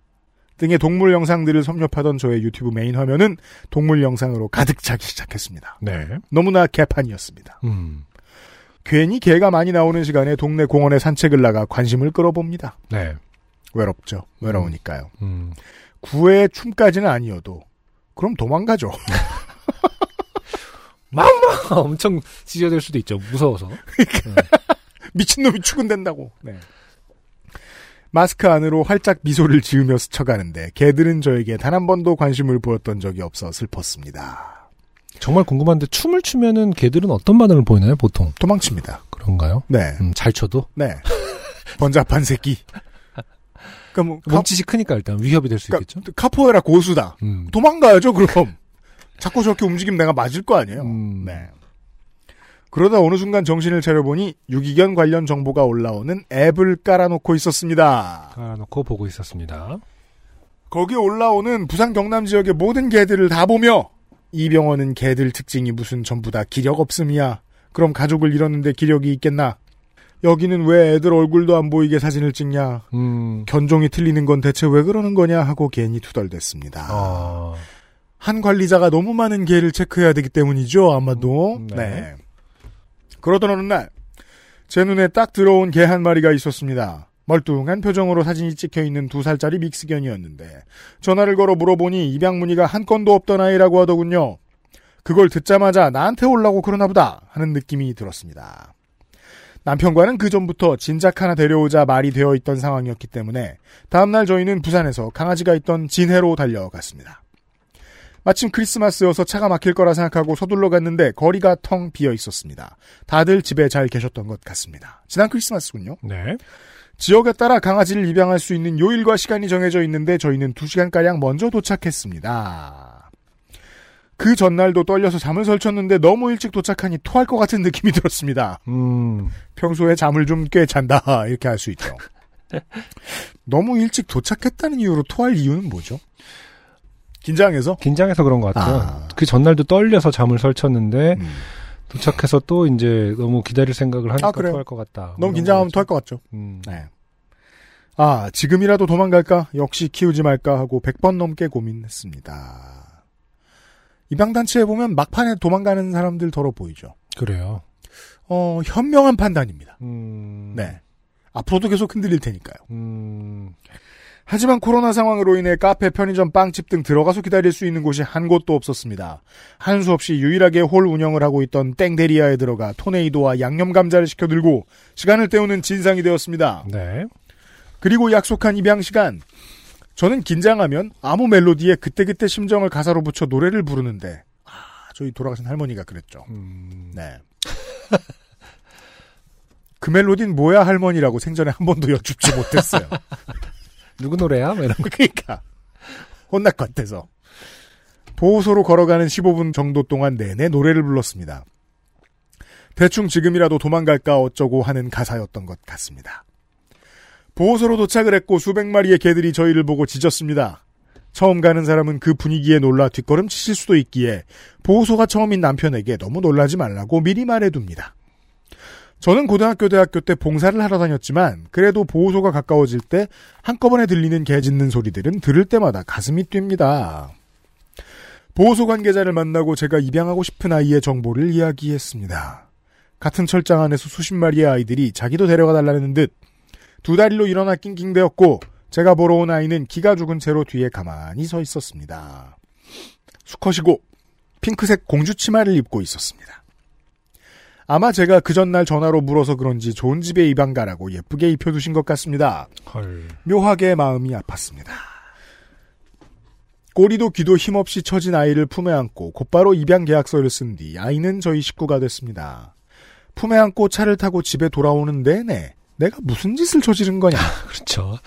[SPEAKER 3] 등의 동물 영상들을 섭렵하던 저의 유튜브 메인 화면은 동물 영상으로 가득 차기 시작했습니다.
[SPEAKER 2] 네.
[SPEAKER 3] 너무나 개판이었습니다.
[SPEAKER 2] 음.
[SPEAKER 3] 괜히 개가 많이 나오는 시간에 동네 공원에 산책을 나가 관심을 끌어봅니다.
[SPEAKER 2] 네.
[SPEAKER 3] 외롭죠. 외로우니까요. [laughs]
[SPEAKER 2] 음.
[SPEAKER 3] 구애의 춤까지는 아니어도 그럼 도망가죠.
[SPEAKER 2] 막막 엄청 찢어질 수도 있죠. 무서워서.
[SPEAKER 3] 미친놈이 추근된다고. 네. 마스크 안으로 활짝 미소를 지으며 스쳐가는데 개들은 저에게 단 한 번도 관심을 보였던 적이 없어 슬펐습니다.
[SPEAKER 2] 정말 궁금한데 춤을 추면은 개들은 어떤 반응을 보이나요? 보통
[SPEAKER 3] 도망칩니다.
[SPEAKER 2] 그런가요?
[SPEAKER 3] 네.
[SPEAKER 2] 음, 잘 쳐도 [laughs]
[SPEAKER 3] 네. 번잡한 새끼. 그러니까 뭐 카-
[SPEAKER 2] 몸짓이 크니까 일단 위협이 될 수
[SPEAKER 3] 그러니까
[SPEAKER 2] 있겠죠.
[SPEAKER 3] 카포에라 고수다.
[SPEAKER 2] 음.
[SPEAKER 3] 도망가야죠, 그럼. 자꾸 저렇게 움직이면 내가 맞을 거 아니에요.
[SPEAKER 2] 음.
[SPEAKER 3] 네. 그러다 어느 순간 정신을 차려보니 유기견 관련 정보가 올라오는 앱을 깔아놓고 있었습니다.
[SPEAKER 2] 깔아놓고 보고 있었습니다.
[SPEAKER 3] 거기 올라오는 부산 경남 지역의 모든 개들을 다 보며 이 병원은 개들 특징이 무슨 전부 다 기력 없음이야. 그럼 가족을 잃었는데 기력이 있겠나? 여기는 왜 애들 얼굴도 안 보이게 사진을 찍냐?
[SPEAKER 2] 음.
[SPEAKER 3] 견종이 틀리는 건 대체 왜 그러는 거냐 하고 괜히 투덜댔습니다.
[SPEAKER 2] 아.
[SPEAKER 3] 한 관리자가 너무 많은 개를 체크해야 되기 때문이죠, 아마도.
[SPEAKER 2] 음,
[SPEAKER 3] 네.
[SPEAKER 2] 네.
[SPEAKER 3] 그러던 어느 날, 제 눈에 딱 들어온 개 한 마리가 있었습니다. 멀뚱한 표정으로 사진이 찍혀 있는 두 살짜리 믹스견이었는데, 전화를 걸어 물어보니 입양 문의가 한 건도 없던 아이라고 하더군요. 그걸 듣자마자 나한테 올라고 그러나 보다 하는 느낌이 들었습니다. 남편과는 그 전부터 진작 하나 데려오자 말이 되어 있던 상황이었기 때문에 다음날 저희는 부산에서 강아지가 있던 진해로 달려갔습니다. 마침 크리스마스여서 차가 막힐 거라 생각하고 서둘러 갔는데 거리가 텅 비어 있었습니다. 다들 집에 잘 계셨던 것 같습니다. 지난 크리스마스군요.
[SPEAKER 2] 네.
[SPEAKER 3] 지역에 따라 강아지를 입양할 수 있는 요일과 시간이 정해져 있는데 저희는 2시간가량 먼저 도착했습니다. 그 전날도 떨려서 잠을 설쳤는데 너무 일찍 도착하니 토할 것 같은 느낌이 들었습니다.
[SPEAKER 2] 음.
[SPEAKER 3] 평소에 잠을 좀 꽤 잔다 [laughs] 이렇게 할 수 있죠. 너무 일찍 도착했다는 이유로 토할 이유는 뭐죠? 긴장해서?
[SPEAKER 2] 긴장해서 그런 것 같아요.
[SPEAKER 3] 아.
[SPEAKER 2] 그 전날도 떨려서 잠을 설쳤는데
[SPEAKER 3] 음.
[SPEAKER 2] 도착해서 또 이제 너무 기다릴 생각을 하니까
[SPEAKER 3] 아, 그래요?
[SPEAKER 2] 토할 것 같다.
[SPEAKER 3] 너무
[SPEAKER 2] 이런
[SPEAKER 3] 긴장하면
[SPEAKER 2] 거죠.
[SPEAKER 3] 토할 것 같죠.
[SPEAKER 2] 음.
[SPEAKER 3] 네. 아, 지금이라도 도망갈까? 역시 키우지 말까 하고 100번 넘게 고민했습니다. 입양단체에 보면 막판에 도망가는 사람들 더러 보이죠.
[SPEAKER 2] 그래요.
[SPEAKER 3] 어, 현명한 판단입니다.
[SPEAKER 2] 음.
[SPEAKER 3] 네. 앞으로도 계속 흔들릴 테니까요. 하지만 코로나 상황으로 인해 카페, 편의점, 빵집 등 들어가서 기다릴 수 있는 곳이 한 곳도 없었습니다. 한수 없이 유일하게 홀 운영을 하고 있던 땡데리아에 들어가 토네이도와 양념감자를 시켜 들고 시간을 때우는 진상이 되었습니다.
[SPEAKER 2] 네.
[SPEAKER 3] 그리고 약속한 입양 시간. 저는 긴장하면 아무 멜로디에 그때그때 심정을 가사로 붙여 노래를 부르는데, 아, 저희 돌아가신 할머니가 그랬죠. 네. [laughs] 그 멜로디는 뭐야 할머니라고 생전에 한 번도 여쭙지 못했어요.
[SPEAKER 2] 누구 노래야? 뭐 이런 거.
[SPEAKER 3] [laughs] 그러니까 혼날 것 같아서 보호소로 걸어가는 15분 정도 동안 내내 노래를 불렀습니다. 대충 지금이라도 도망갈까 어쩌고 하는 가사였던 것 같습니다. 보호소로 도착을 했고 수백 마리의 개들이 저희를 보고 짖었습니다. 처음 가는 사람은 그 분위기에 놀라 뒷걸음 치실 수도 있기에 보호소가 처음인 남편에게 너무 놀라지 말라고 미리 말해둡니다. 저는 고등학교, 대학교 때 봉사를 하러 다녔지만 그래도 보호소가 가까워질 때 한꺼번에 들리는 개 짖는 소리들은 들을 때마다 가슴이 뜁니다. 보호소 관계자를 만나고 제가 입양하고 싶은 아이의 정보를 이야기했습니다. 같은 철장 안에서 수십 마리의 아이들이 자기도 데려가 달라는 듯 두 다리로 일어나 낑낑대었고 제가 보러 온 아이는 기가 죽은 채로 뒤에 가만히 서 있었습니다. 수컷이고 핑크색 공주 치마를 입고 있었습니다. 아마 제가 그 전날 전화로 물어서 그런지 좋은 집에 입양 가라고 예쁘게 입혀두신 것 같습니다.
[SPEAKER 2] 헐.
[SPEAKER 3] 묘하게 마음이 아팠습니다. 꼬리도 귀도 힘없이 처진 아이를 품에 안고 곧바로 입양 계약서를 쓴 뒤 아이는 저희 식구가 됐습니다. 품에 안고 차를 타고 집에 돌아오는 내내 내가 무슨 짓을 저지른 거냐.
[SPEAKER 2] 그렇죠.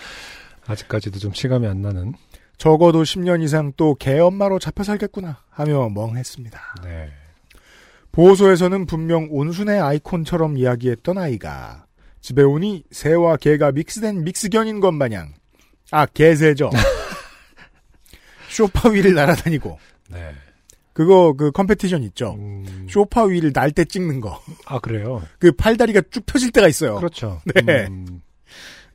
[SPEAKER 2] 아직까지도 좀 실감이 안 나는.
[SPEAKER 3] 적어도 10년 이상 또 개엄마로 잡혀 살겠구나 하며 멍했습니다.
[SPEAKER 2] 네.
[SPEAKER 3] 보호소에서는 분명 온순의 아이콘처럼 이야기했던 아이가 집에 오니 새와 개가 믹스된 믹스견인 것 마냥 아
[SPEAKER 2] [laughs]
[SPEAKER 3] 개새죠 쇼파 위를 날아다니고
[SPEAKER 2] 네.
[SPEAKER 3] 그거 그 컴페티션 있죠
[SPEAKER 2] 음,
[SPEAKER 3] 쇼파 위를 날 때 찍는 거그
[SPEAKER 2] 아, 그래요?
[SPEAKER 3] 팔다리가 쭉 펴질 때가 있어요
[SPEAKER 2] 그렇죠.
[SPEAKER 3] 네.
[SPEAKER 2] 음,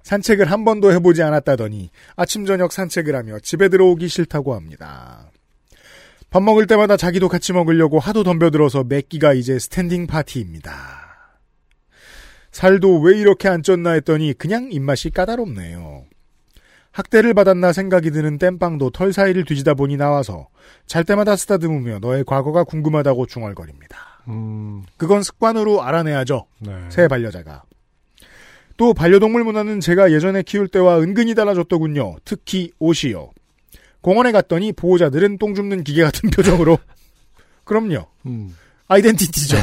[SPEAKER 3] 산책을 한 번도 해보지 않았다더니 아침 저녁 산책을 하며 집에 들어오기 싫다고 합니다. 밥 먹을 때마다 자기도 같이 먹으려고 하도 덤벼들어서 맥기가 이제 스탠딩 파티입니다. 살도 왜 이렇게 안 쪘나 했더니 그냥 입맛이 까다롭네요. 학대를 받았나 생각이 드는 땜빵도 털 사이를 뒤지다 보니 나와서 잘 때마다 쓰다듬으며 너의 과거가 궁금하다고 중얼거립니다.
[SPEAKER 2] 음,
[SPEAKER 3] 그건 습관으로 알아내야죠.
[SPEAKER 2] 네.
[SPEAKER 3] 새 반려자가. 또 반려동물 문화는 제가 예전에 키울 때와 은근히 달라졌더군요. 특히 옷이요. 공원에 갔더니 보호자들은 똥 줍는 기계 같은 [laughs] 표정으로. 그럼요.
[SPEAKER 2] 음.
[SPEAKER 3] 아이덴티티죠.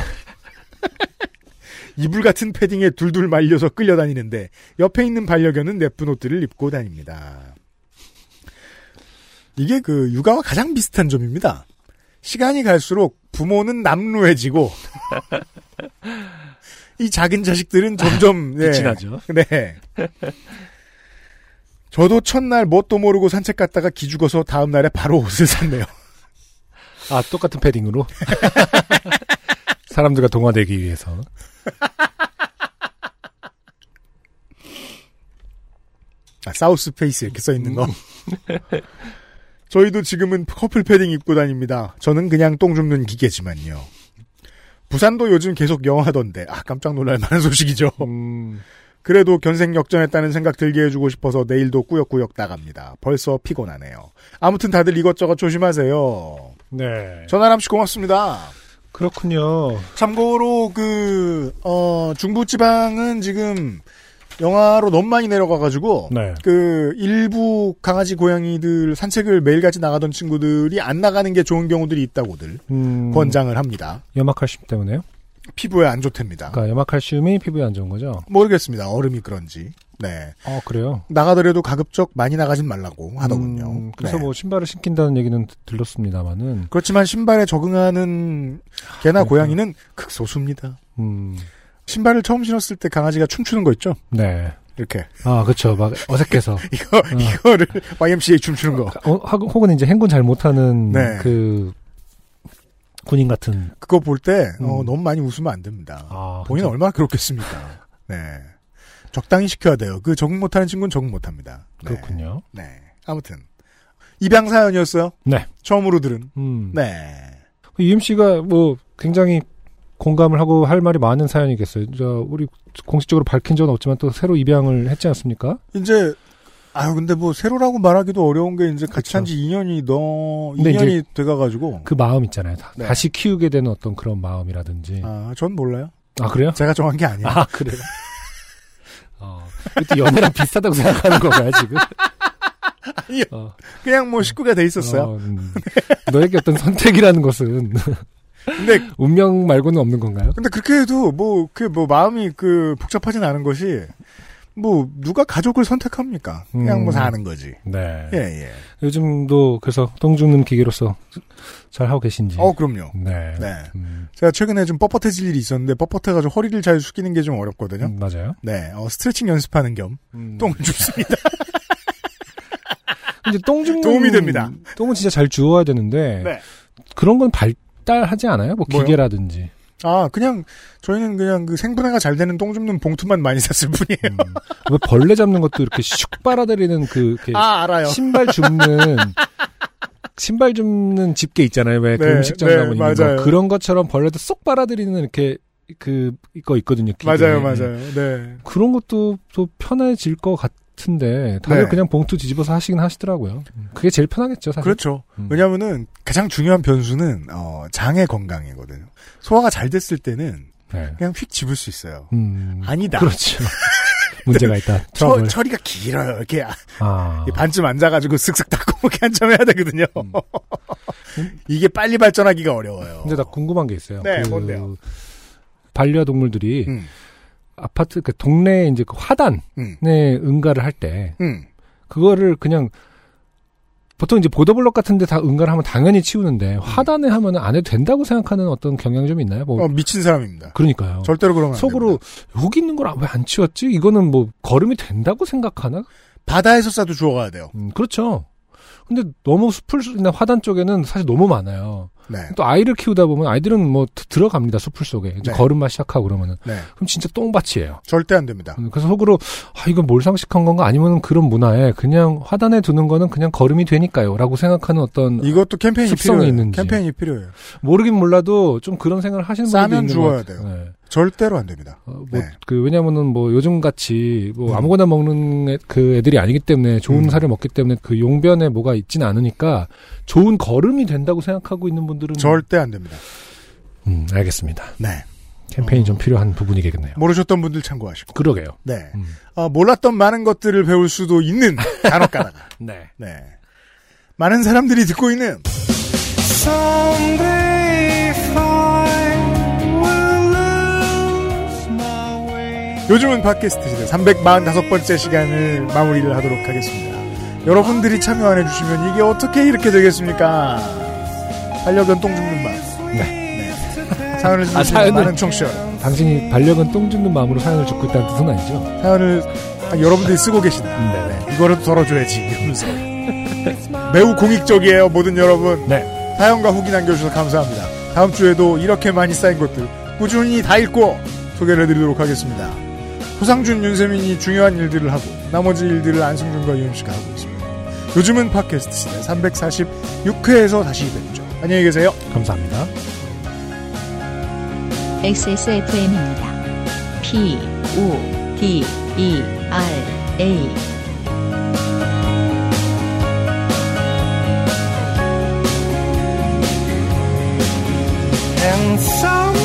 [SPEAKER 3] 이불 같은 패딩에 둘둘 말려서 끌려다니는데 옆에 있는 반려견은 예쁜 옷들을 입고 다닙니다. 이게 그 육아와 가장 비슷한 점입니다. 시간이 갈수록 부모는 남루해지고 [laughs] 이 작은 자식들은 점점 네.
[SPEAKER 2] 빛이 나죠.
[SPEAKER 3] [laughs] 네. 저도 첫날 뭣도 모르고 산책 갔다가 기죽어서 다음 날에 바로 옷을 샀네요.
[SPEAKER 2] 아, 똑같은 패딩으로? [laughs] 사람들과 동화되기 위해서.
[SPEAKER 3] 아, 사우스 페이스 이렇게 써 있는 거. [laughs] 저희도 지금은 커플 패딩 입고 다닙니다. 저는 그냥 똥 줍는 기계지만요. 부산도 요즘 계속 영하던데 아 깜짝 놀랄 만한 소식이죠.
[SPEAKER 2] 음,
[SPEAKER 3] 그래도 견생 역전했다는 생각 들게 해주고 싶어서 내일도 꾸역꾸역 나갑니다. 벌써 피곤하네요. 아무튼 다들 이것저것 조심하세요.
[SPEAKER 2] 네.
[SPEAKER 3] 전하람 씨 고맙습니다.
[SPEAKER 2] 그렇군요.
[SPEAKER 3] 참고로 그 어, 중부 지방은 지금 영하로 너무 많이 내려가가지고
[SPEAKER 2] 네.
[SPEAKER 3] 그 일부 강아지 고양이들 산책을 매일같이 나가던 친구들이 안 나가는 게 좋은 경우들이 있다고들
[SPEAKER 2] 음,
[SPEAKER 3] 권장을 합니다.
[SPEAKER 2] 염화칼슘 때문에요?
[SPEAKER 3] 피부에 안 좋답니다.
[SPEAKER 2] 그러니까 염화칼슘이 피부에 안 좋은 거죠?
[SPEAKER 3] 모르겠습니다. 얼음이 그런지. 네.
[SPEAKER 2] 어, 그래요.
[SPEAKER 3] 나가더라도 가급적 많이 나가진 말라고 하더군요.
[SPEAKER 2] 음, 그래서
[SPEAKER 3] 네.
[SPEAKER 2] 뭐 신발을 신긴다는 얘기는 드- 들었습니다만은,
[SPEAKER 3] 그렇지만 신발에 적응하는
[SPEAKER 2] 아,
[SPEAKER 3] 개나 고양이는 극소수입니다.
[SPEAKER 2] 음,
[SPEAKER 3] 신발을 처음 신었을 때 강아지가 춤추는 거 있죠?
[SPEAKER 2] 네.
[SPEAKER 3] 이렇게.
[SPEAKER 2] 아, 그쵸. 막 어색해서.
[SPEAKER 3] 이거,
[SPEAKER 2] 음.
[SPEAKER 3] 이거를 YMCA 춤추는 거.
[SPEAKER 2] 어, 하- 혹은 이제 행군 잘 못하는
[SPEAKER 3] 네.
[SPEAKER 2] 그 군인 같은
[SPEAKER 3] 그거 볼 때 어,
[SPEAKER 2] 음.
[SPEAKER 3] 너무 많이 웃으면 안 됩니다.
[SPEAKER 2] 아,
[SPEAKER 3] 본인 은
[SPEAKER 2] 그쵸.
[SPEAKER 3] 얼마나 괴롭겠습니까? 네. 적당히 시켜야 돼요. 그 적응 못하는 친구는 적응 못합니다. 네.
[SPEAKER 2] 그렇군요.
[SPEAKER 3] 네. 아무튼 입양 사연이었어요.
[SPEAKER 2] 네.
[SPEAKER 3] 처음으로 들은.
[SPEAKER 2] 음.
[SPEAKER 3] 네.
[SPEAKER 2] UMC가 뭐 굉장히 공감을 하고 할 말이 많은 사연이겠어요. 저 우리 공식적으로 밝힌 적은 없지만 또 새로 입양을 했지 않습니까?
[SPEAKER 3] 이제 아유 근데 뭐 새로라고 말하기도 어려운 게 이제 같이 산 지 2년이 넘
[SPEAKER 2] 근데
[SPEAKER 3] 2년이
[SPEAKER 2] 이제
[SPEAKER 3] 돼가가지고
[SPEAKER 2] 그 마음 있잖아요. 다,
[SPEAKER 3] 네.
[SPEAKER 2] 다시 키우게 되는 어떤 그런 마음이라든지.
[SPEAKER 3] 아, 전 몰라요.
[SPEAKER 2] 아, 그래요?
[SPEAKER 3] 제가 정한 게 [laughs] 아니야.
[SPEAKER 2] 아, 그래요? [laughs] 어, 그것도 연애랑 비슷하다고 생각하는 건가요, 지금?
[SPEAKER 3] 아니요. 그냥 뭐 식구가 돼 [laughs] 있었어요.
[SPEAKER 2] 어, 음. 너에게 어떤 선택이라는 것은
[SPEAKER 3] 근데
[SPEAKER 2] [laughs] 운명 말고는 없는 건가요?
[SPEAKER 3] 근데 그렇게 해도 뭐, 그, 뭐, 마음이 그, 복잡하진 않은 것이, 뭐, 누가 가족을 선택합니까? 그냥
[SPEAKER 2] 음.
[SPEAKER 3] 뭐 사는 거지.
[SPEAKER 2] 네.
[SPEAKER 3] 예, 예.
[SPEAKER 2] 요즘도 그래서 똥주는 기계로서 잘 하고 계신지.
[SPEAKER 3] 어, 그럼요.
[SPEAKER 2] 네.
[SPEAKER 3] 네. 제가 최근에 좀 뻣뻣해질 일이 있었는데, 뻣뻣해가지고 허리를 잘 숙이는 게 좀 어렵거든요.
[SPEAKER 2] 음, 맞아요.
[SPEAKER 3] 네. 어, 스트레칭 연습하는 겸, 똥을
[SPEAKER 2] [laughs]
[SPEAKER 3] 줍습니다.
[SPEAKER 2] 이제 똥 줍는
[SPEAKER 3] 아, 도움이 됩니다.
[SPEAKER 2] 똥은 진짜 잘 주워야 되는데
[SPEAKER 3] 네.
[SPEAKER 2] 그런 건 발달하지 않아요? 뭐
[SPEAKER 3] 뭐요?
[SPEAKER 2] 기계라든지.
[SPEAKER 3] 아, 그냥, 저희는 그냥 그 생분해가 잘 되는 똥 줍는 봉투만 많이 샀을 뿐이에요.
[SPEAKER 2] 왜 벌레 잡는 것도 이렇게 슉 빨아들이는 그 이렇게
[SPEAKER 3] [laughs] 아, 알아요.
[SPEAKER 2] 신발 줍는 신발 줍는 집게 있잖아요. 왜 그
[SPEAKER 3] 네,
[SPEAKER 2] 음식점
[SPEAKER 3] 네,
[SPEAKER 2] 가면 있는
[SPEAKER 3] 맞아요.
[SPEAKER 2] 거 그런 것처럼 벌레도 쏙 빨아들이는 이렇게 그 이거 있거든요. 기계.
[SPEAKER 3] 맞아요, 맞아요. 네.
[SPEAKER 2] 그런 것도 또 편해질 것 같은데 다들
[SPEAKER 3] 네.
[SPEAKER 2] 그냥 봉투 뒤집어서 하시긴 하시더라고요. 그게 제일 편하겠죠, 사실.
[SPEAKER 3] 그렇죠. 왜냐면은 가장 중요한 변수는 어, 장의 건강이거든요. 소화가 잘 됐을 때는
[SPEAKER 2] 네.
[SPEAKER 3] 그냥 휙 집을 수 있어요.
[SPEAKER 2] 음,
[SPEAKER 3] 아니다.
[SPEAKER 2] 그렇죠. [laughs] 문제가 있다.
[SPEAKER 3] 처,
[SPEAKER 2] 트러블.
[SPEAKER 3] 처리가 길어요. 이렇게 아-
[SPEAKER 2] 아.
[SPEAKER 3] 반쯤 앉아가지고 쓱쓱 닦고 뭐 이렇게 한참 해야 되거든요. [laughs] 이게 빨리 발전하기가 어려워요.
[SPEAKER 2] 음. 근데 나 궁금한 게 있어요.
[SPEAKER 3] 네,
[SPEAKER 2] 그
[SPEAKER 3] 뭔데요?
[SPEAKER 2] 반려동물들이 아파트 그 동네 이제 그 화단에
[SPEAKER 3] 음.
[SPEAKER 2] 응가를 할 때
[SPEAKER 3] 음.
[SPEAKER 2] 그거를 그냥 보통 이제 보도블록 같은데 다 응가를 하면 당연히
[SPEAKER 3] 음.
[SPEAKER 2] 치우는데 화단에 하면 안 해도 된다고 생각하는 어떤 경향이 좀 있나요? 뭐
[SPEAKER 3] 어, 미친 사람입니다.
[SPEAKER 2] 그러니까요.
[SPEAKER 3] 절대로 그러면 안
[SPEAKER 2] 어. 속으로 여기 있는 걸 왜 안 치웠지? 이거는 뭐 걸음이 된다고 생각하나?
[SPEAKER 3] 바다에서 싸도 주워가야 돼요.
[SPEAKER 2] 그렇죠. 근데 너무 숲풀이나 화단 쪽에는 사실 너무 많아요.
[SPEAKER 3] 네.
[SPEAKER 2] 또 아이를 키우다 보면 아이들은 뭐 드- 들어갑니다 숲풀 속에 이제
[SPEAKER 3] 네.
[SPEAKER 2] 걸음만 시작하고 그러면은
[SPEAKER 3] 네.
[SPEAKER 2] 그럼 진짜 똥밭이에요.
[SPEAKER 3] 절대 안 됩니다.
[SPEAKER 2] 음, 그래서 속으로 아 이건 몰상식한 건가 아니면 그런 문화에 그냥 화단에 두는 거는 그냥 걸음이 되니까요라고 생각하는 어떤
[SPEAKER 3] 이것도 캠페인이
[SPEAKER 2] 음. 습성이
[SPEAKER 3] 필요해요.
[SPEAKER 2] 있는지
[SPEAKER 3] 캠페인이 필요해요.
[SPEAKER 2] 모르긴 몰라도 좀 그런 생각을 하시는 분들이
[SPEAKER 3] 싸면
[SPEAKER 2] 있는 것
[SPEAKER 3] 주워야
[SPEAKER 2] 같아요.
[SPEAKER 3] 돼요.
[SPEAKER 2] 네.
[SPEAKER 3] 절대로 안 됩니다.
[SPEAKER 2] 어, 뭐, 그, 왜냐면은 뭐, 요즘 같이, 뭐, 아무거나 먹는 애, 그 애들이 아니기 때문에, 좋은 살을 먹기 때문에, 그 용변에 뭐가 있진 않으니까, 좋은 걸음이 된다고 생각하고 있는 분들은.
[SPEAKER 3] 절대 안 됩니다.
[SPEAKER 2] 음, 알겠습니다.
[SPEAKER 3] 네.
[SPEAKER 2] 음. 캠페인이 좀 필요한 부분이겠네요.
[SPEAKER 3] 모르셨던 분들 참고하시고.
[SPEAKER 2] 그러게요.
[SPEAKER 3] 네. 아, 몰랐던 많은 것들을 배울 수도
[SPEAKER 2] [laughs]
[SPEAKER 3] 있는 단어가다가.
[SPEAKER 2] 네.
[SPEAKER 3] 네. 많은 사람들이 듣고 있는 요즘은 팟캐스트 시대 345번째 시간을 마무리를 하도록 하겠습니다. 여러분들이 참여 안 해주시면 이게 어떻게 이렇게 되겠습니까? 반려견 똥 죽는 맛. 네. 사연을 주시는 많은 청취자 여러분.
[SPEAKER 2] 당신이 반려견 똥 줍는 마음으로 사연을 듣고 있다는 뜻은 아니죠?
[SPEAKER 3] 사연을 아, 여러분들이 쓰고 계신다. 네, 이거라도 덜어줘야지 이러면서 매우 공익적이에요 모든 여러분.
[SPEAKER 2] 네.
[SPEAKER 3] 사연과 후기 남겨주셔서 감사합니다. 다음 주에도 이렇게 많이 쌓인 것들 꾸준히 다 읽고 소개를 해드리도록 하겠습니다. 호상준, 윤세민이 중요한 일들을 하고 나머지 일들을 안승준과 유임씨가 하고 있습니다. 요즘은 팟캐스트 시대 346회에서 다시 뵙죠. 안녕히 계세요.
[SPEAKER 2] 감사합니다.
[SPEAKER 1] XSFM입니다. P, O, D, E, R, A.
[SPEAKER 12] And some